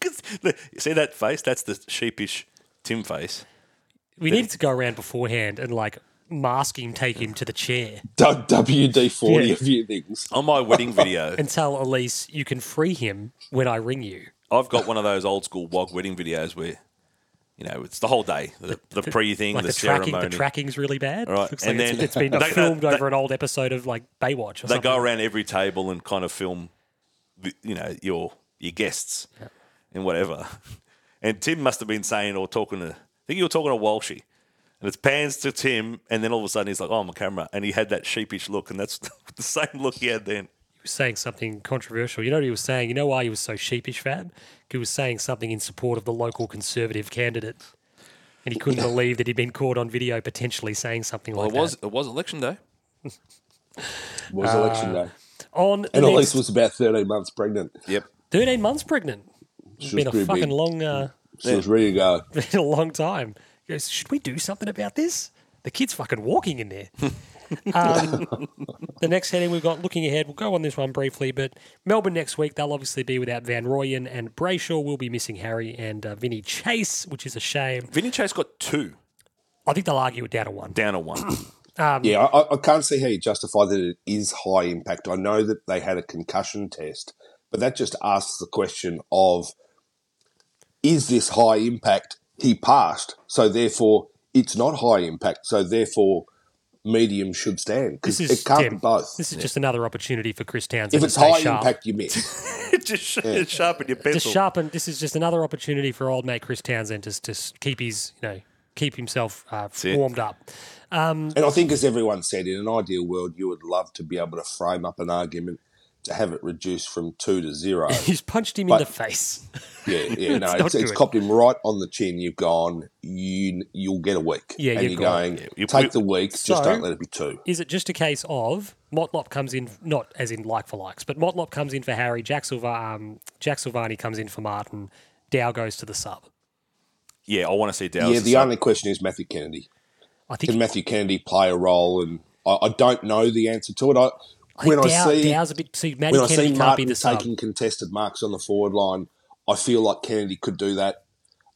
'Cause the- you see that face? That's the sheepish Tim face. We needed to go around beforehand and like mask him, take him to the chair, WD 40 Yeah. a few things. On my wedding video, and tell Elise you can free him when I ring you. I've got one of those old school wog wedding videos where, you know, it's the whole day, the, the pre thing, like the, the, tracking, ceremony. the tracking's really bad. All right, Looks and like it's- then- it's been uh, They- they- filmed they- over an old episode of like Baywatch. Or they something. go around every table and kind of film, the- you know, your your guests and whatever. And Tim must have been saying or talking to, I think you were talking to Walshy. And it's pans to Tim, and then all of a sudden he's like, "Oh, my camera!" And he had that sheepish look, and that's the same look he had then. He was saying something controversial. You know what he was saying? You know why he was so sheepish, Fab? He was saying something in support of the local conservative candidate, and he couldn't believe that he'd been caught on video potentially saying something like it was election day. was Uh, election day. that. On the And next, Elise was about 13 months pregnant. Yep. thirteen months pregnant. It's She been was a pretty fucking long, big. uh, She was ready to go. been a long time. He goes, should we do something about this? The kid's fucking walking in there. Um, The next heading we've got looking ahead, we'll go on this one briefly, but Melbourne next week, they'll obviously be without Van Royen and Brayshaw will be missing Harry and uh, Vinny Chase, which is a shame. Vinny Chase got two I think they'll argue it down to one. down a one. Um, Yeah, I- I, I can't see how you justify that it is high impact. I know that they had a concussion test, but that just asks the question of is this high impact? He passed, so therefore it's not high impact. So therefore, medium should stand because This it is can't Tim, be both. This is just another opportunity for Chris Townsend if to it's stay high sharp. impact, you miss. just sh- sharpen your Just pencil. sharpen. This is just another opportunity for old mate Chris Townsend to, to s- keep his, you know, keep himself uh, it. warmed up. and I think, as everyone said, in an ideal world, you would love to be able to frame up an argument to have it reduced from two to zero. He's punched him in But- the face. Yeah, yeah, no, not it's, it's good. copped him right on the chin. You've gone, you you'll get a week. Yeah, and you're you're going you- take we- the week, So- just don't let it be two. Is it just a case of Motlop comes in not as in like for likes, but Motlop comes in for Harry, Jack, Silva, um, Jack Silvani comes in for Martin, Dow goes to the sub. Yeah, I want to see Dallas. Yeah, as the a- only question is Matthew Kennedy. I think Can Matthew Kennedy play a role? And I, I don't know the answer to it. I, when I Dow, see Dow's a bit. See, Matty when I Kennedy see can't be Martin the sub. taking contested marks on the forward line, I feel like Kennedy could do that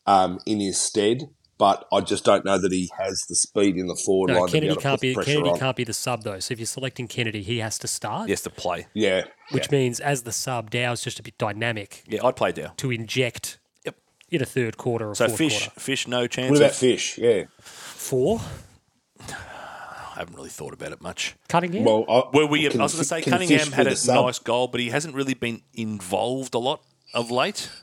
um, in his stead. But I just don't know that he has the speed in the forward No, line Kennedy to be able to can't put the be pressure Kennedy on. can't be the sub though. So if you're selecting Kennedy, he has to start. Yes, the play. Yeah, Which means as the sub, Dow's just a bit dynamic Yeah, I'd play Dow. to inject Yep. in a third quarter or So fourth fish, quarter. fish, no chance. what of- about Fish? Yeah. Four I haven't really thought about it much. Cunningham. Well, I, Were we? can I was going to Fi- say can Cunningham Fish had be a the sub? nice goal, but he hasn't really been involved a lot of late. Um,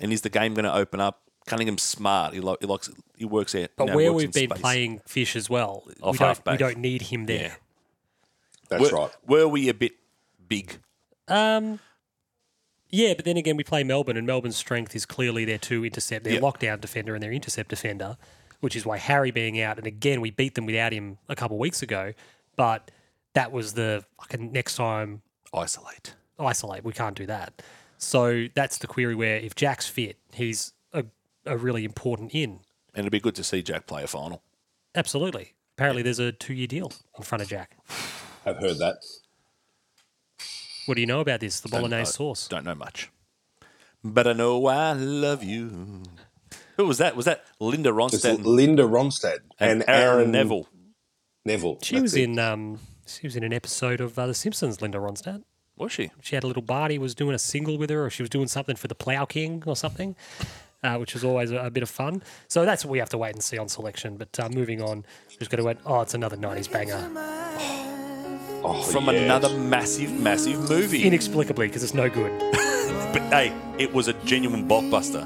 and is the game going to open up? Cunningham's smart. He, li- he likes. He works out. but you know, where works we've in been space. playing fish as well, we Off don't, we halfback. don't need him Yeah. there. That's were, right. Were we a bit big? Um, yeah, but then again, we play Melbourne, and Melbourne's strength is clearly their two intercept, their Yep. lockdown defender and their intercept defender, which is why Harry being out. And again, we beat them without him a couple of weeks ago, but that was the fucking next time Isolate. isolate. We can't do that. So that's the query where if Jack's fit, he's a, a really important in. And it'd be good to see Jack play a final. Absolutely. Apparently, there's a two year deal in front of Jack. I've heard that. What do you know about this? The know. Bolognese sauce. Don't know much, but I know I love you. Who was that? Was that Linda It's Ronstadt and, Linda Ronstadt and, Aaron, Neville? Neville. She that's was it. in um, she was in an episode of uh, The Simpsons. Linda Ronstadt. Was she? She had a little Barty was doing a single with her, or she was doing something for the Plough King or something, uh, which was always a, a bit of fun. So that's what we have to wait and see on selection. But uh, moving on, just going to wait. Oh, it's another '90s banger, Oh, from yeah. another massive, massive movie. inexplicably because it's no good. but hey, it was a genuine blockbuster.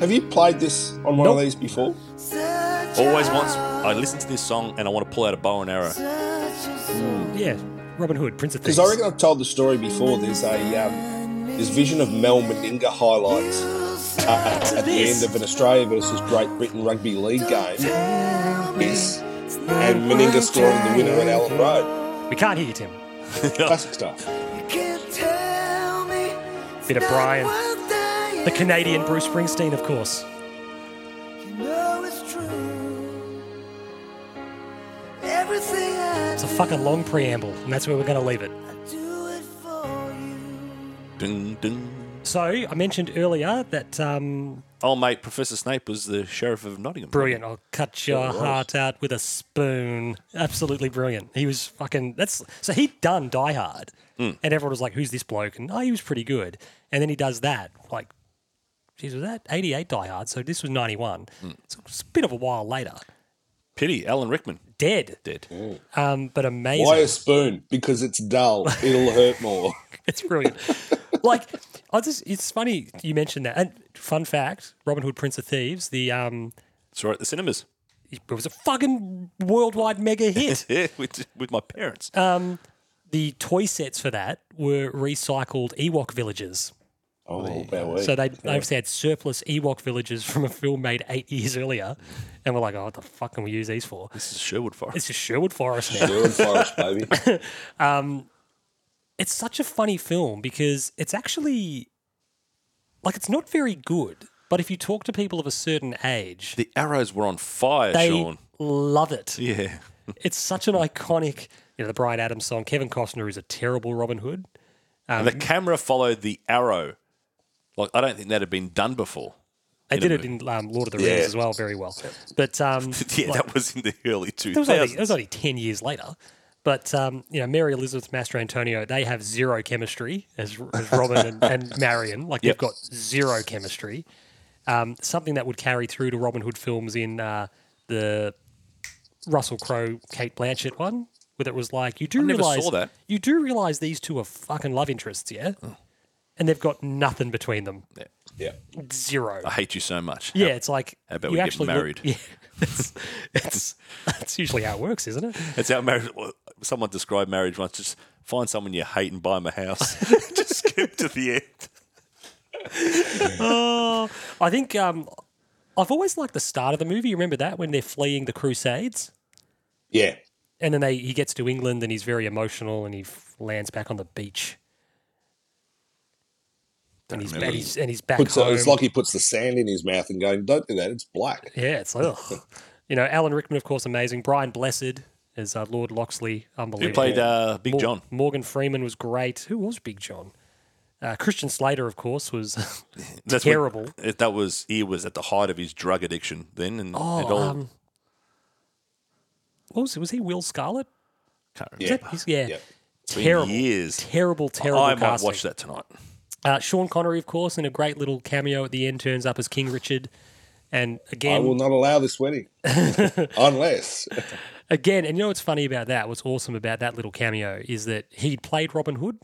Have you played this on one Nope. of these before? Always wants. I listen to this song and I want to pull out a bow and arrow. Yeah, Robin Hood, Prince of Thieves. Because I reckon I've told the story before. There's a um, there's vision of Mel Meninga highlights uh, at, at the this? end of an Australia versus Great Britain rugby league game. Yes, and Meninga scoring the winner at Allen Road. We can't hear you, Tim. Classic stuff. Bit of Brian, the Canadian Bruce Springsteen, of course. It's a fucking long preamble, and that's where we're going to leave it. Dun, dun. So I mentioned earlier that um, Oh mate, Professor Snape was the sheriff of Nottingham. brilliant. I'll cut your heart out with a spoon. Absolutely brilliant. He was fucking. That's so he'd done Die Hard, and everyone was like, "Who's this bloke?" And oh, he was pretty good. And then he does that. Like, geez, was that '88 Die Hard? So this was '91. So it's a bit of a while later. Pity Alan Rickman Dead, dead. um, but amazing. Why a spoon? Because it's dull. It'll hurt more. It's brilliant. like, I just, it's funny you mentioned that. And fun fact Robin Hood, Prince of Thieves, the, um, It's right at the cinemas. it was a fucking worldwide mega hit. Yeah, with, with my parents. the toy sets for that were recycled Ewok villages. Oh, wow. So they they obviously had surplus Ewok villages from a film made eight years earlier. And we're like, oh, what the fuck can we use these for? this is Sherwood Forest. It's just Sherwood Forest now. Sherwood Forest, baby. it's such a funny film because it's actually like it's not very good, but if you talk to people of a certain age, The arrows were on fire, they Sean. love it. Yeah. It's such an iconic, you know, the Brian Adams song. Kevin Costner is a terrible Robin Hood. and the camera followed the arrow. Like I don't think that had been done before. They In a did it in um, Lord of the Rings as well, very well. But um, Yeah, like, that was in the early two It was, only, it thousands. was only 10 years later. But um, you know, Mary Elizabeth Mastro Antonio, they have zero chemistry as, as Robin and, and Marion. Like Yep. they've got zero chemistry. Um, something that would carry through to Robin Hood films in uh, the Russell Crowe Kate Blanchett one, where it was like you do never realize saw that. Hmm. you do realize these two are fucking love interests, yeah, and they've got nothing between them, Yeah. zero. I hate you so much. Yeah, it's like How about you we get actually look- married? yeah, that's, that's, that's usually how it works, isn't it? It's how marriage. well, Someone described marriage once. Just find someone you hate and buy them a house. just skip to the end. I think um, I've always liked the start of the movie. You remember that when they're fleeing the Crusades, Yeah. and then they he gets to England and he's very emotional and he f- lands back on the beach. And he's, and he's and he's back Puts, uh, home. it's like he puts the sand in his mouth and going, "Don't do that. It's black." yeah, it's like ugh. you know Alan Rickman, of course, amazing. Brian Blessed as uh, Lord Loxley, unbelievable. Who played uh, Big Mor- John? Morgan Freeman was great. Who was Big John? Uh, Christian Slater, of course, was That's when- terrible. it- that was he was at the height of his drug addiction then, and it all um, what was it? Was he Will Scarlet? can't remember. Is that his- yeah. Yeah. Been Terrible. years. Terrible, terrible I might casting. watch that tonight. Uh, Sean Connery, of course, in a great little cameo at the end, turns up as King Richard. And I will again, not allow this wedding unless again, and you know what's funny about that? What's awesome about that little cameo is that he played Robin Hood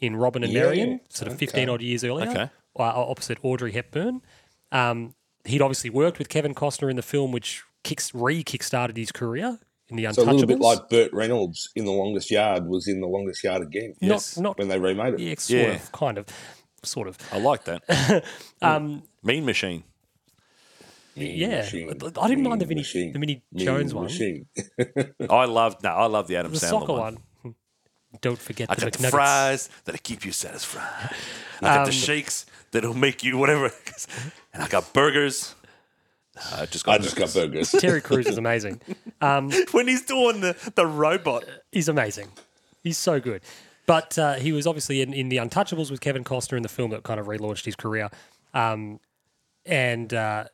in Robin and Yeah, Marion, sort of 15 okay. odd years earlier, Okay. uh, opposite Audrey Hepburn. Um, he'd obviously worked with Kevin Costner in the film, which kicks re kickstarted his career in The Untouchables. so a little bit like Burt Reynolds in The Longest Yard was in The Longest Yard again. Not- Yes. not- when they remade it. yeah, sort Yeah. of, kind of, sort of. I like that. um, mean Machine. Yeah, Machine. I didn't mind the Vinny, Machine. the Vinny Mean Jones one. Machine. I love. No, I love the Adam The Sandler soccer one. one. Hmm. Don't forget I the got the McNuggets. Um, fries that'll keep you satisfied. I got the shakes that'll make you whatever. and I got burgers. I just got. I just got burgers. Terry Crews is amazing. when he's doing the, the robot. He's amazing. He's so good. But uh, he was obviously in, in The Untouchables with Kevin Costner in the film that kind of relaunched his career. Um, and uh,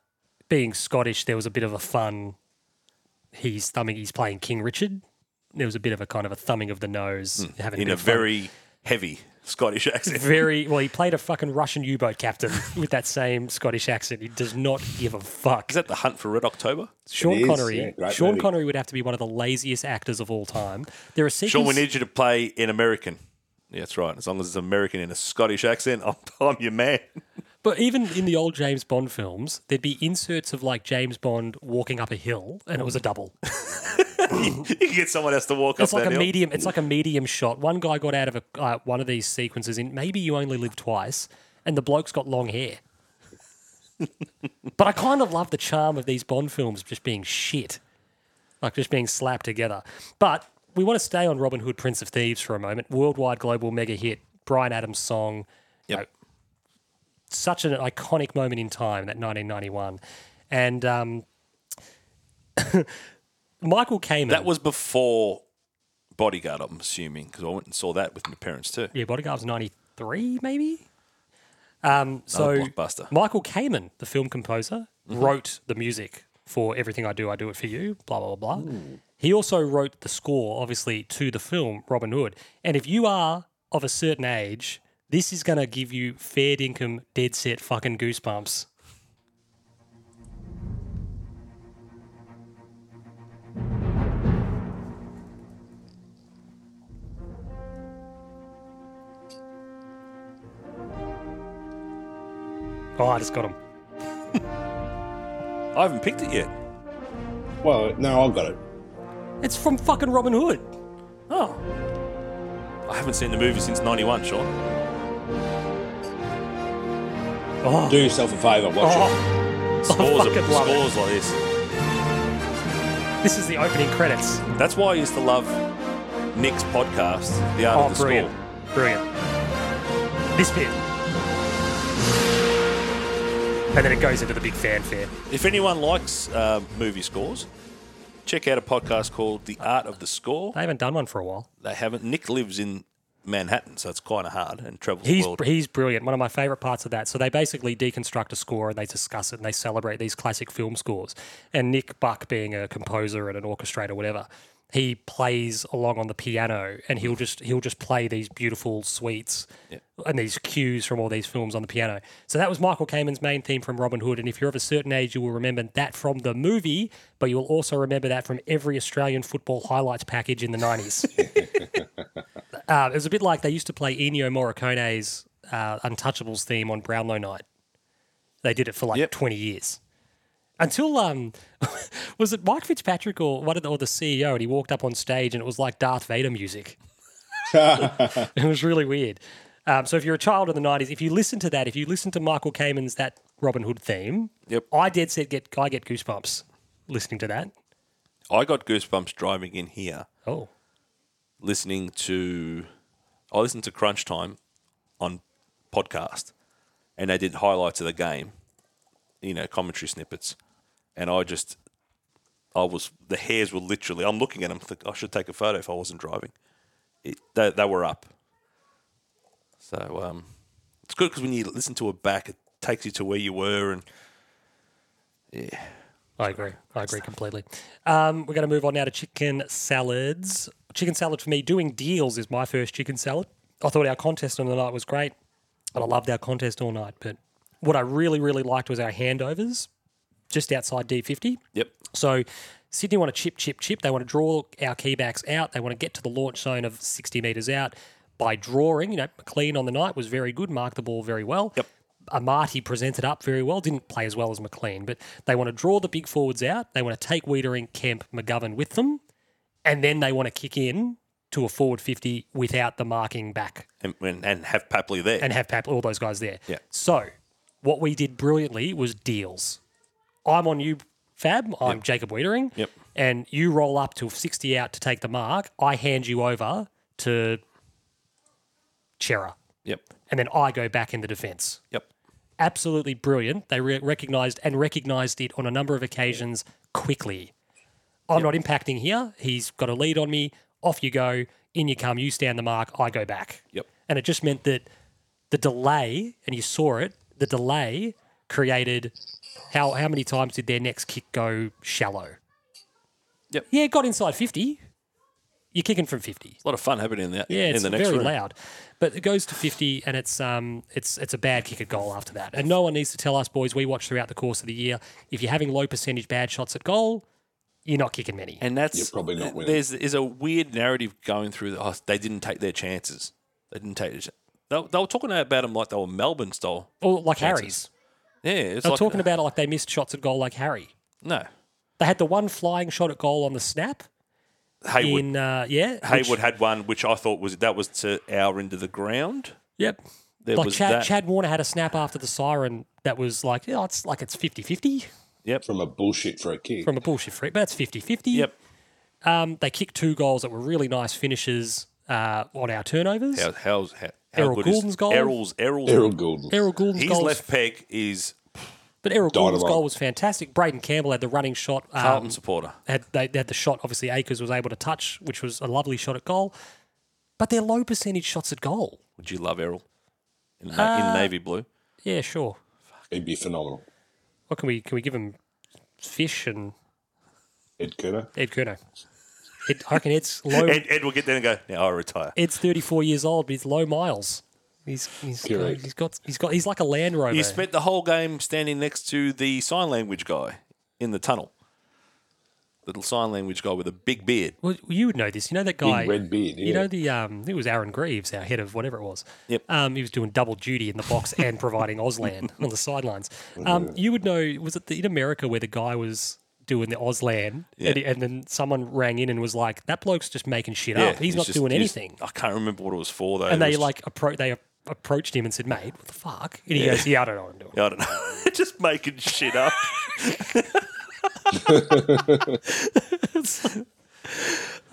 being Scottish, there was a bit of a fun. He's thumbing. He's playing King Richard. There was a bit of a kind of a thumbing of the nose, having Hmm. in bit a of fun. very heavy Scottish accent. very well. He played a fucking Russian U-boat captain with that same Scottish accent. He does not give a fuck. Is that the Hunt for Red October? Sean It is, Connery. yeah, great Sean movie. Connery would have to be one of the laziest actors of all time. There are sequences. Sean, we need you to play in American. Yeah, that's right. As long as it's American in a Scottish accent, I'm, I'm your man. But even in the old James Bond films, there'd be inserts of like James Bond walking up a hill, and it was a double. you can get someone else to walk It's up like that a hill. medium. It's like a medium shot. One guy got out of a, uh, one of these sequences in "Maybe You Only Live Twice," and the bloke's got long hair. but I kind of love the charm of these Bond films just being shit, like just being slapped together. But we want to stay on Robin Hood, Prince of Thieves for a moment. Worldwide global mega hit. Brian Adams song. Yep. such an iconic moment in time, that 1991. And um, Michael Kamen. That was before Bodyguard, I'm assuming, because I went and saw that with my parents too. Yeah, Bodyguard was 93, maybe? Um, so Another blockbuster. Mm-hmm. Michael Kamen, the film composer, wrote the music for Everything I Do, I Do It For You, blah, blah, blah, blah. He also wrote the score, obviously, to the film Robin Hood. And if you are of a certain age, this is going to give you fair income, dead set fucking goosebumps. Oh, I just got him. I haven't picked it yet. Well, no, I've got it. It's from fucking Robin Hood. Oh. I haven't seen the movie since 91, Sean. Oh. Do yourself a favour, watch it. Oh. Scores, fucking of, love it. scores like this. This is the opening credits. That's why I used to love Nick's podcast, The Art Oh, of the brilliant. Score. Brilliant. This bit. And then it goes into the big fanfare. If anyone likes uh, movie scores, check out a podcast called The Art of the Score. They haven't done one for a while. They haven't. Nick lives in Manhattan, so it's kind of hard and travels He's the world. he's brilliant. One of my favorite parts of that. So they basically deconstruct a score and they discuss it and they celebrate these classic film scores. And Nick Buck, being a composer and an orchestrator, whatever, he plays along on the piano and he'll just he'll just play these beautiful suites and these cues from all these films on the piano. So that was Michael Kamen's main theme from Robin Hood. And if you're of a certain age, you will remember that from the movie, but you will also remember that from every Australian football highlights package in the 90s. Uh, it was a bit like they used to play Ennio Morricone's uh, Untouchables theme on Brownlow Night. They did it for like Yep. 20 years. Until um, was it Mike Fitzpatrick or one of the, or the CEO, and he walked up on stage and it was like Darth Vader music. it was really weird. Um, so if you're a child in the '90s, if you listen to that, if you listen to Michael Kamen's that Robin Hood theme, Yep. I dead set get I get goosebumps listening to that. I got goosebumps driving in here, Oh, listening to. I listened to Crunch Time on podcast, and they did highlights of the game, you know, commentary snippets, and I just, I was the hairs were literally. I'm looking at them. Think, I should take a photo if I wasn't driving. It, they, they were up. So um, it's good because when you listen to it back, it takes you to where you were and I agree. I agree completely. Um, we're going to move on now to chicken salads. Chicken salad for me, doing deals is my first chicken salad. I thought our contest on the night was great, and I loved our contest all night. But what I really, really liked was our handovers just outside D50. yep, So Sydney want to chip, chip, chip. They want to draw our key backs out. They want to get to the launch zone of 60 metres out by drawing. You know, McLean on the night was very good, marked the ball very well. Yep. Amati presented up very well, didn't play as well as McLean, but they want to draw the big forwards out. They want to take Wiedering, Kemp, McGovern with them, and then they want to kick in to a forward 50 without the marking back and and, and have Papley there. and have Pap, all those guys there. Yeah. So what we did brilliantly was deals. I'm on you, Fab. I'm Jacob Wiedering. Yep. And you roll up to 60 out to take the mark. I hand you over to Chera. yep, And then I go back in the defence. yep, Absolutely brilliant. They re- recognised and recognised it on a number of occasions quickly. I'm not impacting here. He's got a lead on me. Off you go. In you come. You stand the mark. I go back yep. and it just meant that the delay, and you saw it, the delay created how how many times did their next kick go shallow? Yep. Yeah, it got inside fifty. You're kicking from fifty. A lot of fun happening in that. Yeah, it's in the next very room. loud, but it goes to fifty, and it's um, it's it's a bad kick at goal after that. And no one needs to tell us, boys. We watch throughout the course of the year. If you're having low percentage bad shots at goal, you're not kicking many. And that's You're probably not winning. There's is a weird narrative going through that oh, they didn't take their chances. They didn't take. Their, ch- they, they were talking about them like they were Melbourne style. or like chances. Harry's, Yeah, it's they're like, talking about it like they missed shots at goal like Harry. no They had the one flying shot at goal on the snap, Haywood. in uh, yeah Haywood which- had one which I thought was that was to our into the ground. yep There like was Chad, that. Chad Warner had a snap after the siren that was like yeah it's like it's 50-50 from a bullshit for a kick. from a bullshit freak but that's 50-50 Yep. um, they kicked two goals that were really nice finishes uh, on our turnovers How, how's how, how Errol good Goulden's is goal? Errol's Errol's Errol Goulden. Errol Goulden's His goal left peg is but Errol Goulden's Dynamite. goal was fantastic Braden Campbell had the running shot um, Carlton supporter. had they they had the shot. Obviously, Akers was able to touch, which was a lovely shot at goal. But they're low percentage shots at goal. Would you love Errol in, na- Uh, in navy blue? Yeah, sure. He'd be phenomenal. What can we can we give him? Fish and Ed Kerner. Ed Kurno. Ed, I reckon Ed's low. Ed, Ed will get there and go. Now I retire. Ed's 34 years old, but he's low miles. He's he's got, Correct. he's got he's got he's like a Land Rover. You spent the whole game standing next to the sign language guy in the tunnel. Little sign language guy with a big beard. well, you would know this. You know that Big guy. red beard. Yeah. You know the um, it was Aaron Greaves, our head of whatever it was. Yep. Um, he was doing double duty in the box and providing Auslan on the sidelines. Oh, Um, you would know. Was it the, in America where the guy was doing the Auslan, Yeah. and, he- and then someone rang in and was like, "That bloke's just making shit up. He's, not just- doing Oh, he's- anything." I can't remember what it was for though. and It they was- like appro- they approached him and said, "Mate, what the fuck?" And he goes, "Yeah, I don't know what I'm doing." I don't know, just making shit up.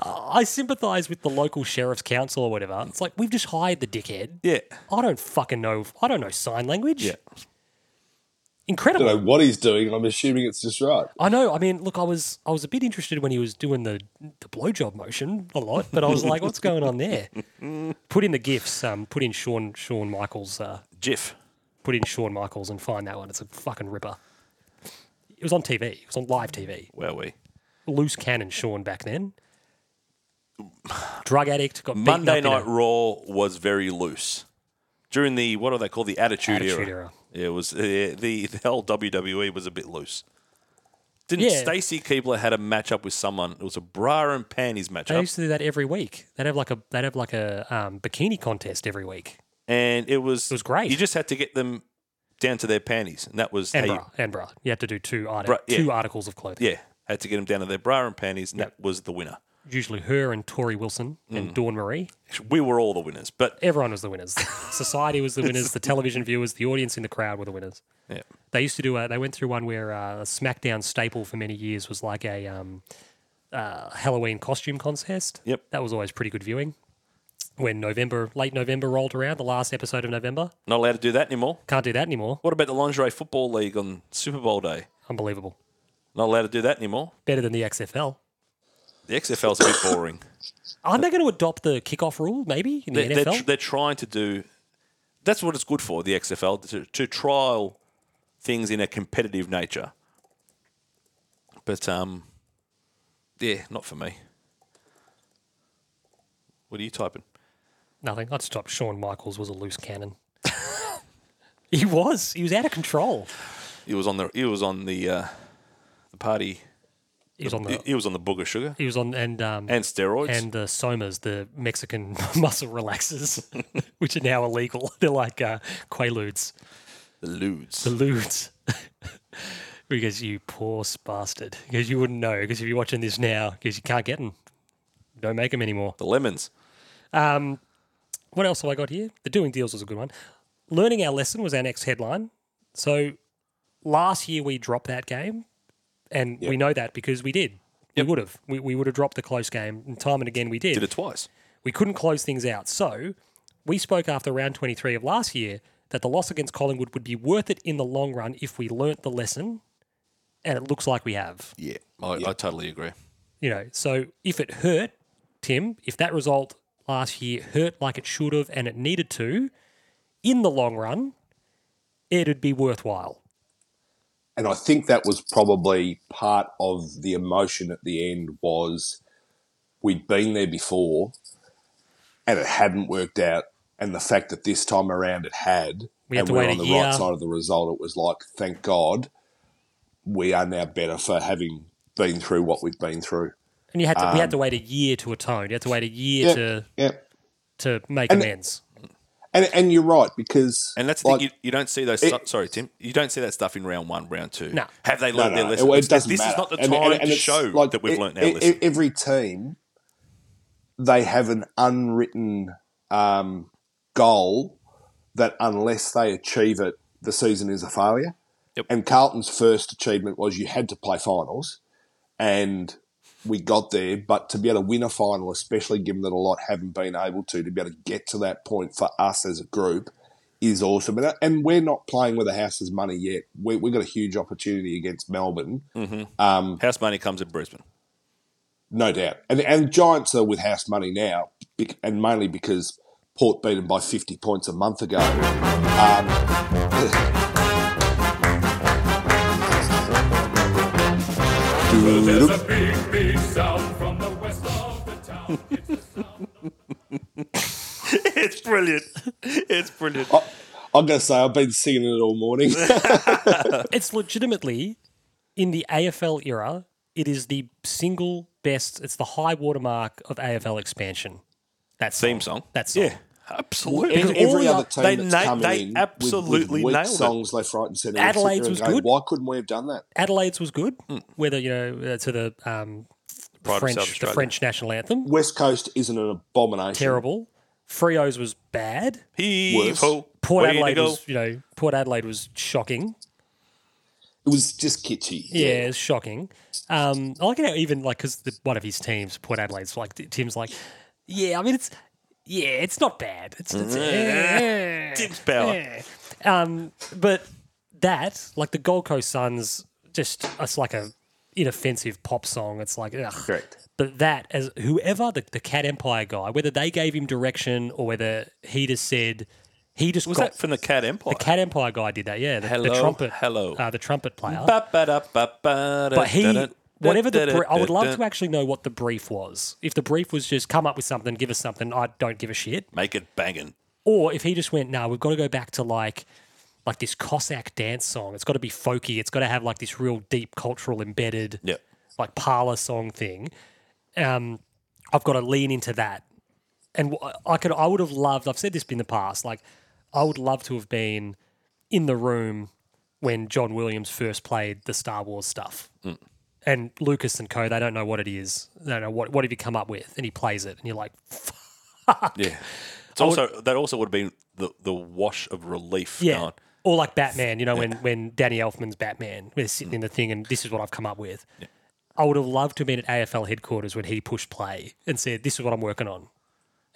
I sympathise with the local sheriff's council or whatever. It's like we've just hired the dickhead. Yeah, I don't fucking know. I don't know sign language. yeah. Incredible. don't know what he's doing. I'm assuming it's just right. I know. I mean, look, I was I was a bit interested when he was doing the the blowjob motion a lot, but I was like, what's going on there? Put in the gifs. Um, put in Sean Sean Michaels. Uh, Jiff. put in Sean Michaels and find that one. It's a fucking ripper. It was on TV. It was on live TV. Where are we? Loose cannon Sean back then. drug addict, got Monday beaten up Night in a Raw was very loose during the what do they call the Attitude, attitude era. era. It was uh, the the whole WWE was a bit loose. Didn't Yeah. Stacy Keebler had a matchup with someone? It was a bra and panties They matchup, used to do that every week. They'd have like a they'd have like a um, bikini contest every week and it was It was great. You just had to get them down to their panties, and that was and how you- bra and bra. You had to do two arti- Bra- yeah. two articles of clothing. yeah, had to get them down to their bra and panties, and that was the winner. Usually her and Tori Wilson Mm. and Dawn Marie. We were all the winners, but Everyone was the winners. Society was the winners. The television viewers, the audience in the crowd were the winners. yeah. They used to do. A, they went through one where uh, a SmackDown staple for many years was like a um, uh, Halloween costume contest. Yep. that was always pretty good viewing. When November, late November rolled around, the last episode of November, not allowed to do that anymore. can't do that anymore. What about the lingerie football league on Super Bowl day? Unbelievable. Not allowed to do that anymore. Better than the XFL. The XFL's a bit boring. Aren't they going to adopt the kickoff rule? Maybe in the They- NFL. they're, tr- they're trying to do. That's what it's good for the XFL to, to trial things in a competitive nature. But um, yeah, not for me. What are you typing? Nothing. I'd stop. Shawn Michaels was a loose cannon. he was. He was out of control. It was on the. It was on the. Uh, the party. He was on the. It, it was on the booger sugar He was on and um and steroids. and the somas, the Mexican muscle relaxers, which are now illegal. They're like uh, quaaludes, the lewds. ludes. because you poor bastard. Because you wouldn't know. Because if you're watching this now, because you can't get them, don't make them anymore. the lemons. Um, what else have I got here? The doing deals was a good one. Learning our lesson was our next headline. So last year we dropped that game, and we know that because we did. We would have. We, we would have dropped the close game, and time and again we did. Did it twice. We couldn't close things out. So we spoke after round 23 of last year that the loss against Collingwood would be worth it in the long run if we learnt the lesson, and it looks like we have Yeah, I, I totally agree. you know, so if it hurt, Tim, if that result last year hurt like it should have and it needed to, in the long run, it'd be worthwhile. and I think that was probably part of the emotion at the end was we'd been there before and it hadn't worked out and the fact that this time around it had We had and to we were wait on a the year. right side of the result it was like thank god we are now better for having been through what we've been through And you had to, we Um, had to wait a year to atone. You had to wait a year to yeah to make amends. and and you're right because And that's the like, thing, you, you don't see those. stu- sorry, Tim. You don't see that stuff in round one, round two. No. Have they No, learned their no, it- lesson? it It's- doesn't this matter. is not the And- time and- and to it's show like that we've e- learned our e- lesson. Every team, they have an unwritten um, goal that unless they achieve it, the season is a failure. Yep. And Carlton's first achievement was you had to play finals, and we got there. But to be able to win a final, especially given that a lot haven't been able to, to be able to get to that point for us as a group is awesome. And, and we're not playing with the house's money yet. We, we've got a huge opportunity against Melbourne. Mm. House money comes in Brisbane. No doubt. And and Giants are with house money now, bec- and mainly because Port beat them by 50 points a month ago. Um, There's a big, big sound from the west of the town. It's the sound it's brilliant. It's brilliant. Oh, I'm going to say I've been singing it all morning. It's legitimately in the AFL era, it is the single best. It's the high watermark of AFL expansion. That song, Theme song. That song. Yeah, absolutely. Because all Every the other oth- team they that's na- come they in with- with, absolutely weak nailed it. songs left, right, and centre. we sit Adelaide's there and was go, good. Why couldn't we have done that? Adelaide's was good. Whether you know uh, to the um, Hmm. Pride of South French, the Australia. French national anthem. West Coast isn't an abomination. terrible. Frio's was bad. Heave Worse. ho. Port Way to Adelaide go. was, you know, Port Adelaide was shocking. It was just kitschy. Yeah, it was shocking. Um, I like it how even like because one of his teams, Port Adelaide's like t- Tim's like, yeah, I mean it's yeah, it's not bad. It's, it's eh, Tim's power. eh." Um, but that like the Gold Coast Suns, just it's like a inoffensive pop song. It's like ugh. Correct. But that, as whoever the, the Cat Empire guy, whether they gave him direction or whether he just said, he just Was got that from the Cat Empire? the Cat Empire guy did that, yeah. The, the Hello, trumpet, hello. uh, the trumpet player. Ba-ba-da-ba-ba-da, but he da-da. Whatever the, Da-da-da-da-da. br- I would love to actually know what the brief was. If the brief was just come up with something, give us something, I don't give a shit. Make it banging. Or if he just went, nah, we've got to go back to like, like this Cossack dance song. It's got to be folky. It's got to have like this real deep cultural embedded, Yeah. like parlor song thing. Um, I've got to lean into that. And wh- I could, I would have loved. I've said this in the past. Like, I would love to have been in the room when John Williams first played the Star Wars stuff. And Lucas and Co. They don't know what it is. They don't know what what have you come up with, and he plays it, and you're like, Yeah. It's also that also would have been the, the wash of relief. Yeah. going, Or like Batman, you know, when, when Danny Elfman's Batman, we're sitting in the thing and this is what I've come up with. I would have loved to have been at AFL headquarters when he pushed play and said, This is what I'm working on.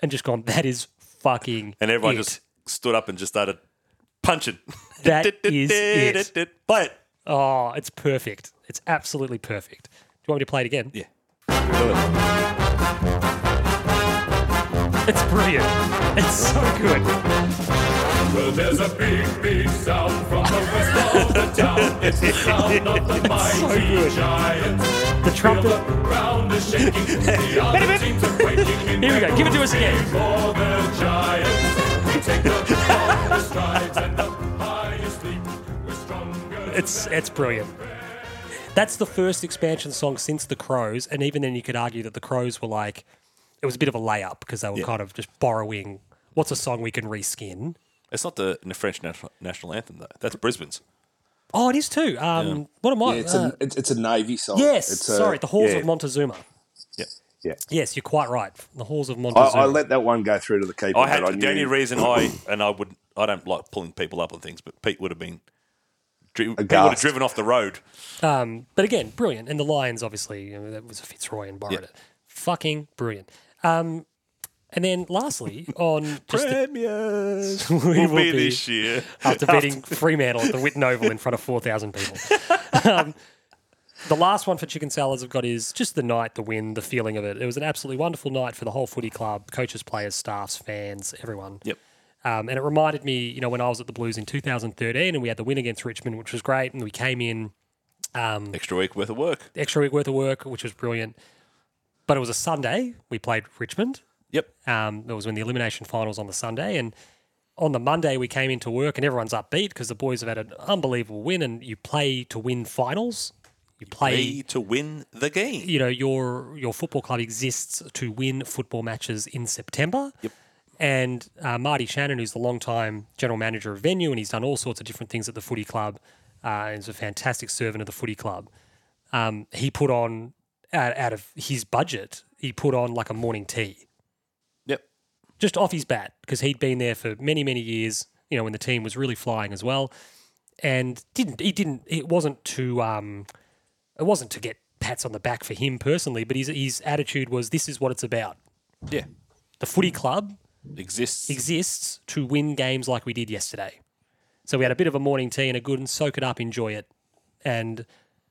And just gone, That is fucking. and everyone it." just stood up and just started punching. That is it. Play it. Oh, it's perfect. It's absolutely perfect. Do you want me to play it again? Yeah. It's brilliant. It's so good. Well, there's a big, big sound from the west of the town. It's the sound of the mighty giants. The trumpet. The ground is shaking. The other teams are quaking. in Here we their go. Give it to boots us again. For the giants, we take the strongest strides and the highest leap. We're stronger. It's it's brilliant. That's the first expansion song since The Crows, and even then, you could argue that The Crows were like it was a bit of a layup because they were kind of just borrowing. What's a song we can reskin? It's not the the French national, national anthem though. That's Brisbane's. Oh, it is too. Um, What am I? Yeah, it's, uh, a, it's, it's a navy song. yes, It's a- sorry, the halls yeah, of Montezuma. Yeah. Yeah. Yes, you're quite right. The halls of I, Montezuma. I let that one go through to the keeper. I had but I the knew- only reason I and I would I don't like pulling people up on things, but Pete would have been dri- Pete would have Aghast. driven off the road. Um, but again, brilliant. And the Lions, obviously, you know, that was Fitzroy and borrowed Yeah. it. Fucking brilliant. Um, and then lastly, on just the, Premiers we will, will be, be- this year. after beating Fremantle at the Witten Oval in front of 4,000 people. Um, the last one for chicken salads I've got is just the night, the win, the feeling of it. It was an absolutely wonderful night for the whole footy club, coaches, players, staffs, fans, everyone. Yep. Um, and it reminded me, you know, when I was at the Blues in 2013 and we had the win against Richmond, which was great. And we came in Extra week worth of work. extra week worth of work, which was brilliant. But it was a Sunday. We played Richmond. Yep. Um, it was when the elimination finals on the Sunday, and on the Monday we came into work and everyone's upbeat because the boys have had an unbelievable win, and you play to win finals. You play, Pay to win the game. you know, your your football club exists to win football matches in September. Yep. And uh, Marty Shannon, who's the longtime general manager of venue, and he's done all sorts of different things at the footy club, uh, and is a fantastic servant of the footy club um, he put on out, out of his budget, he put on like a morning tea Yep. just off his bat because he'd been there for many many years. You know when the team was really flying as well, and didn't he didn't it wasn't to um, it wasn't to get pats on the back for him personally, but his his attitude was this is what it's about. Yeah. The footy club Exists. E exists to win games like we did yesterday. So we had a bit of a morning tea and a good and soak it up, enjoy it. And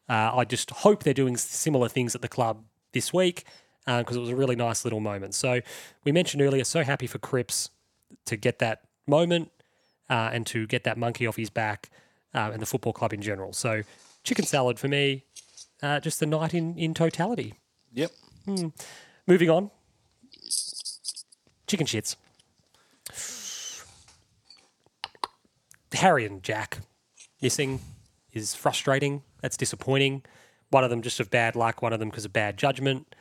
uh, I just hope they're doing s- similar things at the club this week because it was a really nice little moment. So we mentioned earlier, so happy for Cripps to get that moment uh, and to get that monkey off his back uh, and the football club in general. So chicken salad for me, uh, just the night in, in totality. Hmm. yep. Moving on, chicken shits. Harry and Jack missing is frustrating. That's disappointing. One of them just of bad luck, one of them because of bad judgment.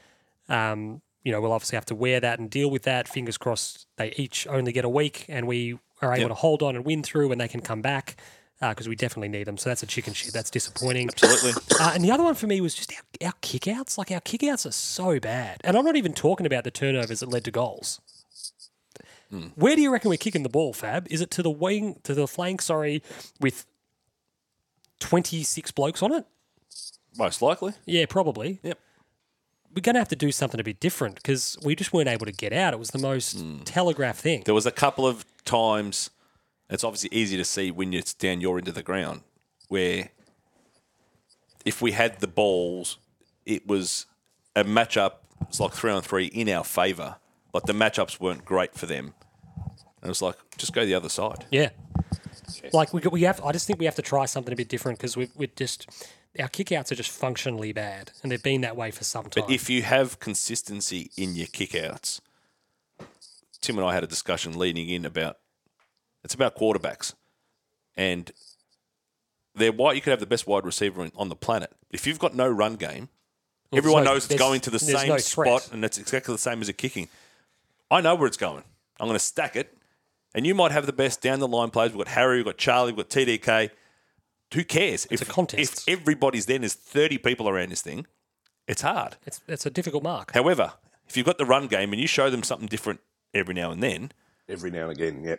Um, you know, we'll obviously have to wear that and deal with that. Fingers crossed they each only get a week and we are able Yep. to hold on and win through and they can come back because we definitely need them. So that's a chicken shit. That's disappointing. Absolutely. Uh, and the other one for me was just our, our kickouts. Like our kickouts are so bad, and I'm not even talking about the turnovers that led to goals. Hmm. Where do you reckon we're kicking the ball, Fab? Is it to the wing, to the flank? Sorry, with 26 blokes on it. Most likely. Yeah, probably. Yep. We're going to have to do something a bit different because we just weren't able to get out. It was the most Hmm. telegraph thing. There was a couple of times. It's obviously easy to see when it's down your end of the ground, where if we had the balls, it was a matchup. It's like three on three in our favour. Like the matchups weren't great for them. And it was like just go the other side. Yeah. Like we, we have, I just think we have to try something a bit different because we, we're just our kickouts are just functionally bad, and they've been that way for some time. But if you have consistency in your kickouts, Tim and I had a discussion leading in about it's about quarterbacks, and they're why you could have the best wide receiver on- on the planet. If you've got no run game, everyone no- knows it's there's- going to the there's same no threat. spot, and it's exactly the same as a kicking. I know where it's going. I'm going to stack it, and you might have the best down the line players. We've got Harry, we've got Charlie, we've got TDK. Who cares? It's a contest. If everybody's there, and there's 30 people around this thing. It's hard. it's, it's a difficult mark. However, if you've got the run game and you show them something different every now and then, Every now and again, yeah.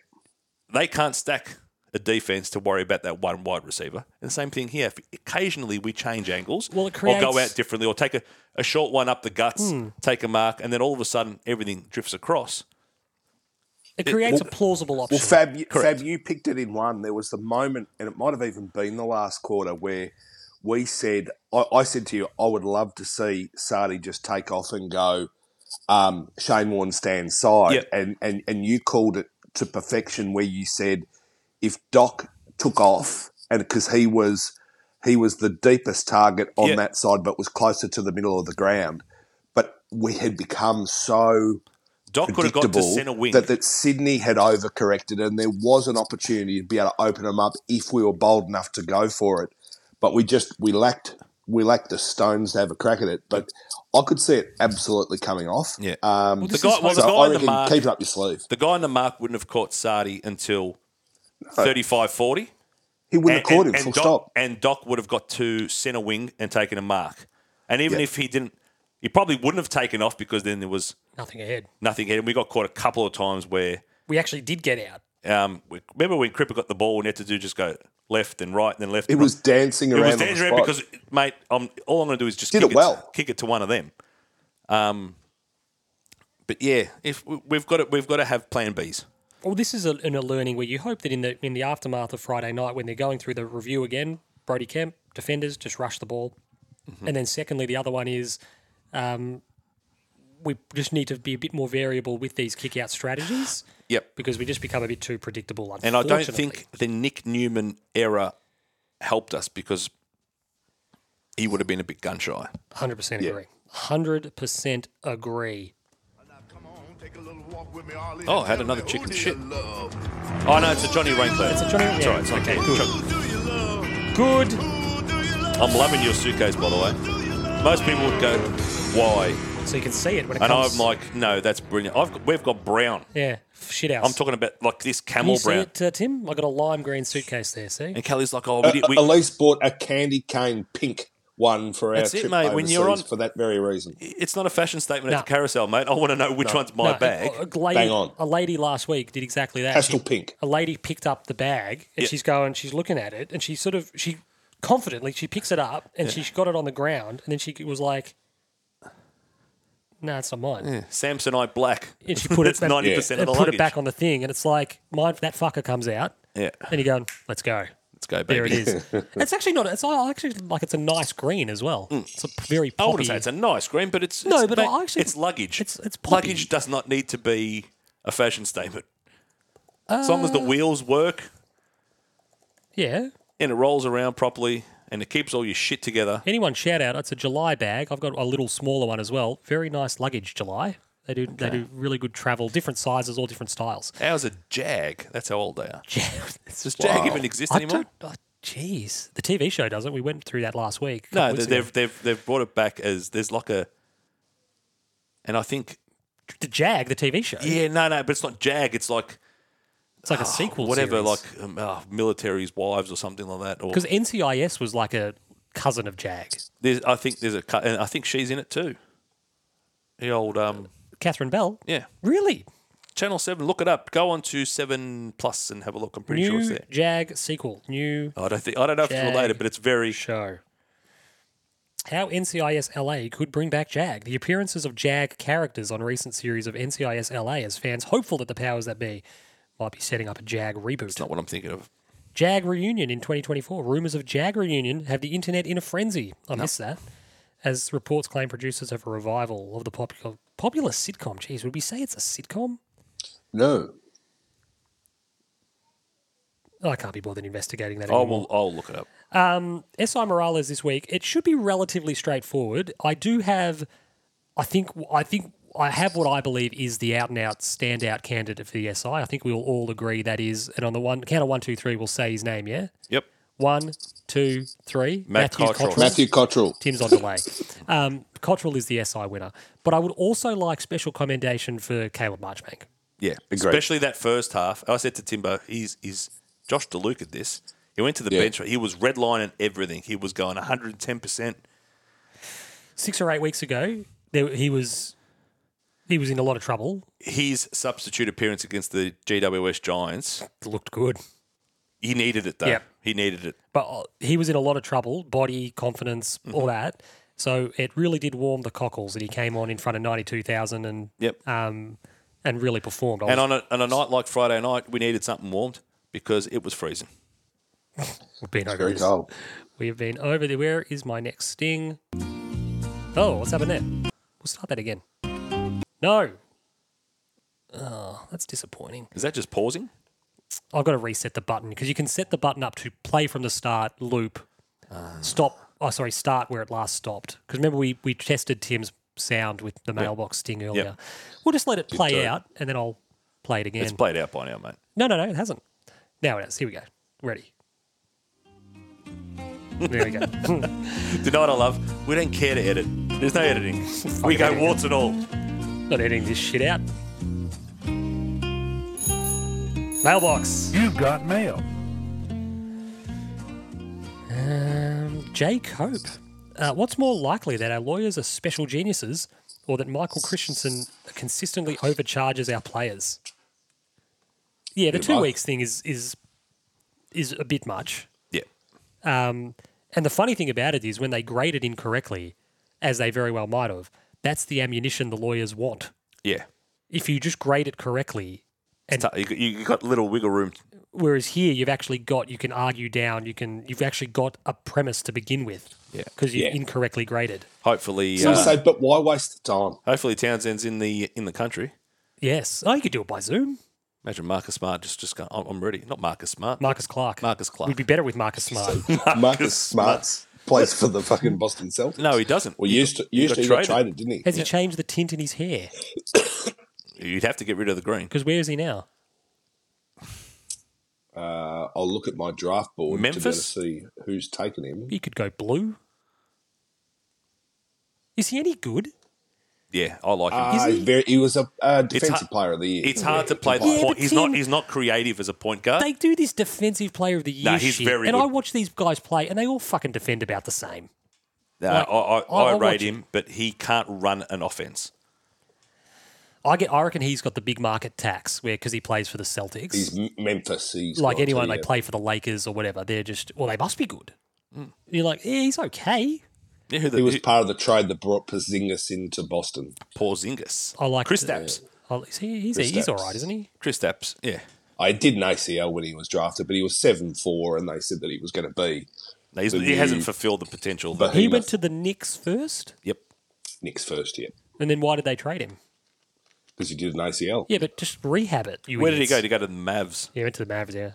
they can't stack a defense to worry about that one wide receiver. And the same thing here. If occasionally we change angles Well, it or go creates- Hmm. out differently or take a, a short one up the guts, take a mark, and then all of a sudden everything drifts across. It creates a plausible option. Well, Fab, Fab, you picked it in one. There was the moment, and it might have even been the last quarter, where we said, I, I said to you, I would love to see Sardi just take off and go um, Shane Warne stand side. Yep. And, and, and you called it to perfection where you said, if Doc took off, and because he was he was the deepest target on Yep. that side, but was closer to the middle of the ground. But we had become so Doc could have got to predictable center wing. That, that Sydney had overcorrected and there was an opportunity to be able to open them up if we were bold enough to go for it. But we just we lacked we lacked the stones to have a crack at it. But I could see it absolutely coming off. Yeah. Um, the guy- well, the so guy I in the reckon mark- keep it up your sleeve. the guy in the mark wouldn't have caught Sardi until 35 40. He wouldn't have caught him. full Doc, stop. and Doc would have got to centre wing and taken a mark. And even Yeah. if he didn't, he probably wouldn't have taken off because then there was Nothing ahead. nothing. And we got caught a couple of times where, We actually did get out. um, we, remember when Cripper got the ball and he had to do just go left and right and then left. It and was right. dancing it around. was on the dangerous spot. because, mate, I'm, all I'm going to do is just Did kick it well. kick it to one of them. Um, but yeah, if we- we've got to, we've got to have plan Bs. Well, this is a, in a learning where you hope that in the in the aftermath of Friday night, when they're going through the review again, Brody Kemp defenders just rush the ball, Mm-hmm. and then secondly, the other one is. Um, we just need to be a bit more variable with these kick out strategies Yep. because we just become a bit too predictable. And I don't unfortunately. think the Nick Newman era helped us because he would have been a bit gun shy. 100% agree. 100% agree. Oh, I had another chicken shit. Oh no, it's a Johnny Rainclair. It's a Johnny- It's yeah, alright. It's okay. Johnny- Good. I'm loving your suitcase, by the way. Most people would go, "Why?" So you can see it when it And comes. I'm like, "No, that's brilliant." I've got, we've got brown. yeah, shit out. I'm talking about like this Can you camel see brown. it, uh, Tim? I got a lime green suitcase there. See, And Kelly's like, "Oh, we did." Uh, We, Elise bought a candy cane pink one for our That's it, trip mate. overseas When you're on- for that very reason. it's not a fashion statement No. at the carousel, mate. I want to know which one's my No, bag. A, a lady, Bang on. A lady last week did exactly that. Pastel She- pink. A lady picked up the bag and Yeah. she's going. She's looking at it and she sort of she confidently she picks it up and she got it on the ground and then she was like, "No, nah, it's not mine." Samsonite black. And she put it That's back, ninety percent and of the put luggage. it back on the thing and it's like mine. That fucker comes out. Yeah. And you're going, "Let's go." Let's go, baby. There it is. it's actually not. It's all- actually like it's a nice green as well. It's a p- very Mm. I poppy. wouldn't say it's a nice green, but it's No, it's, but I actually- it's luggage. it's- it's poppy. luggage does not need to be a fashion statement. as long as Uh, the wheels work yeah. and it rolls around properly and it keeps all your shit together. Anyone shout out? It's a July bag. I've got a little smaller one as well. Very nice luggage, July. They do they do really good travel, different sizes, all different styles. Ours are Jag. That's how old they are. Jeez, Does Jag even exist I anymore? don't. oh, Jeez, the TV show doesn't. We went through that last week. a couple No, weeks they- ago. they've they've they've brought it back as there's like a, and I think the Jag, the TV show. yeah, no, no, but it's not Jag. It's like It's like a sequel, whatever, like um, oh, military's wives or something like that. Or because NCIS was like a cousin of Jag. there's, I think there's a, cu- and I think she's in it too. The old um, Catherine Bell. yeah. Really, Channel Seven. Look it up. Go on to Seven Plus and have a look. I'm pretty new sure it's there. Jag sequel, new I don't think I don't know if it's related, Jag. but it's very. show. How NCIS LA could bring back Jag. The appearances of Jag characters on recent series of NCIS LA as fans hopeful that the powers that be might be setting up a Jag reboot. It's not what I'm thinking of. Jag reunion in 2024. Rumors of Jag reunion have the internet in a frenzy. I miss that. As reports claim producers of a revival of the popular popular sitcom. Jeez, would we say it's a sitcom? No. Oh, I can't be bothered investigating that I anymore. Oh, will. I'll look it up. Um, SI Morales this week. It should be relatively straightforward. I do have, I think, I think I have what I believe is the out and out standout candidate for the SI. I think we will all agree that is. And on the one count of one, two, three, we'll say his name. Yeah, Yep. one, two, three. Matt Cottrell. Matthew Cottrell. Tim's on delay. Um, Cottrell is the SI winner, but I would also like special commendation for Caleb Marchbank. Yeah, Agreed. especially that first half. I said to Timbo, he's is Josh DeLuke at this. He went to the Yeah. bench. He was redlining everything. He was going 110. percent Six or eight weeks ago, there, he was he was in a lot of trouble. His substitute appearance against the GWS Giants, Looked good, he needed it though. Yep. He needed it. but uh, he was in a lot of trouble. Body confidence, Mm-hmm. all that. So it really did warm the cockles that he came on in front of ninety two thousand and Yep. um, and really performed. I and was- on a, on a night like Friday night, we needed something warmed because it was freezing. we've been over Very this. cold. We've been over there. Where is my next sting? Oh, what's happened there? We'll start that again. No. Oh, that's disappointing. Is that just pausing? I've got to reset the button because you can set the button up to play from the start, loop, stop. Oh, sorry, start where it last stopped. Because remember, we, we tested Tim's sound with the mailbox sting earlier. We'll just let it play do. out and then I'll play it again. It's played out by now, mate. No, no, no, it hasn't. Now it is. Here we go. Ready. There we go. Do you know what I love? We don't care to edit. There's no editing. we go editing. warts and all. Not editing this shit out. Mailbox. You got mail. Um, Jay Cope. Uh, what's more likely that our lawyers are special geniuses or that Michael Christensen consistently overcharges our players? Yeah, the of two both. weeks thing is is is a bit much. Yeah. Um, and the funny thing about it is when they grade it incorrectly, as they very well might have, that's the ammunition the lawyers want. Yeah. If you just grade it correctly, It's tou- You you got little wiggle room. whereas here you've actually got you can argue down, you can you've actually got a premise to begin with. Yeah. Because you've Yeah. incorrectly graded. Hopefully, Some uh, say, but why waste the time? hopefully Townsend's in the in the country. Yes. Oh, you could do it by Zoom. Imagine Marcus Smart just just going, I'm I'm ready. Not Marcus Smart. Marcus Clark. Marcus Clark. We'd be better with Marcus Smart. Marcus Smart's plays for the fucking Boston Celtics. no, he doesn't. Well, used to, used got to he got traded. traded, didn't he? Has he changed the tint in his hair? You'd have to get rid of the green. Because where is he now? Uh, I'll look at my draft board Memphis? to be able to see who's taken him. He could go blue. Is he any good? Yeah, I like him. Uh, he? he's very, he was a uh, defensive hard- player of the year. it's hard to play the Ah, Yeah, point. but He's Tim- not. He's not creative as a point guard. They do this defensive player of the year Uh, Nah, he's shit, very and good. I watch these guys play, and they all fucking defend about the same. No, like, I, I, I- I I, watch rate him, but he can't run an offense. I get. I reckon he's got the big market tax where because he plays for the Celtics. He's M- Memphis. He's like got anyone to, they yeah. play for the Lakers or whatever, they're just well, they must be good. Mm. You're like, yeah, he's okay. Yeah, who the, He was who- part of the trade that brought Porzingis into Boston. Porzingis. I like Chris that. Stapps. Oh, is he- he's Chris he's all Stapps. right, isn't he? Chris Stapps. Yeah, I did an ACL when he was drafted, but he was seven four, and they said that he was going to be No, he's, The he hasn't new- fulfilled the potential. But- He, He went must- to the Knicks first, yep. Nick's first year and then why did they trade him? because he did an ACL. Yeah, but just rehab it. You Where did he idiots. go to go to the Mavs? He went to the Mavericks, yeah,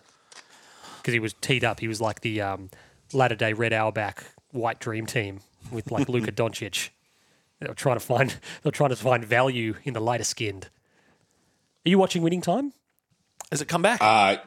because he was teed up. He was like the um, latter day Red Auerbach White Dream Team with like Luka Doncic. They were trying to find they were trying to find value in the lighter skinned. Are you watching Winning Time? Has it come back? Uh,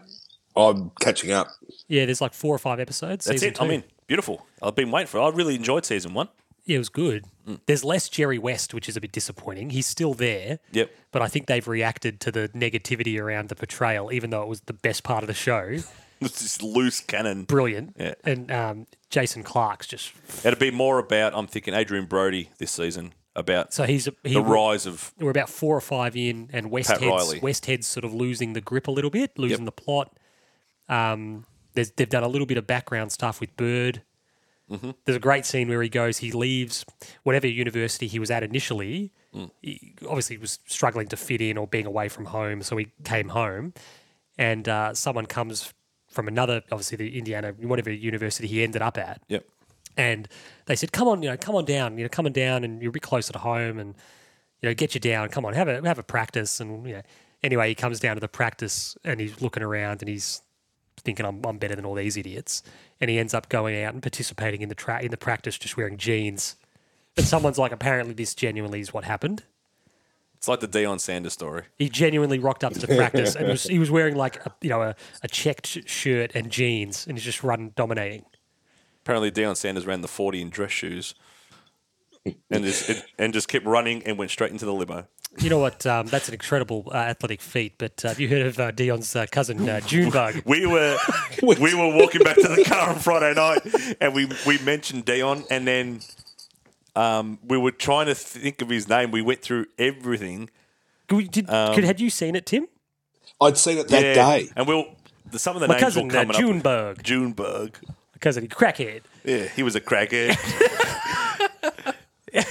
I'm catching up. Yeah, there's like four or five episodes. That's season it. I'm two. in. Beautiful. I've been waiting for. it. I really enjoyed season one. Yeah, it was good. Mm. There's less Jerry West, which is a bit disappointing. He's still there. Yep. But I think they've reacted to the negativity around the portrayal, even though it was the best part of the show. It's just loose cannon. Brilliant. Yeah. And um, Jason Clark's just It'd be more about. I'm thinking Adrian Brody this season about so he's he, the rise of. we're about four or five in, and West Pat Head's, Riley. West Head's sort of losing the grip a little bit, losing the plot. Um, there's, they've done a little bit of background stuff with Bird. Mm-hmm. There's a great scene where he goes, he leaves whatever university he was at initially. Mm. He obviously was struggling to fit in or being away from home, so he came home, and uh, someone comes from another, obviously the Indiana, whatever university he ended up at, Yep. and they said, "Come on, you know, come on down, you know, come on down, and you'll be closer to home, and you know, get you down. Come on, have a have a practice." And you know, anyway, he comes down to the practice, and he's looking around, and he's thinking I'm, I'm better than all these idiots, and he ends up going out and participating in the tra- in the practice, just wearing jeans. And someone's like, apparently this genuinely is what happened. It's like the Dion Sanders story. He genuinely rocked up to the practice and was, he was wearing like a, you know a, a checked sh- shirt and jeans, and he's just run dominating. Apparently, Dion Sanders ran the 40 in dress shoes and just, it, and just kept running and went straight into the limo. You know what? Um, that's an incredible uh, athletic feat. But uh, have you heard of uh, Dion's uh, cousin uh, Junebug? We were we were walking back to the car on Friday night, and we we mentioned Dion, and then um, we were trying to think of his name. We went through everything. Could, did, Um, could, had you seen it, Tim? I'd seen it that day. and we'll the- some of the My names cousin were uh, coming up. Junebug, Juneberg. my cousin crackhead. Yeah, he was a crackhead.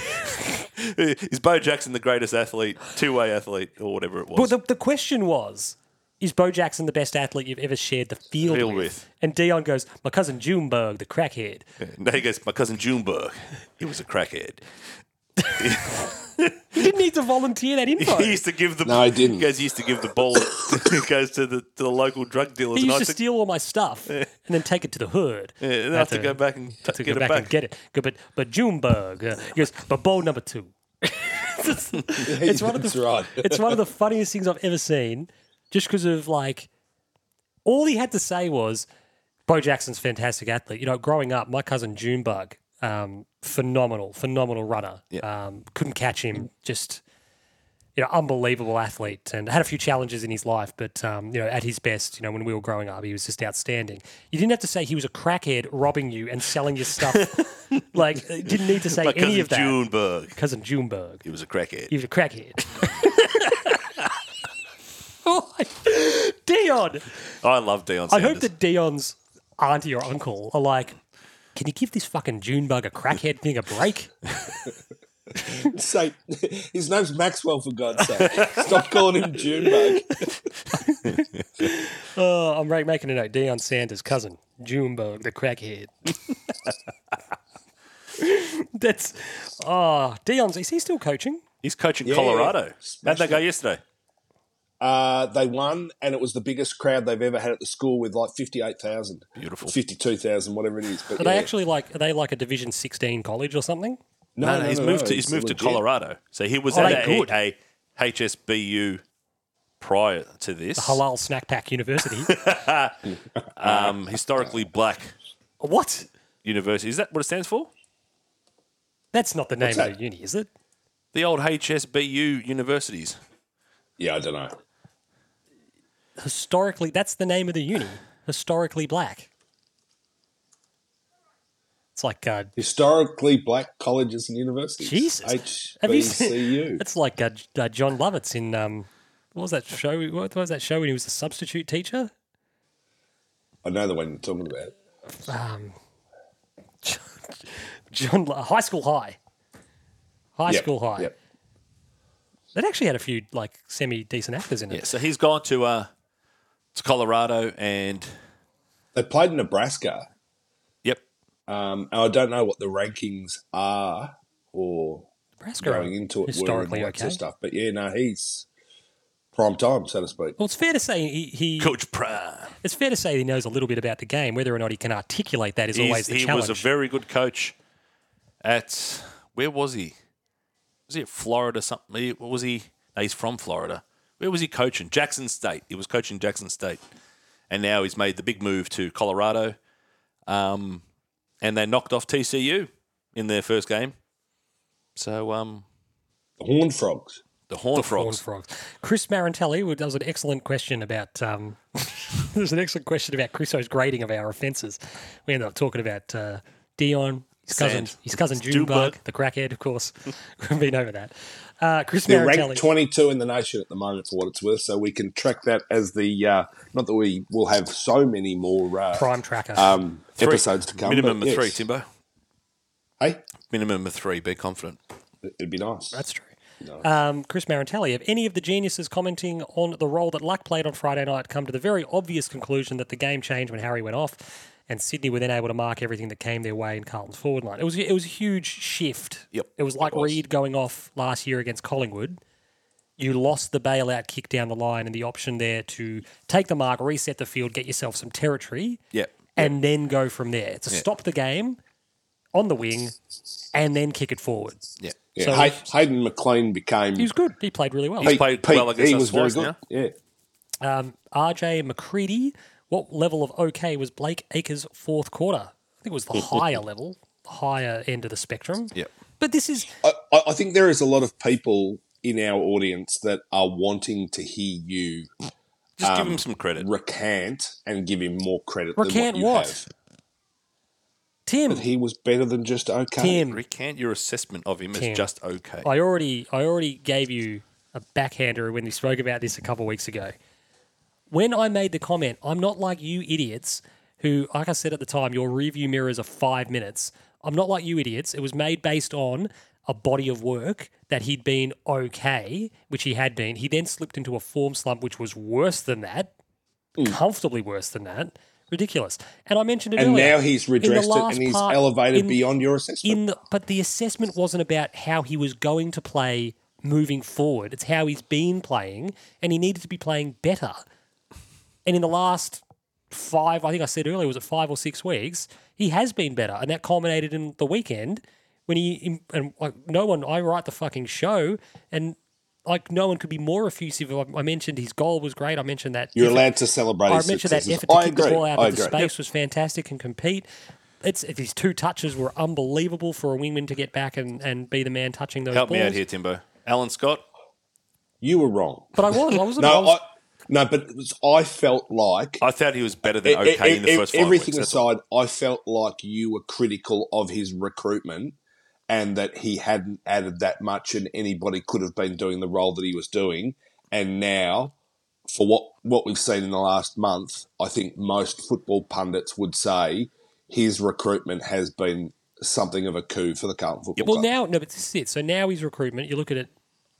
Is Bo Jackson the greatest athlete, two-way athlete, or whatever it But was? the, the question was, is Bo Jackson the best athlete you've ever shared the field, Field with? with. And Dion goes, my cousin Junebug, the crackhead. No, he goes, my cousin Juneberg. He was a crackhead. You didn't need to volunteer that info. He used to give the. No, I didn't. He goes, he used to give the ball. he goes to the to the local drug dealers, He and used I to used to, steal all my stuff and then take it to the hood. yeah, and I I have to, had go back and had to get go it back, back. and get it. Go, But but Junebug, uh, he goes, but bowl number two. it's, one of That's the right. it's one of the funniest things I've ever seen, just because of like all he had to say was, Bo Jackson's fantastic athlete. You know, growing up, my cousin Junebug, um, phenomenal, phenomenal runner. Um, couldn't catch him. Just you know, unbelievable athlete, and had a few challenges in his life. But um, you know, at his best, you know, when we were growing up, he was just outstanding. You didn't have to say he was a crackhead robbing you and selling your stuff. like, you didn't need to say My any cousin of that. Juneberg. Cousin Junebug, He was a crackhead. he was a crackhead. Oh, I- Dion, I love Dion. I Sanders. hope that Dion's auntie or uncle are like, can you give this fucking Junebug a crackhead thing a break? So his name's Maxwell for God's sake. Stop calling him Junebug. Oh, I'm right making a note. Dion Sanders' cousin, Junebug, the crackhead. That's oh, Dion's. Is he still coaching? he's coaching Colorado. How'd Smashed they go yesterday? Uh, they won, and it was the biggest crowd they've ever had at the school with like fifty-eight thousand. Beautiful. Fifty-two thousand, whatever it is. But Are yeah. they actually like? Are they like a Division 16 college or something? No, No, no, he's moved to he's it's moved to legit. Colorado. So he was Oh, at they good. a, a HSBU prior to this. Halal Snack Pack University. Um, historically black what? university. Is that what it stands for? That's not the name of that? the uni, is it? The old HSBU universities. Yeah, I don't know. Historically, that's the name of the uni. Historically black. It's like uh, Historically black colleges and universities. Jesus. Have you seen? HBCU. That's like uh, J- uh, John Lovitz in um, what was that show? What was that show when he was a substitute teacher? I know the one you're talking about. John Lo- High School High, High Yep, School High. yep. That actually had a few like semi decent actors in it. Yeah, so he's gone to uh to Colorado and They played Nebraska. yep. Um, and I don't know what the rankings are or Nebraska are going into it historically were and all that okay. sort of stuff. But yeah, no, he's prime time, so to speak. Well, it's fair to say he, he Coach Prime. it's fair to say he knows a little bit about the game. Whether or not he can articulate that is always He's, the he challenge. was a very good coach at where was he? Was he at Florida something? He- What was he? No, he's from Florida. Where was he coaching? Jackson State. He was coaching Jackson State, and now he's made the big move to Colorado. Um, and they knocked off TCU in their first game. So um, The Horn Frogs. the Horn Horned Frogs. frogs. Chris Marantelli well, that was an excellent question about. Um, there's an excellent question about Crusoe's grading of our offences. We ended up talking about uh, Dion, his cousin, Sand. his cousin Stu Bug. Junebug, the crackhead, of course. We've been over that. Uh, Chris They're Marantelli. ranked 22 in the nation at the moment, for what it's worth. So we can track that as the uh, not that we will have so many more uh, Prime tracker. um, Three. episodes to come. Minimum but of three, yes. Timbo. Hey, Minimum of three. Be confident. it'd be nice. That's true. Um, Chris Marantelli, have any of the geniuses commenting on the role that Luck played on Friday night come to the very obvious conclusion that the game changed when Harry went off and Sydney were then able to mark everything that came their way in Carlton's forward line? It was, it was a huge shift. Yep, It was like Reed going off last year against Collingwood you lost the bailout kick down the line and the option there to take the mark, reset the field, get yourself some territory, Yep. and then go from there. To stop the game on the wing and then kick it forward. Yeah. Yeah, So- Hay- Hayden McLean became He was good. He played really well. He's played well against he us was very twice good. now. Yeah, Um, RJ McCready, what level of OK was Blake Acres' fourth quarter? I think it was the higher level, the higher end of the spectrum. Yep. But this is I, I- I think there is a lot of people in our audience that are wanting to hear you Just Um, give him some credit. recant and give him more credit. Recant than what? You what? Have. Tim. But he was better than just okay. Tim, Recant your assessment of him Tim. as just okay. I already I already gave you a backhander when we spoke about this a couple of weeks ago. When I made the comment, I'm not like you idiots who, like I said at the time, your review mirrors are five minutes. I'm not like you idiots. It was made based on a body of work that he'd been okay, which he had been. He then slipped into a form slump, which was worse than that, comfortably worse than that. Ridiculous. And I mentioned it Mm. and earlier. now he's In the redressed it last and he's part- elevated in- beyond your assessment. in the, but the assessment wasn't about how he was going to play moving forward. It's how he's been playing, and he needed to be playing better. And in the last five, I think I said earlier, was it five or six weeks? He has been better, and that culminated in the weekend when he and like no one. I write the fucking show, and like no one could be more effusive. I I mentioned his goal was great. I mentioned that You're effort- allowed to celebrate. I his mentioned that successes. effort to I kick agree. the ball out I of the agree. space was fantastic and compete. It's if his two touches were unbelievable for a wingman to get back and, and be the man touching those Help balls. me out here, Timbo. Alan Scott. You were wrong. But I was, I wasn't. I No, was, I, no, but it was, I felt like I thought he was better than E- okay e- in the e- first five everything weeks. That's all. aside, I felt like you were critical of his recruitment and that he hadn't added that much, and anybody could have been doing the role that he was doing. And now, for what what we've seen in the last month, I think most football pundits would say his recruitment has been something of a coup for the Carlton Football well, Club. now no, but this is it. So now his recruitment. You look at it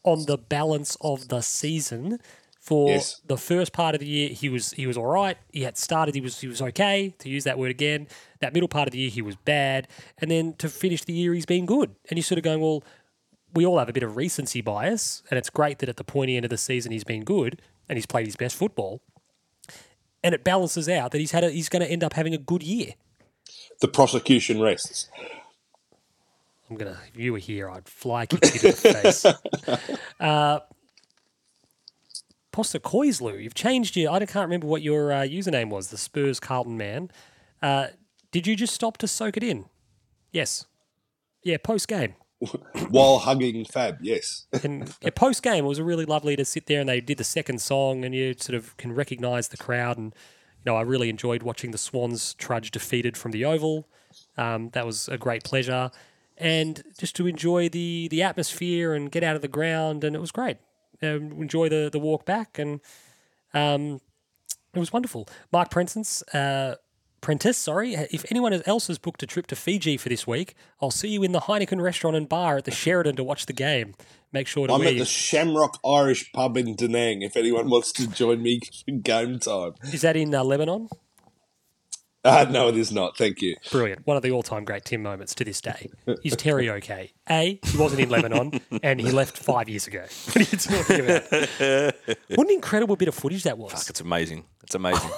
on the balance of the season. For Yes. the first part of the year, he was he was all right. He had started. He was he was okay. To use that word again. That middle part of the year, he was bad, and then to finish the year, he's been good. And you're sort of going, well, we all have a bit of recency bias, and it's great that at the pointy end of the season he's been good and he's played his best football, and it balances out that he's had a, he's going to end up having a good year. the prosecution rests. I'm gonna. If you were here, I'd fly kick you to the face. Uh, Posta Koizlu, you've changed your. I don't- can't remember what your uh, username was. The Spurs Carlton man. Uh, did you just stop to soak it in? Yes. Yeah, post game. While hugging Fab, yes. And yeah, post game, it was really lovely to sit there and they did the second song, and you sort of can recognise the crowd. And you know, I really enjoyed watching the Swans trudge defeated from the Oval. Um, that was a great pleasure, and just to enjoy the the atmosphere and get out of the ground, and it was great. Um, enjoy the the walk back, and um, it was wonderful. Mark Prentice, uh, Prentice, sorry. If anyone else has booked a trip to Fiji for this week, I'll see you in the Heineken restaurant and bar at the Sheridan to watch the game. Make sure to I'm wear at your- the Shamrock Irish Pub in Da Nang if anyone wants to join me for game time. Is that in uh, Lebanon? Uh, no, it is not. Thank you. Brilliant. One of the all-time great Tim moments to this day. Is Terry okay? A, he wasn't in Lebanon and he left five years ago. What are you talking about? What an incredible bit of footage that was. It's amazing. It's amazing.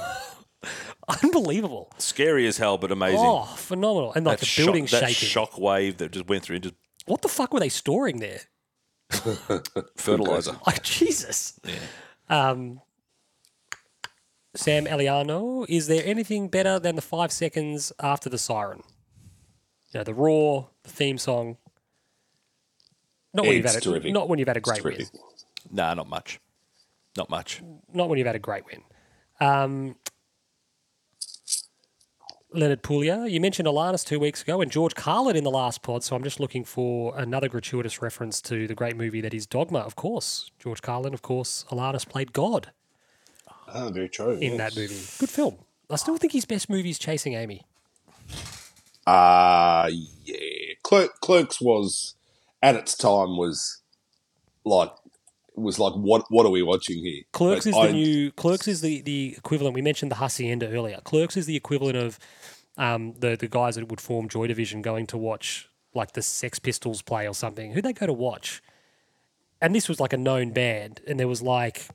Unbelievable. Scary as hell, but amazing. Oh, phenomenal. And like that the building shock, that shaking. shock wave that just went through and just What the fuck were they storing there? fertilizer. Like Jesus. Um, Sam Eliano, is there anything better than the five seconds after the siren? You know, the roar, the theme song. Not when you've It's had a, terrific. not when you've had a great win. terrific. Nah, not much. Not much. Not when you've had a great win. Um, Leonard Puglia, you mentioned Alanis two weeks ago and George Carlin in the last pod, so I'm just looking for another gratuitous reference to the great movie that is Dogma, of course. George Carlin, of course. Alanis played God. Oh, very true. in that movie. Good film. I still think his best movie is Chasing Amy. Uh, yeah. Clerk, Clerks was, at its time, was like, was like, what What are we watching here? Clerks is Like, the I- new Clerks is the, the equivalent. We mentioned the Hacienda earlier. Clerks is the equivalent of um, the the guys that would form Joy Division going to watch like the Sex Pistols play or something. Who'd they go to watch? and this was like a known band, and there was like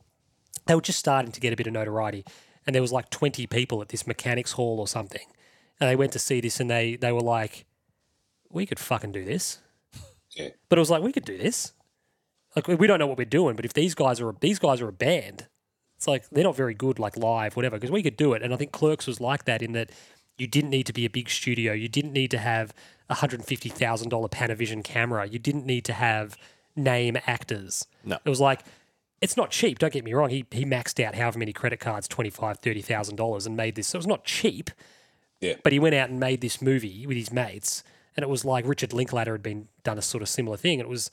they were just starting to get a bit of notoriety, and there was like twenty people at this mechanics hall or something, and they went to see this, and they they were like, "We could fucking do this," Yeah. but it was like we could do this. Like we don't know what we're doing, but if these guys are a, these guys are a band, it's like they're not very good like live, whatever, because we could do it. And I think Clerks was like that in that you didn't need to be a big studio, you didn't need to have a hundred fifty thousand dollar Panavision camera, you didn't need to have name actors. No. it was like it's not cheap. Don't get me wrong. He he maxed out however many credit cards twenty five thirty thousand dollars and made this. So it's not cheap but he went out and made this movie with his mates, and it was like Richard Linklater had been done a sort of similar thing. It was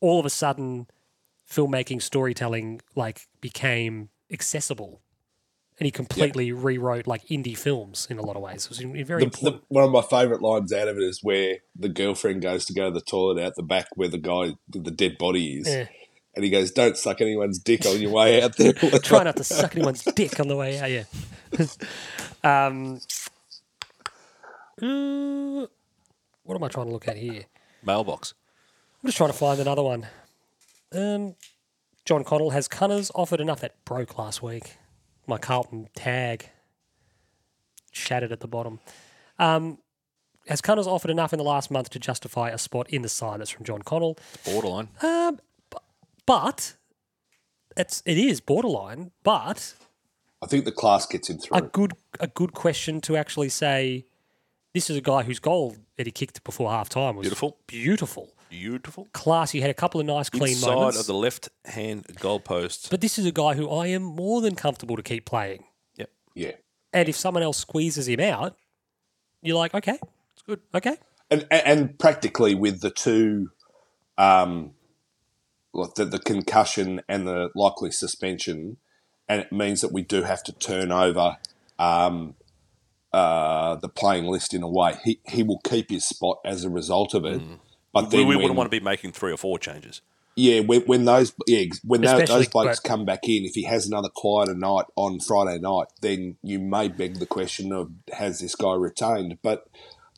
all of a sudden filmmaking storytelling like became accessible, and he completely rewrote like indie films in a lot of ways. It was in- in very The, important. the, one of my favourite lines out of it is where the girlfriend goes to go to the toilet out the back where the guy, the dead body is. And he goes, Don't suck anyone's dick on your way out there. Try not to suck anyone's dick on the way out. Yeah. um, uh, what am I trying to look at here? Mailbox. I'm just trying to find another one. Um, John Connell has Cunners offered enough that broke last week. My Carlton tag shattered at the bottom. Um, has Cunners offered enough in the last month to justify a spot in the side? That's from John Connell. Borderline. Um, bu- but it's it is borderline. But I think the class gets him a through. good a good question to actually say. This is a guy whose goal that he kicked before half time was Beautiful. beautiful, Beautiful. classy. Had a couple of nice clean Inside moments. of the left hand goalpost. But this is a guy who I am more than comfortable to keep playing. Yep. yeah. And if someone else squeezes him out, you're like, okay, it's good. Okay. and and- and practically with the two, um, like the, the concussion and the likely suspension, and it means that we do have to turn over um, uh, the playing list in a way. He he will keep his spot as a result of it, but We, then we when, wouldn't want to be making three or four changes. yeah, when, when those yeah ex- when tho- Especially- those blokes but- come back in, if he has another quieter night on Friday night, then you may beg the question of has this guy retained? But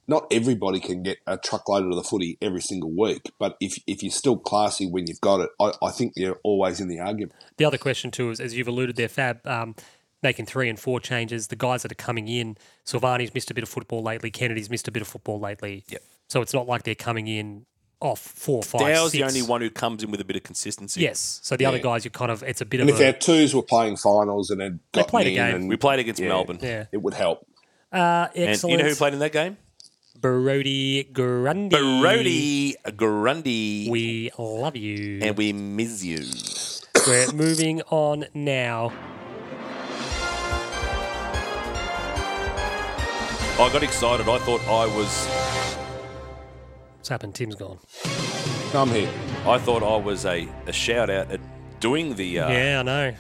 not everybody can get a truckload of the footy every single week. But if if you're still classy when you've got it, I, I think you're always in the argument. The other question, too, is as you've alluded there, Fab, um, making three and four changes, the guys that are coming in, Silvani's missed a bit of football lately, Kennedy's missed a bit of football lately. Yep. So it's not like they're coming in off four, five, Dow's the six. only one who comes in with a bit of consistency. Yes. So the other guys, you're kind of, it's a bit And of if a. our twos were playing finals and had got played a in game. and We played against Melbourne. yeah. it would help. Uh, And excellent. you know who played in that game? Brody Grundy. Brody Grundy. We love you. and we miss you. We're moving on now. I got excited. I thought I was. What's happened? Tim's gone. Come here. I thought I was a, a shout out at doing the. Uh, Yeah, I know.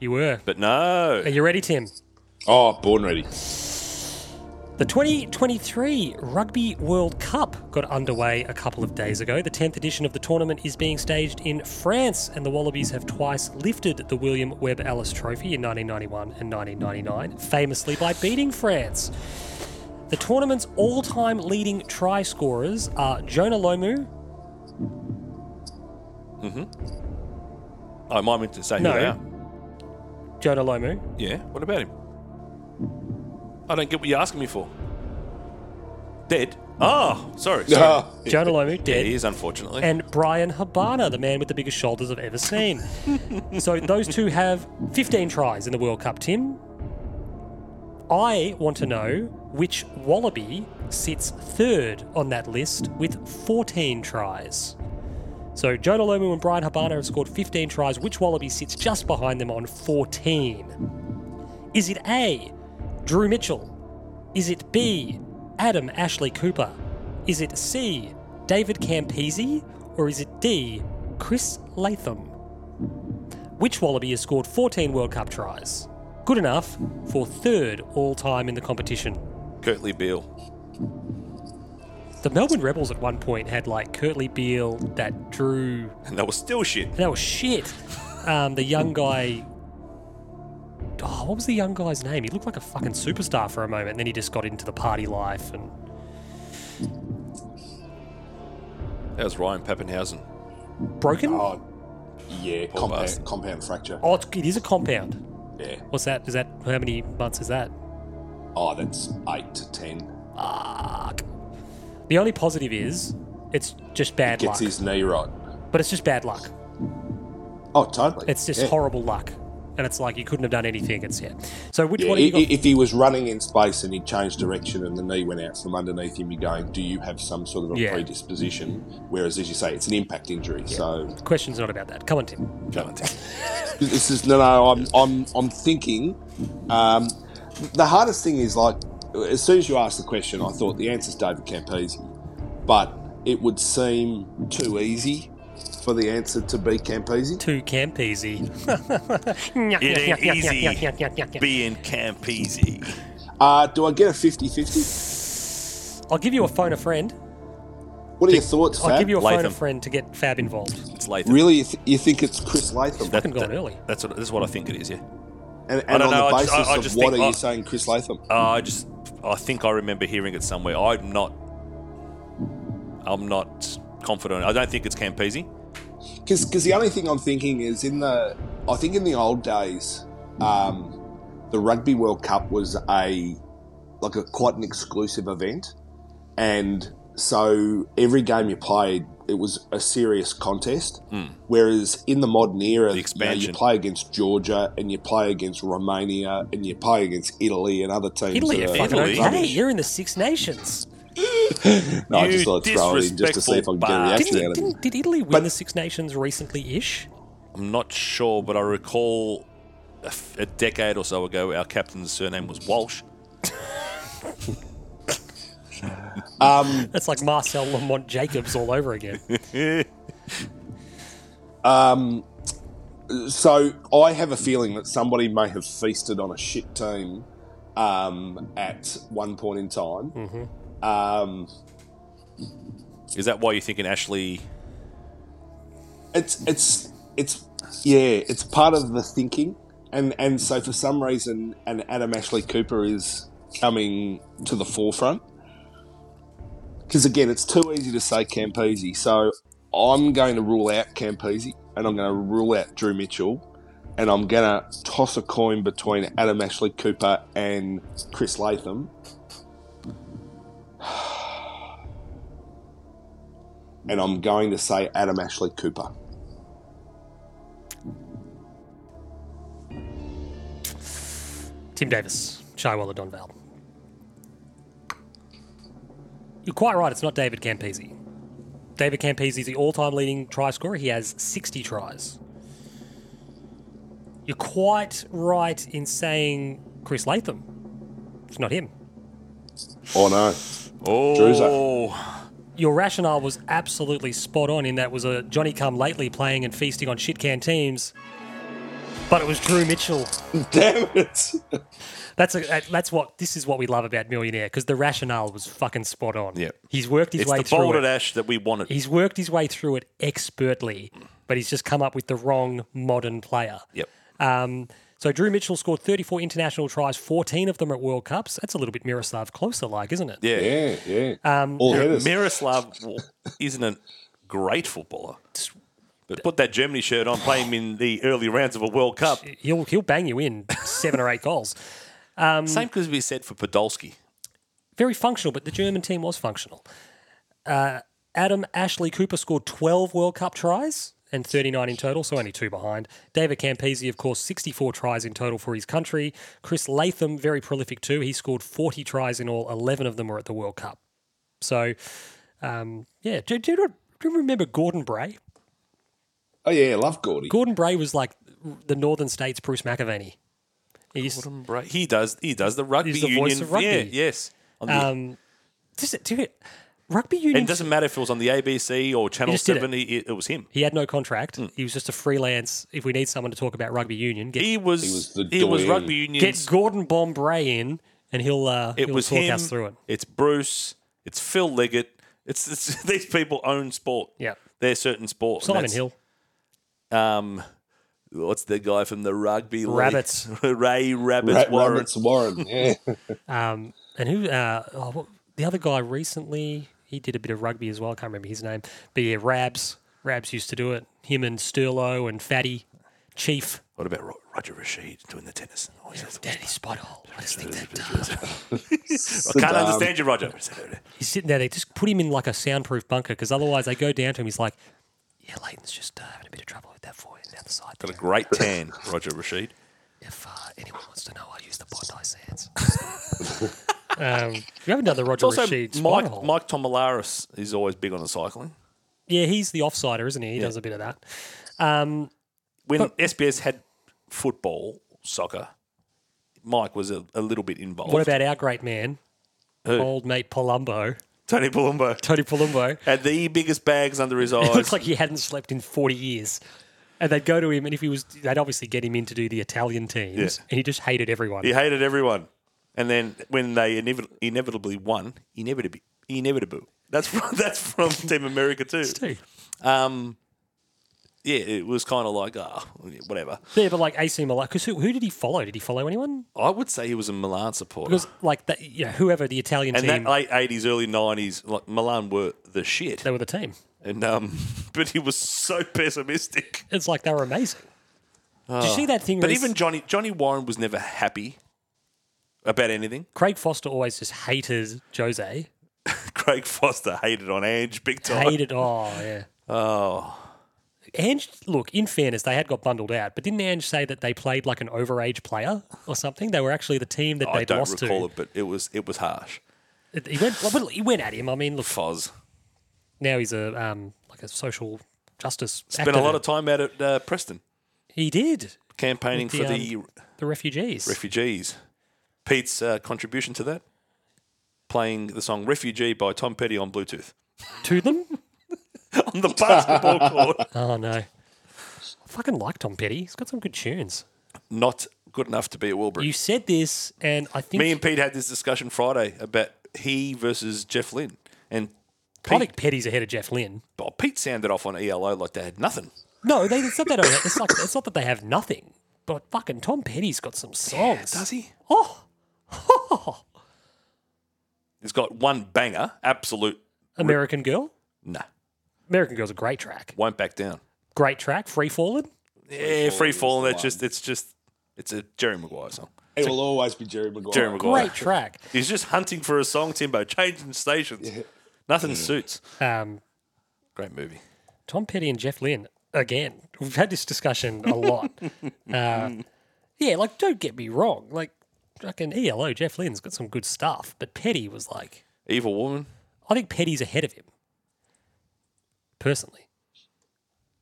You were. But no. Are you ready, Tim? Oh, born ready. The 2023 Rugby World Cup got underway a couple of days ago. The 10th edition of the tournament is being staged in France, and the Wallabies have twice lifted the William Webb Ellis Trophy in 1991 and 1999, famously by beating France. The tournament's all time leading try scorers are Jonah Lomu. I might meant to say who No. they are. Jonah Lomu. Yeah. What about him? I don't get what you're asking me for. Dead. Oh, sorry. sorry. Ah, Jonah Lomu, Yeah, dead. he is, unfortunately. and Brian Habana, the man with the biggest shoulders I've ever seen. so those two have 15 tries in the World Cup, Tim. I want to know which Wallaby sits third on that list with 14 tries. So Jonah Lomu and Brian Habana have scored 15 tries. Which Wallaby sits just behind them on 14? Is it A, Drew Mitchell? Is it B, Adam Ashley Cooper? Is it C, David Campese? Or is it D, Chris Latham? Which Wallaby has scored 14 World Cup tries? Good enough for third all time in the competition. Curtly Beale. The Melbourne Rebels at one point had like Curtly Beale, that Drew. And that was still shit. That was shit. Um, the young guy. Oh, what was the young guy's name? He looked like a fucking superstar for a moment, and then he just got into the party life and That was Ryan Pappenhausen. broken. oh, Yeah, compound, bastard. compound fracture. Oh, it's, it is a compound. Yeah. What's that? Is that how many months is that? Oh, that's eight to ten. The only positive is it's just bad luck. Gets his knee right. But it's just bad luck. Oh, totally. It's just Yeah. horrible luck. And it's like you couldn't have done anything. It's yeah. So which Yeah, one i- have you got? i- if he was running in space and he changed direction and the knee went out from underneath him, you're going, do you have some sort of a Yeah. predisposition? Whereas, as you say, it's an impact injury. So Question's not about that. Come on, Tim. this is no, no. I'm, I'm, I'm thinking. Um, the hardest thing is like, as soon as you ask the question, I thought the answer's David Campese, but it would seem too easy for the answer to be Campese. Two Campese. It ain't easy being Campese. Uh, do I get a 50-50? I'll give you a phone a friend. What are your thoughts, Fab? I'll give you a phone a Latham. friend to get Fab involved. It's Latham. really, you, th- you think it's Chris Latham? Fucking gone early. That's what, that's what I think it is, yeah. And, I don't and on know, the I basis just- I- I of just what think- are I- you saying, Chris Latham? Uh, I just, I think I remember hearing it somewhere. I'm not, I'm not confident. I don't think it's Campese. Because the only thing I'm thinking is in the, I think in the old days, um, the Rugby World Cup was a, like a quite an exclusive event, and so every game you played, it was a serious contest. Whereas in the modern era, you, know, you Hmm. expansion. play against Georgia and you play against Romania and you play against Italy and other teams. Italy are that are fucking Italy. okay. rubbish. You're in the Six Nations. No, I You just thought I'd throw it in just to see if I disrespectful can get a reaction out Didn't, of him. didn't, did Italy win But- the Six Nations recently-ish? I'm not sure, but I recall a, f- a decade or so ago, our captain's surname was Walsh. That's like Marcel Lamont Jacobs all over again. So I have a feeling that somebody may have feasted on a shit team um, at one point in time. Um, Is that why you're thinking Ashley? it's it's it's yeah, it's part of the thinking, and and so for some reason, an Adam Ashley Cooper is coming to the forefront because again, it's too easy to say Campese. So I'm going to rule out Campese, and I'm going to rule out Drew Mitchell. And I'm gonna toss a coin between Adam Ashley Cooper and Chris Latham. And I'm going to say Adam Ashley Cooper. Tim Davis, Shaiwala Donval. You're quite right. It's not David Campese. David Campese is the all-time leading try scorer. He has 60 tries. You're quite right in saying Chris Latham. It's not him. Oh no. Oh, Your rationale was absolutely spot on in that was a Johnny come lately playing and feasting on shit can teams. But it was Drew Mitchell. Damn it. That's a, that- that's what this is what we love about Millionaire because the rationale was fucking spot on. Yeah. he's worked his it's way the through bolded it. Ash that we wanted. He's worked his way through it expertly, but he's just come up with the wrong modern player. yep. Um, so Drew Mitchell scored 34 international tries, 14 of them at World Cups. That's a little bit Miroslav closer like, isn't it? Yeah. Yeah, yeah. Um, All headers. Miroslav w- isn't a great footballer. But put that Germany shirt on, play him in the early rounds of a World Cup. He'll he'll bang you in seven or eight goals. Same because we said for Podolski. very functional, but the German team was functional. Uh, Adam Ashley Cooper scored 12 World Cup tries and 39 in total, so only two behind. David Campese, of course, 64 tries in total for his country. Chris Latham, very prolific too. He scored 40 tries in all, 11 of them were at the World Cup. So, um, yeah, do, do, you re- do you remember Gordon Bray? Oh yeah, love Gordy. Gordon Bray was like the Northern States Bruce McAvaney. He's, Right. He does. He does the rugby He's the union. voice of rugby. Yeah. Yes. On the, um, just, dude, rugby union. and it doesn't matter if it was on the ABC or Channel just did it. Seven. It. He, it was him. He had no contract. Hmm. He was just a freelance. If we need someone to talk about rugby union, get, He was. He was, was the doyen. rugby union. get Gordon Bombray in, and he'll uh, it he'll was talk him. us through it. It's Bruce. It's Phil Leggett. It's, it's these people own sport. Yeah. They're certain sports. and Simon that's- Hill, Um, what's the guy from the rugby league? Rabbits. Ray Rabbits Ra- Warren. Rabbits Warren. Yeah. and who uh, oh, what, the other guy recently? He did a bit of rugby as well. I can't remember his name, but yeah, Rabs. Rabs used to do it. Him and Sturlo and Fatty, Chief. What about Ro- Roger Rashid doing the tennis? Always has the- Daddy's spot on. I just think that I can't understand you, Roger. he's sitting there. They just put him in like a soundproof bunker because otherwise they go down to him. He's like, "Yeah, Leighton's just uh, having a bit of trouble with that for you down the side. Got a great tan, Roger Rashid. If uh, anyone wants to know, I use the Bondi Sands." um, you haven't done the Roger Also, Rashid spot Mike, hole. Mike Tomalaris is always big on the cycling. Yeah, he's the offsider, isn't he? He does a bit of that. Um, When SBS had football, soccer, Mike was a, a little bit involved. What about our great man, Who? old mate Palumbo, Tony Palumbo? Tony Palumbo? Had the biggest bags under his eyes. It looked like he hadn't slept in 40 years. And they'd go to him, and if he was, they'd obviously get him in to do the Italian teams, Yeah. and he just hated everyone. He hated everyone. And then when they inevit- inevitably won, inevitably, inevitable. That's from, that's from Team America too. Too. Um, yeah, it was kind of like ah, whatever. Yeah, but like AC Milan, because who, who did he follow? Did he follow anyone? I would say he was a Milan supporter. Because like that, you know, whoever the Italian and team, that late eighties, early nineties, like Milan were the shit. they were the team. And um, but he was so pessimistic. It's like they were amazing. Did you see that thing? Oh. But Reece? even Johnny Johnny Warren was never happy about anything. Craig Foster always just hated Jose. Craig Foster hated on Ange big time. Hated. Oh yeah. Oh, Ange, look, in fairness, they had got bundled out, but didn't Ange say that they played like an overage player or something? They were actually the team that I they'd don't lost recall to. it, but it was it was harsh. It- He went, well, but he went at him. I mean, look, Foz now he's a um, like a social justice. spent a lot activist. of time out at uh, Preston He did campaigning The, for um, the the refugees. refugees. Pete's uh, contribution to that, playing the song "Refugee" by Tom Petty on Bluetooth to them. on the basketball court. Oh no. I fucking like Tom Petty. He's got some good tunes. Not good enough to be at Wilbury. You said this, and I think Me and Pete had this discussion Friday about he versus Jeff Lynn, and I Pete, think Petty's ahead of Jeff Lynn. oh, Pete sounded off on ELO like they had nothing. No, they, it's not that. It's, like, it's not that they have nothing, but fucking Tom Petty's got some songs. Does he? Oh, He's got one banger, absolute American Girl. nah, American Girl's a great track. won't back down. Great track. Free Fallen. Yeah, free falling. That's just it's just it's a Jerry Maguire song. It will always be Jerry Maguire. Jerry Maguire. Great track. He's just hunting for a song, Timbo, changing stations. Nothing suits. Um, Great movie. Tom Petty and Jeff Lynne again. We've had this discussion a lot. uh, yeah, like don't get me wrong. Like fucking ELO, Jeff Lynne's got some good stuff, but Petty was like, Evil Woman. I think Petty's ahead of him. Personally,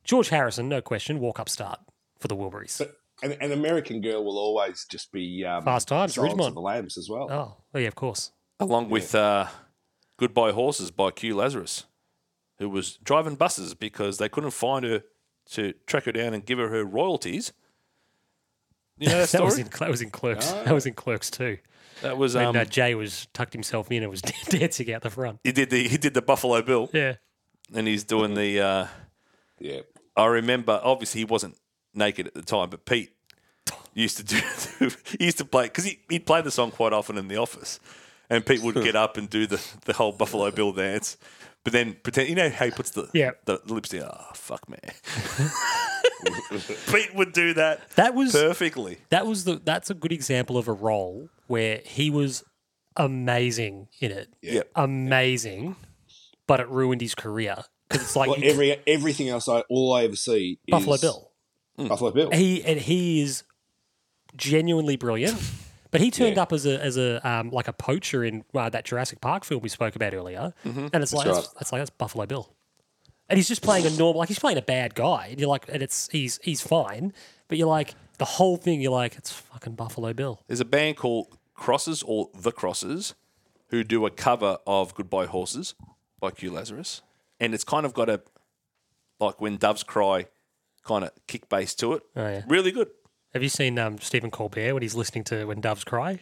George Harrison, no question, walk up start for the Wilburys. And, and American Girl will always just be um, Fast Times, Silence Ridgemont. of the Lambs as well. oh, oh yeah, of course. Along with uh, Goodbye Horses by Q Lazarus, who was driving buses because they couldn't find her to track her down and give her her royalties. You know that, that story? was in that was in Clerks. That was in Clerks too. that was When um, uh, Jay was tucked himself in and was dancing out the front. he did the he did the Buffalo Bill Yeah. and he's doing the uh, Yeah. I remember obviously he wasn't naked at the time, but Pete used to do he used to play because he he'd play the song quite often in the office, and Pete would get up and do the, the whole Buffalo Bill dance, but then pretend you know how he puts the Yeah. the lipstick. Oh fuck man, Pete would do that That was perfectly. that was the that's a good example of a role where he was amazing in it. Yeah. Amazing, but it ruined his career because it's like Well, you- every everything else, I all I ever see is Mm. Buffalo Bill. Buffalo Bill. He and he is genuinely brilliant. But he turned up as a as a um, like a poacher in uh, that Jurassic Park film we spoke about earlier, and it's like right. that's, that's like that's Buffalo Bill, and he's just playing a normal like he's playing a bad guy, and you're like, and it's he's he's fine, but you're like the whole thing, you're like it's fucking Buffalo Bill. There's a band called Crosses or The Crosses who do a cover of Goodbye Horses by Q Lazarus. And it's kind of got a, like when doves cry, kind of kick bass to it. Oh, yeah. Really good. Have you seen um, Stephen Colbert when he's listening to When Doves Cry?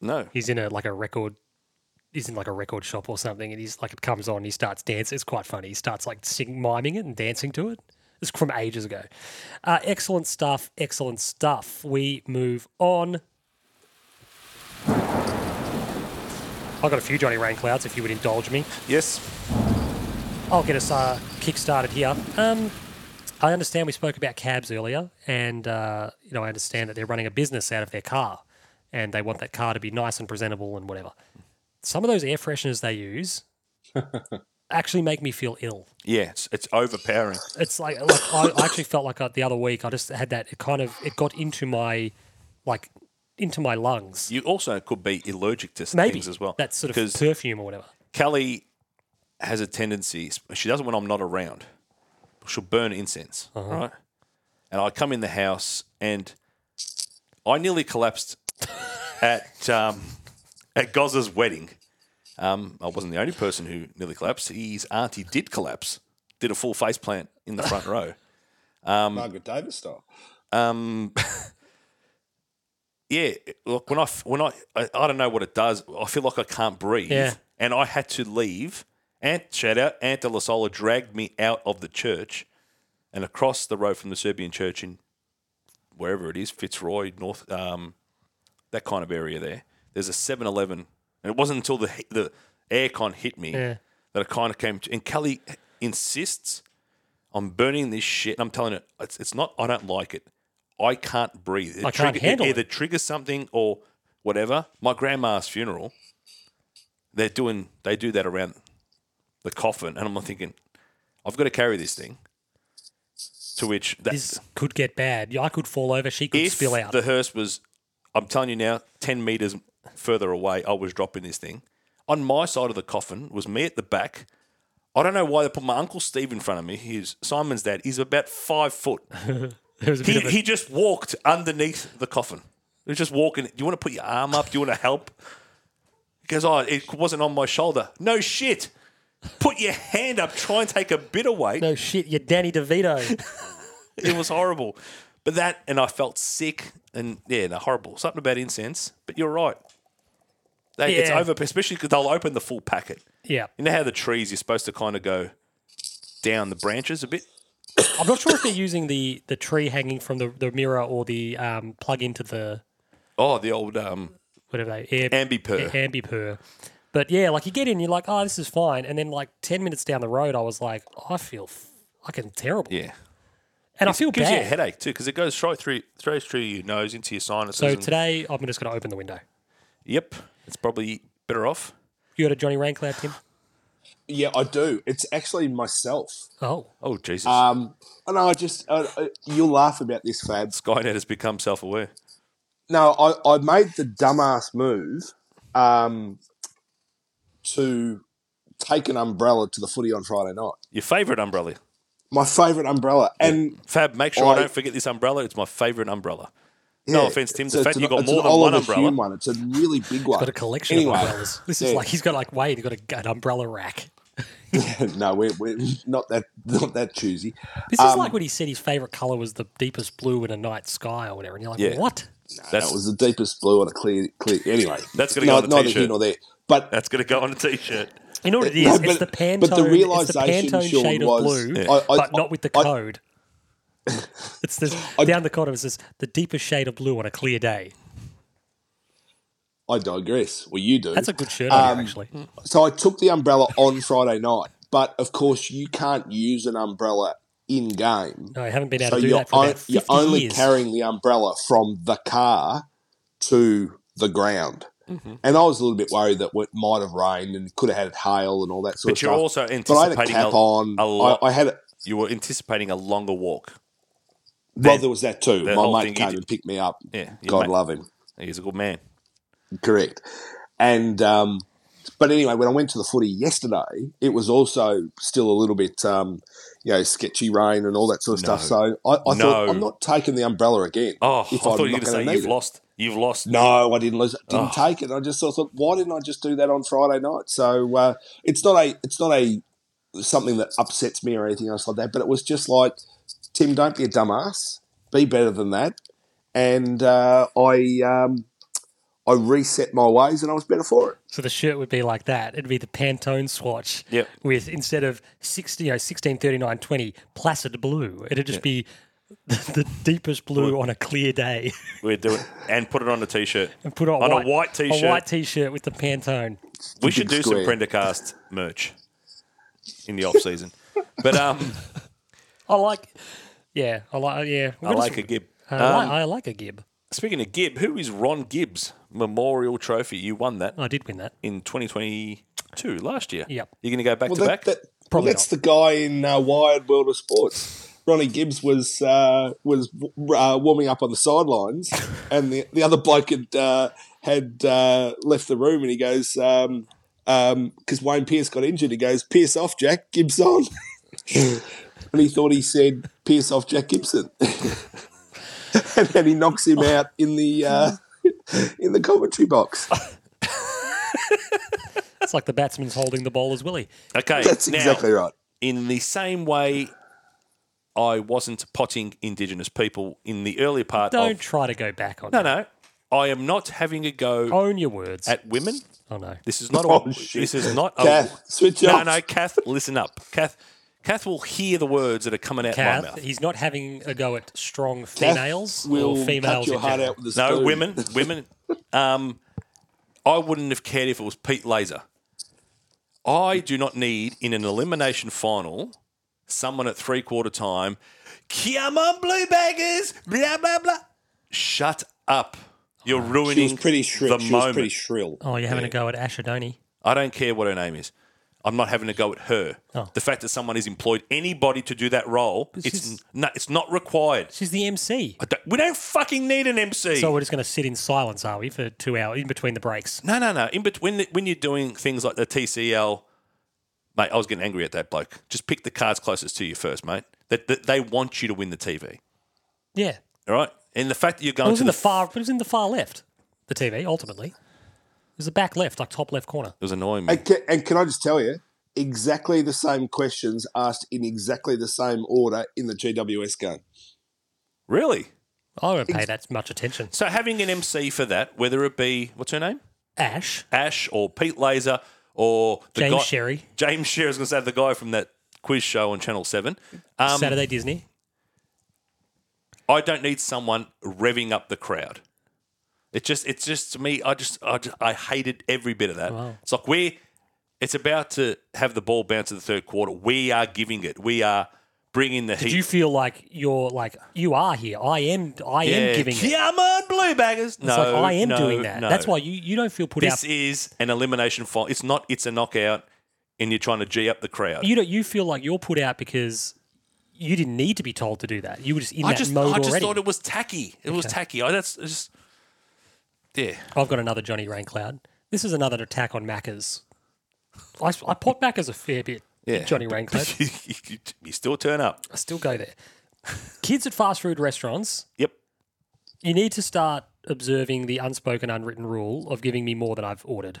No. He's in a like a record. He's in like a record shop or something, and he's like it comes on. He starts dancing. It's quite funny. He starts like sing, miming it and dancing to it. It's from ages ago. Uh, excellent stuff. Excellent stuff. We move on. I've got a few Johnny Rainclouds if you would indulge me. Yes. I'll get us uh, kick-started here. Um, I understand we spoke about cabs earlier, and uh, you know I understand that they're running a business out of their car, and they want that car to be nice and presentable and whatever. Some of those air fresheners they use actually make me feel ill. Yeah, it's, it's overpowering. It's like, like I, I actually felt like I, the other week I just had that. It kind of it got into my like into my lungs. You also could be allergic to s- Maybe things as well. that sort of because perfume or whatever. Kelly has a tendency. She doesn't when I'm not around. She'll burn incense, right? And I come in the house, and I nearly collapsed at um, at Gozza's wedding. Um, I wasn't the only person who nearly collapsed. His auntie did collapse, did a full face plant in the front row. Margaret Davis style. Um, yeah, look when I f- when I, I I don't know what it does. I feel like I can't breathe, Yeah. and I had to leave. Ant shout out, Ant de La Sola dragged me out of the church and across the road from the Serbian church in wherever it is, Fitzroy North, um, that kind of area there. There's a 7-Eleven, and it wasn't until the he- the aircon hit me Yeah. that I kind of came to. And Kelly insists I'm burning this shit. And I'm telling it, it's, it's not, I don't like it. I can't breathe. It I can't trigger- handle it. it. Either triggers something or whatever. My grandma's funeral, they're doing, they do that around the coffin. And I'm thinking, I've got to carry this thing. To which that, This could get bad. I could fall over. She could if spill out. the hearse was, I'm telling you now, 10 meters further away, I was dropping this thing. On my side of the coffin was me at the back. I don't know why they put my uncle Steve in front of me. He's Simon's dad. He's about five foot. There was a bit He, of a- he just walked underneath the coffin. He was just walking. Do you want to put your arm up? Do you want to help? He goes, Oh, it wasn't on my shoulder. No shit. Put your hand up. Try and take a bit of weight. no shit. You're Danny DeVito. It was horrible. But that, and I felt sick, and yeah, no, horrible. Something about incense, but you're right. They, It's Yeah. over, especially because they'll open the full packet. yeah. You know how the trees, you're supposed to kind of go down the branches a bit? I'm not sure if they're using the the tree hanging from the, the mirror or the um, plug into the Oh, the old um, whatever they air ambipur. ambipur. But yeah, like you get in, you're like, oh, this is fine, and then like ten minutes down the road, I was like, oh, I feel fucking terrible, Yeah. and I feel Gives you a bad. headache too, because it goes straight through, straight through your nose into your sinuses. so and- today, I'm just going to open the window. yep, it's probably better off. You heard a Johnny Raincloud, Tim? Yeah, I do. It's actually myself. Oh, Oh, Jesus. Um, and I just, uh, uh, you'll laugh about this, Fab. Skynet has become self aware. No, I, I made the dumbass move um, to take an umbrella to the footy on Friday night. Your favourite umbrella. My favourite umbrella. And Fab, make sure I I- don't forget this umbrella. It's my favourite umbrella. no offence, Tim, the fact you got more than one umbrella. one. It's a really big one. got a collection Anyway, of umbrellas. This is yeah. like he's got like Wade, he's got a, an umbrella rack. no, we're, we're not that not that choosy. This Um, is like when he said his favorite color was the deepest blue in a night sky or whatever, and you're like, Yeah. what? That's It was the deepest blue on a clear clear. Anyway, That's gonna go no- on a neither t-shirt. here nor there. But That's going to go on a t shirt. You know what it No, is? it's but- the Pantone, but the it's the realisation, Pantone Sean, shade of was- blue, Yeah. I- I- but not with the I- code. it's this down the corner. It says the deepest shade of blue on a clear day. I digress. Well, you do. That's a good shirt idea, Um, actually. so I took the umbrella on Friday night, but of course you can't use an umbrella in game. No, I haven't been able so to do you're, that for on- about 50 you're only years. carrying the umbrella from the car to the ground. Mm-hmm. And I was a little bit worried that it might have rained and could have had hail and all that sort But of you're also stuff. but I had a anticipating cap a- on. a lot. I, I had it. You were anticipating a longer walk. Well, That- there was that too. that whole My thing mate you came did- and picked me up. Yeah, your God mate. love him. He's a good man. Correct. And um, but anyway, when I went to the footy yesterday, it was also still a little bit um, you know sketchy rain and all that sort of stuff. So I, I No. thought I'm not taking the umbrella again. Oh, I thought I'm you were going not to say gonna you've need it. lost. You've lost. No, I didn't lose. it. Didn't take it. I just thought, thought, why didn't I just do that on Friday night? So uh, it's not a it's not a something that upsets me or anything else like that. But it was just like, Tim, don't be a dumbass. Be better than that. And uh, I um, I reset my ways, and I was better for it. So the shirt would be like that. It'd be the Pantone swatch. Yep. With instead of 60, you know, 16, 39, 20, placid blue. It'd just be the, the deepest blue on a clear day. We're doing and put it on a t-shirt. and put it on, On a white t-shirt. A white t-shirt with the Pantone. we should do big square. some Prendercast merch. in the off season. But um, I like. Yeah, I like. Yeah, I like a gib. I, Um, like, Uh, I like a gib. Speaking of Gibb, who is Ron Gibbs Memorial Trophy? You won that I did win that. in 2022 last year. Oh. Yep. You're going to go back Well, to that, back. that, Probably that's the guy in uh, Wired World of Sports. Ronnie Gibbs was uh, was uh, warming up on the sidelines, and the, the other bloke had uh, had uh, left the room, and he goes because Wayne Pierce got injured. He goes Pierce off, Jack Gibbs on, and he thought he said Pierce off, Jack Gibson, and then he knocks him out in the uh, in the commentary box. It's like the batsman's holding the ball as Willie. okay, That's now, exactly right. in the same way I wasn't potting Indigenous people in the earlier part Don't of. try to go back on. No, it. no. I am not having a go Own your words. at women. oh no. This is not a. Oh, shit. This is not a. Kath, switch No, off. no, Kath, listen up. Kath, Kath will hear the words that are coming out of my Kath, mouth. he's not having a go at strong Kath females will or females cut your in heart general. out with a No, spoon. women, women. Um, I wouldn't have cared if it was Pete Laser. I do not need in an elimination final someone at three quarter time. Come on, blue baggers, blah blah blah. Shut up! You're She was ruining pretty shrill. the She was moment. pretty shrill. Oh, you're having a go at Ashadoni. I don't care what her name is. I'm not having a go at her. Oh. The fact that someone has employed anybody to do that role, she's- it's no, it's not required. She's the MC. I don't- we don't fucking need an MC. So we're just going to sit in silence, are we, for two hours in between the breaks? No, no, no. In between, when, when you're doing things like the TCL, mate, I was getting angry at that bloke. Just pick the cards closest to you first, mate. That, that they want you to win the TV, Yeah. all right? And the fact that you're It going was to in the the, f- far. It was in the far left. The TV ultimately. It was the back left, like top left corner. it was annoying me. And can, and can I just tell you, exactly the same questions asked in exactly the same order in the GWS game. Really? I don't pay that much attention. So having an MC for that, whether it be what's her name, Ash, Ash or Pete Laser or the James guy, Sherry, James Sherry I was going to say the guy from that quiz show on Channel Seven. Um, Saturday Disney. I don't need someone revving up the crowd. It just, it's just to me. I just, I, just, I hated every bit of that. Wow. It's like we're, it's about to have the ball bounce in the third quarter. We are giving it. We are bringing the heat. Did you feel like you're like you are here? I am. I Yeah. am giving. It. Come on, blue baggers. No, It's like I am no, doing that. no. That's why you you don't feel put this out. is an elimination final. It's not. It's a knockout, and you're trying to g up the crowd. You don't. You feel like you're put out because you didn't need to be told to do that. You were just in I that just, mode I just already. thought it was tacky. It was tacky. I, that's just, yeah. I've got another Johnny Raincloud. This is another attack on Macca's. I, I pot Macca's a fair bit. Yeah. Johnny Raincloud. you still turn up. I still go there. Kids at fast food restaurants, Yep. you need to start observing the unspoken, unwritten rule of giving me more than I've ordered.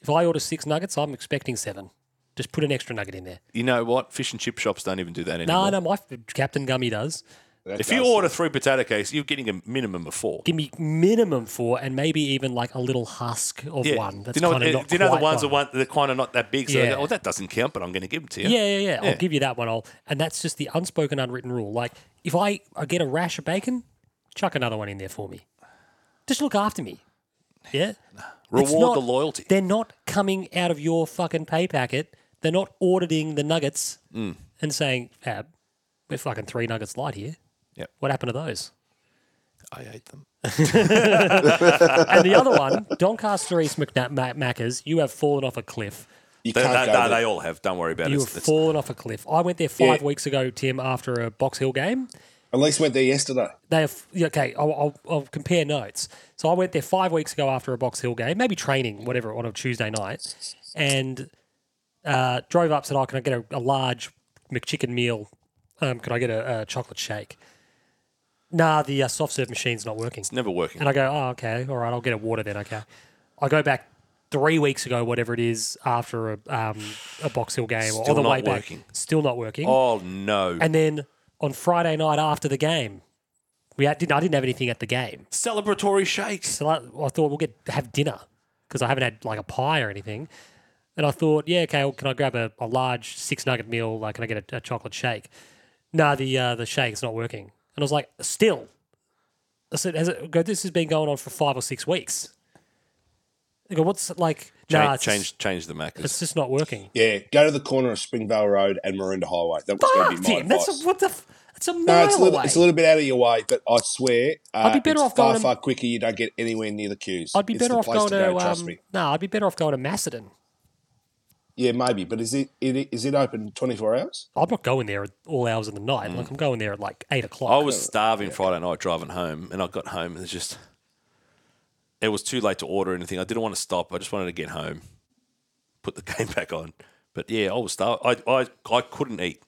If I order six nuggets, I'm expecting seven. Just put an extra nugget in there. You know what? Fish and chip shops don't even do that No, anymore. no, my f- Captain Gummy does. That If you does- order three potato cakes, you're getting a minimum of four. Give me minimum four and maybe even like a little husk of Yeah. one. That's do you know, kind of uh, not do you know the quite ones that right. one, they're kind of not that big? So they Yeah. go, oh, that doesn't count, but I'm going to give them to you. Yeah, yeah, yeah. Yeah. I'll give you that one. I'll, and that's just the unspoken, unwritten rule. Like, if I, I get a rash of bacon, chuck another one in there for me. Just look after me. Yeah? It's Reward not- the loyalty. They're not coming out of your fucking pay packet. They're not auditing the nuggets Mm. and saying, Fab, we're fucking three nuggets light here. Yep. What happened to those? I hate them. And the other one, Doncaster East McNa- Ma- Maccas, you have fallen off a cliff. you They, can't they- go they- there. they all have. Don't worry about You it. have It's- it's- fallen off a cliff. I went there five Yeah. weeks ago, Tim, after a Box Hill game. At least went there yesterday. they have yeah, okay I'll, I'll, I'll compare notes so i went there five weeks ago after a box hill game maybe training whatever on a tuesday night and uh, drove up said oh can i get a, a large mcchicken meal um, can i get a, a chocolate shake nah the uh, soft serve machine's not working never working. and I go, oh, okay, all right, I'll get a water then, okay. I go back three weeks ago, whatever it is, after a, um, a Box Hill game or Still on the not way back. working. Still not working. Oh, no. And then on Friday night after the game, we had, didn't, I didn't have anything at the game. Celebratory shakes. So I, I thought we'll get have dinner because I haven't had like a pie or anything. And I thought, yeah, okay, well, can I grab a, a large six nugget meal? Like, can I get a, a chocolate shake? No, the uh, the shake's not working. And I was like, still. I said, has it, go, this has been going on for five or six weeks. I go, what's like? Change, Nah, it's- change, change the Maccas. It's just not working. Yeah, go to the corner of Springvale Road and Maroondah Highway. That was going to Fuck, be my Tim. That's advice. a, what the. F- it's a mile no, it's a, little, away. it's a little bit out of your way, but I swear, uh, I'd be better it's off far, going to- far quicker. You don't get anywhere near the queues. I'd be It's better the off place going to. trust um, me. No, I'd be better off going to Macedon. Yeah, maybe, but is it, it is it open twenty four hours? I'm not going there at all hours of the night. Mm. Like I'm going there at like eight o'clock. I was starving Friday night driving home, and I got home, and it's just it was too late to order anything. I didn't want to stop. I just wanted to get home, put the game back on. But yeah, I was starving. I, I I couldn't eat.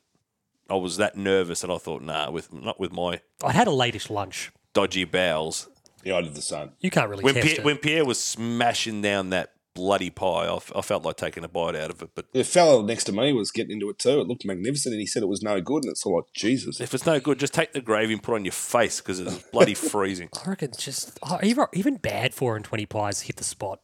I was that nervous that I thought, nah, with not with my I had a lateish lunch. dodgy bowels. Yeah, I did the same. You can't really When test Pierre, it. when Pierre was smashing down that bloody pie, I, f- I felt like taking a bite out of it. But The fellow next to me was getting into it too. It looked magnificent, and he said it was no good. And it's all like Jesus. if it's no good, just take the gravy and put it on your face because it's bloody freezing. I reckon it's just oh, even even bad four and twenty pies hit the spot.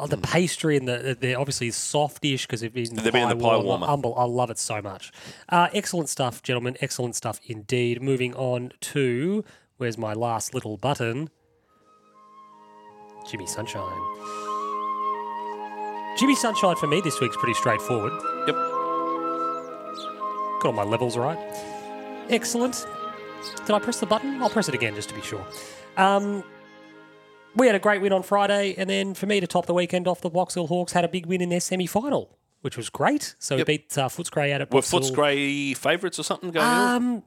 Oh, the pastry and the they're obviously softish because they've been They've been in Hmm. the pie warmer. Humble, I love it so much. Uh, excellent stuff, gentlemen. Excellent stuff indeed. Moving on to where's my last little button? Jimmy Sunshine. Jimmy Sunshine for me this week's pretty straightforward. Yep. Got all my levels right. Excellent. Did I press the button? I'll press it again just to be sure. Um, we had a great win on Friday, and then for me to top the weekend off, the Box Hill Hawks had a big win in their semi final, which was great. So we beat uh, Footscray out at Were Box Hill. Footscray favourites or something going on? Um,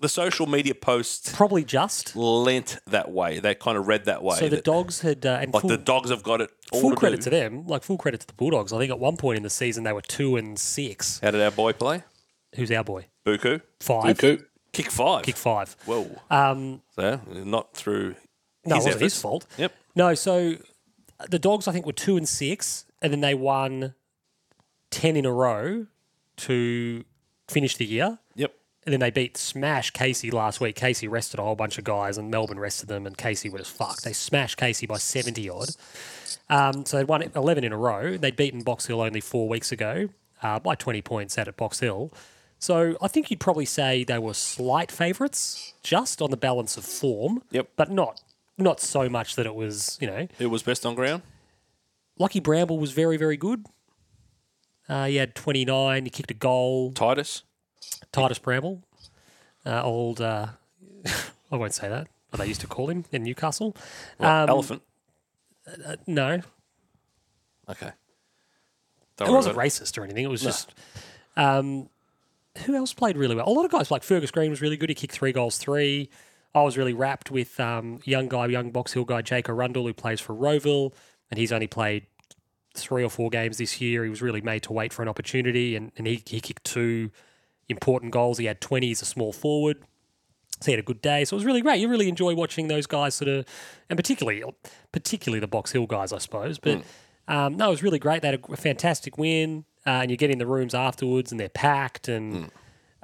the social media post probably just. lent that way. They kind of read that way. So the that- dogs had uh, and like full, the dogs have got it all full to credit do. to them, like full credit to the Bulldogs. I think at one point in the season they were two and six. How did our boy play? Who's our boy? Buku Five. Buku, kick five. Kick five. Whoa! Um, so not through. No, his it wasn't his efforts. fault. Yep. No, so the dogs I think were two and six, and then they won ten in a row to finish the year. Yep. And then they beat Smash Casey last week. Casey rested a whole bunch of guys, and Melbourne rested them, and Casey was fucked. They smashed Casey by seventy odd. Um, so they'd won eleven in a row. They'd beaten Box Hill only four weeks ago uh, by twenty points out at Box Hill. So I think you'd probably say they were slight favourites, just on the balance of form. Yep. But not not so much that it was you know It was best on ground. Lucky Bramble was very very good. Uh, he had twenty nine. He kicked a goal. Titus. Titus Bramble, uh, old. Uh, I won't say that. What they used to call him in Newcastle. Um, Elephant. no, it Okay. Don't worry wasn't about racist or anything. It was just. Um, who else played really well? A lot of guys like Fergus Green was really good. He kicked three goals, three. I was really wrapped with um, young guy, young Box Hill guy Jake Arundel, who plays for Roeville, and he's only played three or four games this year. He was really made to wait for an opportunity, and, and he, he kicked two important goals. He had 20 as a small forward. So he had a good day. So it was really great. You really enjoy watching those guys sort of, and particularly, particularly the Box Hill guys, I suppose. But um, no, it was really great. They had a fantastic win, uh, and you get in the rooms afterwards, and they're packed, and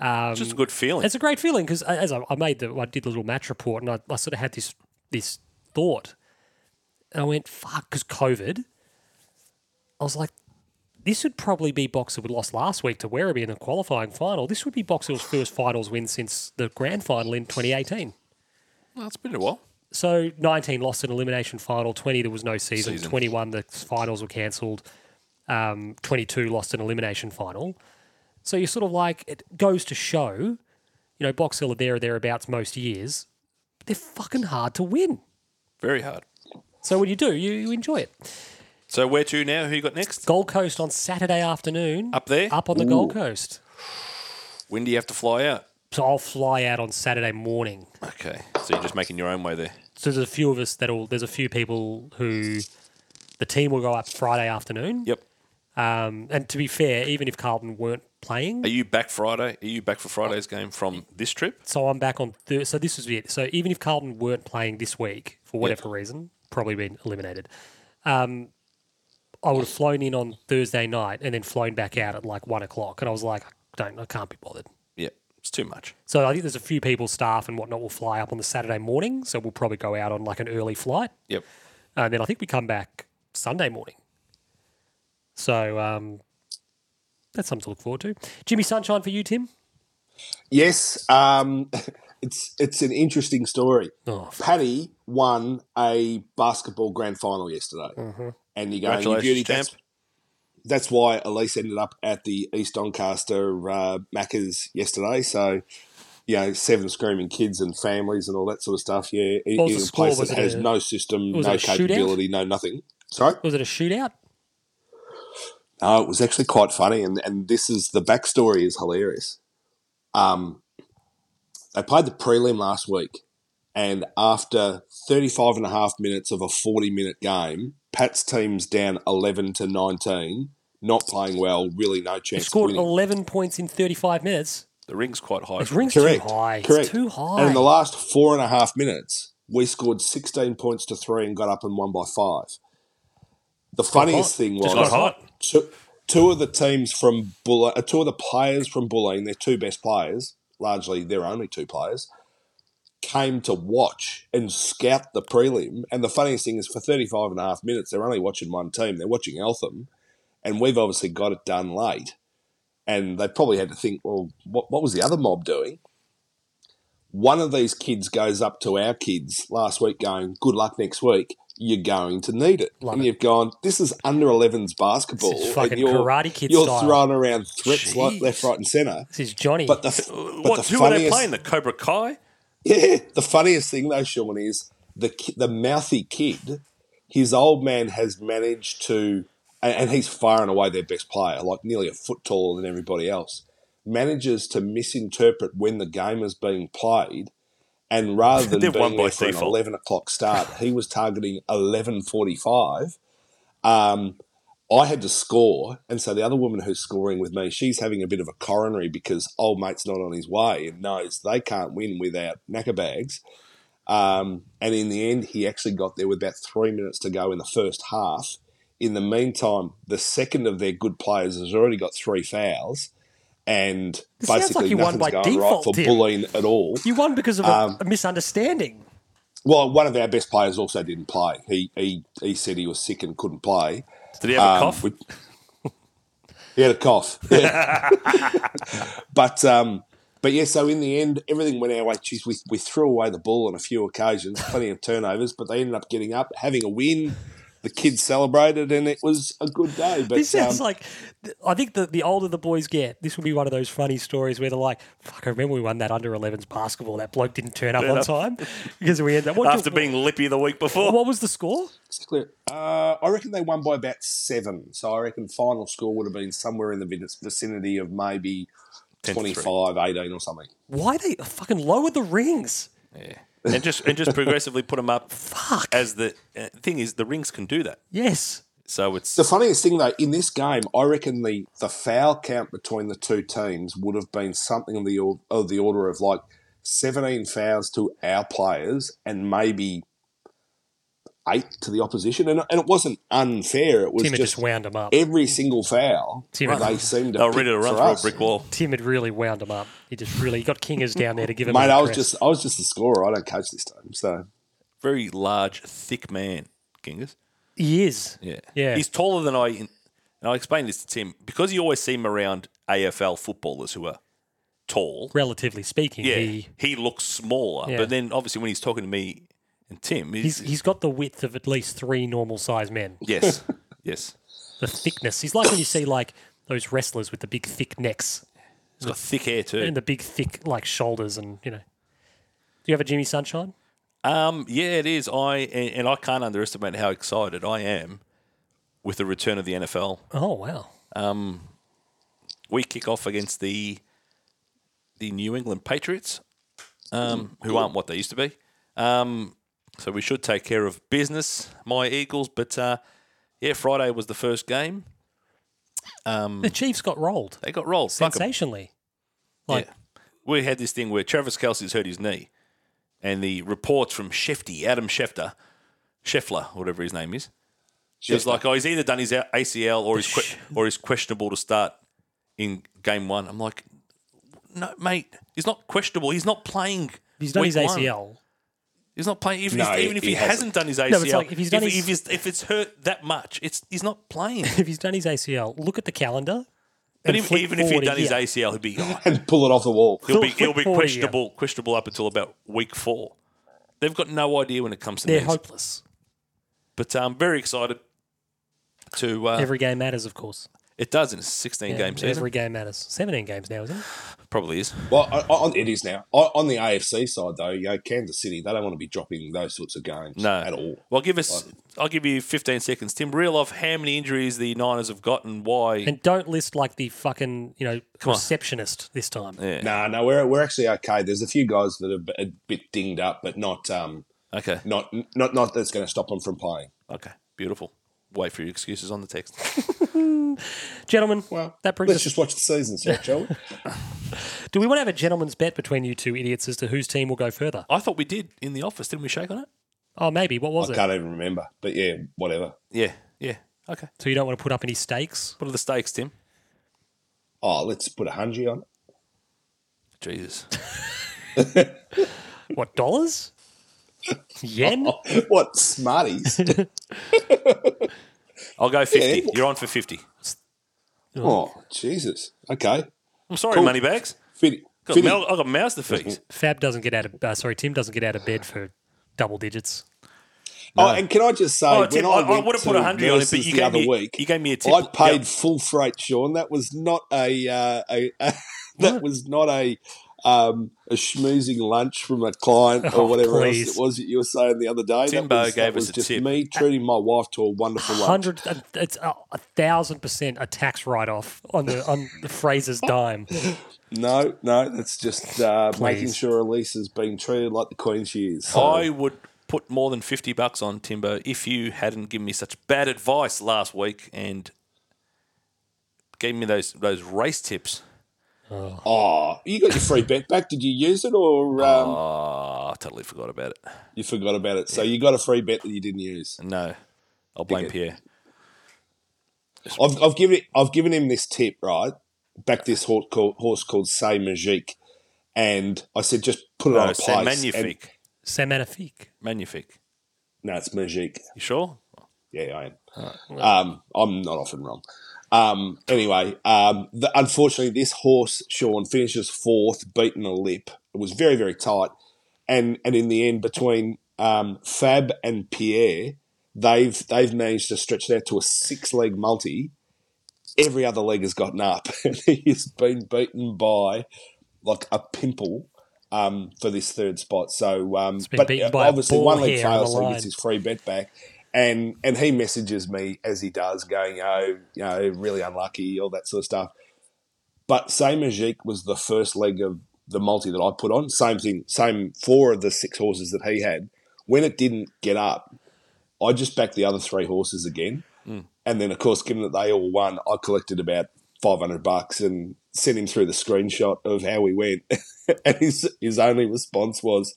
It's just a good feeling. it's a great feeling because as I, I made the, I did the little match report, and I, I sort of had this this thought, and I went, "Fuck," because COVID. I was like, "This would probably be Boxer we lost last week to Werribee in the qualifying final. This would be Boxer's first finals win since the grand final in 2018." Well, it's been a while. So 19 lost an elimination final, 20 there was no season, Season. 21 the finals were cancelled, um, 22 lost an elimination final. So you're sort of like it goes to show, you know, Box Hill are there or thereabouts most years. They're fucking hard to win. Very hard. So when you do, you, you enjoy it. So where to now? Who you got next? Gold Coast on Saturday afternoon. Up there? Up on the Gold Coast. When do you have to fly out? So I'll fly out on Saturday morning. Okay. So you're just making your own way there. So there's a few of us that'll there's a few people who the team will go up Friday afternoon. Yep. Um, and to be fair, even if Carlton weren't playing, Are you back Friday? Are you back for Friday's game from this trip? so I'm back on Thursday. So this was it. So even if Carlton weren't playing this week for whatever reason, probably been eliminated. Um, I would have flown in on Thursday night and then flown back out at like one o'clock, and I was like, I don't, I can't be bothered. Yeah. It's too much. So I think there's a few people, staff and whatnot, will fly up on the Saturday morning. So we'll probably go out on like an early flight, Yep. and then I think we come back Sunday morning. So um, that's something to look forward to. Jimmy Sunshine for you, Tim. Yes, um, it's it's an interesting story. Oh, Paddy won a basketball grand final yesterday. Mm-hmm. And you're going, you Congratulations, beauty, champ. that's, that's why Elise ended up at the East Doncaster uh, Maccas yesterday. So, you know, seven screaming kids and families and all that sort of stuff. Yeah, in, What was in the a place score? Was that it has a- no system, was no it a shootout? capability, no nothing. Sorry? Was it a shootout? No, it was actually quite funny, and and this is the backstory is hilarious. Um, they played the prelim last week, and after 35 and a half minutes of a 40 minute game, Pat's team's down 11 to 19, not playing well, really no He chance. of scored winning. 11 points in 35 minutes. The ring's quite high. His ring's Correct. too high. Correct. It's too high. And in the last four and a half minutes, we scored 16 points to three and got up and won by five. The funniest thing was Just got hot. two, two of the teams from Bulla, uh, two of the players from Bulleen, their two best players, largely their only two players, came to watch and scout the prelim. And the funniest thing is, for 35 and a half minutes, they're only watching one team. They're watching Eltham, and we've obviously got it done late. And they probably had to think, well, what, what was the other mob doing? One of these kids goes up to our kids last week going, good luck next week. You're going to need it. Love and it. you've gone, this is under 11s basketball. This is and fucking you're- Karate Kid You're style. throwing around threats Jeez. like left, right, and centre. this is Johnny. But the f- but what, the who are they funniest, playing? The Cobra Kai? Yeah, the funniest thing though, Sean, is the ki- the mouthy kid. His old man has managed to, and, and he's far and away their best player, like nearly a foot taller than everybody else. Manages to misinterpret when the game is being played, and rather than They've won being by there for an default. eleven o'clock start, he was targeting eleven forty-five. Um, I had to score, and so the other woman who's scoring with me, she's having a bit of a coronary because old mate's not on his way and knows they can't win without knacker bags. Um, and in the end, he actually got there with about three minutes to go in the first half. In the meantime, the second of their good players has already got three fouls, and It sounds basically like you won nothing's by going right default, for Tim. bullying at all. you won because of a, Um, a misunderstanding. Well, one of our best players also didn't play. He he he said he was sick and couldn't play. Did he have a Um, cough? we- he had a cough. Yeah. but um, but yeah, so in the end, everything went our way. Jeez, we, we threw away the ball on a few occasions, plenty of turnovers, but they ended up getting up, having a win. The kids celebrated, and it was a good day. But This sounds um, like, th- I think the, the older the boys get, this will be one of those funny stories where they're like, fuck, I remember we won that under 11s basketball. That bloke didn't turn up on time because we ended up. What, After being lippy the week before? what was the score? it's clear. Uh, I reckon they won by about seven. So I reckon final score would have been somewhere in the vi- vicinity of maybe 10 to three. 25, 18 or something. Why they fucking lower the rings? and just and just progressively put them up Fuck. as the uh, thing is the rings can do that. yes. So it's The funniest thing, though, in this game, I reckon the, the foul count between the two teams would have been something of the, or- of the order of like 17 fouls to our players and maybe eight to the opposition. And, and it wasn't unfair. It was Tim had just, just wound them up. every single foul Tim had- they seemed to they were pick ready to run for through a us. brick wall. Tim had really wound him up. He just really he got Kingers down there to give him. Mate, a I was dress. just I was just the scorer. I don't coach this time, so Very large, thick man, Genghis. he is. yeah. He's taller than I. And I explained this to Tim because you always see him around AFL footballers who are tall. relatively speaking, Yeah, he he, looks smaller. Yeah. But then obviously when he's talking to me and Tim, he's he's, he's got the width of at least three normal sized men. yes, yes, The thickness. He's like when you see like those wrestlers with the big thick necks he's got thick hair too. and the big thick like shoulders, and you know. Do you have a Jimmy Sunshine? Um, yeah, it is. I and, and I can't underestimate how excited I am with the return of the NFL. Oh wow! Um, We kick off against the the New England Patriots, um, who aren't what they used to be. Um, so we should take care of business, my Eagles. But uh, yeah, Friday was the first game. The Chiefs got rolled They got rolled. Hmm. Fuck 'em. sensationally. Like Yeah. We had this thing where Travis Kelsey's hurt his knee, and the reports from Shefty, Adam Schefter, Scheffler, whatever his name is, it was like, oh, he's either done his ACL or he's que- or he's questionable to start in game one. I'm like, no, mate, he's not questionable. He's not playing. he's done week his one. ACL. He's not playing. If No, he's, even if he he, hasn't done his ACL, it's like if he's done his- if, he's- if it's hurt that much, it's he's not playing. If he's done his ACL, look at the calendar. But and even, flick even if he'd forward a done his year. ACL, he'd be. oh, and pull it off the wall. He'll be Flip he'll forward be a year. questionable questionable up until about week four. They've got no idea when it comes to They're men's. hopeless. But I'm um, very excited to. Uh, Every game matters, of course. it does in a 16 Yeah, game season. Every game matters. 17 games now, isn't it? Probably is. Well, on- on, it is now. On on the AFC side, though, you know, Kansas City, they don't want to be dropping those sorts of games No, at all. Well, give us. I'll give you 15 seconds, Tim. Reel off how many injuries the Niners have got and why. And don't list like the fucking, you know, on. receptionist this time. yeah. No, no, we're we're actually okay. There's a few guys that are b- a bit dinged up, but not um, Okay. not not not that's going to stop them from playing. Okay. Beautiful. Wait for your excuses on the text. Mm. Gentlemen, Well, that brings let's us. just watch the season, set, shall we? Do we want to have a gentleman's bet between you two idiots as to whose team will go further? I thought we did in the office. Didn't we shake on it? Oh, maybe. What was I it? can't even remember, but yeah, whatever. Yeah. Yeah. Okay. So you don't want to put up any stakes? What are the stakes, Tim? Oh, let's put a hundred on. it. Jesus. What, dollars? Yen? What smarties? I'll go 50. Yeah. You're on for 50. oh, Jesus. Okay, I'm sorry, Cool. moneybags. Fitty. Got Fitty. Mel, I got mouse the feet. Fab doesn't get out of, uh, sorry, Tim doesn't get out of bed for double digits. Oh, and can I just say, Oh, when Tim, I, I, I went would have put to 100 on it, but Nurses you the gave, other me, week, you gave me a tip. I paid Yep. full freight, Sean. That was not a, uh, a, a that was not a um, a schmoozing lunch from a client Oh, or whatever please. else it was that you were saying the other day. Timbo that was, gave that was us a just tip. me treating my wife to a wonderful lunch. Hundred, uh, it's a, a thousand percent a tax write-off on the on the Fraser's dime. No, no, that's just uh, making Please. sure Elisa's being treated like the queen she is. So, I would put more than 50 bucks on Timbo if you hadn't given me such bad advice last week and gave me those those race tips. oh, you got your free bet back? Did you use it or um, Oh, I totally forgot about it. you forgot about it? So you got a free bet that you didn't use. No, I'll blame Pierre. I've, I've given it, I've given him this tip right. Back this horse called, horse called Say Magique, and I said just put it on No, a c'est place. Oh, and- magnifique. C'est magnifique. Magnifique. no, it's Magique. You sure? Yeah, I am. um, I'm not often wrong. Um, anyway, um, the, unfortunately, this horse Sean finishes fourth, beaten a lip. It was very very tight, and and in the end, between um, Fab and Pierre, they've they've managed to stretch it out to a six leg multi. Every other leg has gotten up, and he's been beaten by like a pimple. Um, for this third spot, so um, been but beaten uh, by a obviously ball one leg hair on fails, the so he line. gets his free bet back. And and he messages me as he does, going, oh, you know, really unlucky, all that sort of stuff. But same Magique was the first leg of the multi that I put on. Same thing, same four of the six horses that he had. When it didn't get up, I just backed the other three horses again. Mm. And then, of course, given that they all won, I collected about 500 bucks and sent him through the screenshot of how we went. and his, his only response was,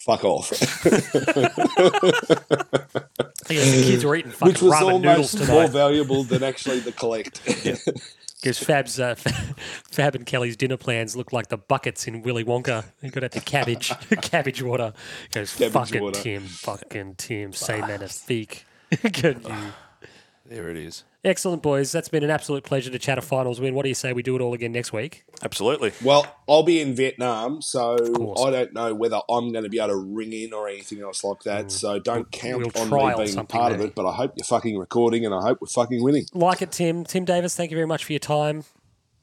fuck off. Yeah, the kids were eating fucking which was ramen noodles almost more tonight. valuable than actually the collect. Because Fab's uh, Fab and Kelly's dinner plans look like the buckets in Willy Wonka. He got out the cabbage, cabbage water. He goes Cabbage fucking water. Tim, fucking Tim, say magnifique. Good you. There it is. Excellent, boys. That's been an absolute pleasure to chat a finals win. What do you say we do it all again next week? Absolutely. well, I'll be in Vietnam, so course. I don't know whether I'm going to be able to ring in or anything else like that. So don't count Mm. we'll on trial me being something, part maybe. of it. But I hope you're fucking recording, and I hope we're fucking winning. Like it, Tim. Tim Davis, thank you very much for your time.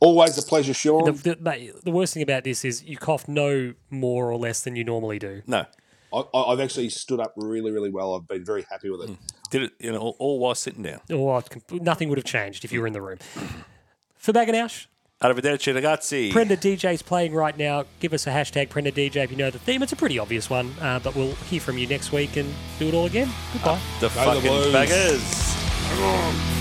Always a pleasure, Sean. The, the, mate, the worst thing about this is you cough no more or less than you normally do. No. I, I- I've actually stood up really, really well. I've been very happy with it. Did it, you know, all, all while sitting down. Or nothing would have changed if you were in the room. For Baganash, Arrivederci, ragazzi. Prenda DJ's playing right now. Give us a hashtag Prenda DJ if you know the theme. It's a pretty obvious one, uh, but we'll hear from you next week and do it all again. Goodbye. the Go the fucking Blues. baggers. Come on.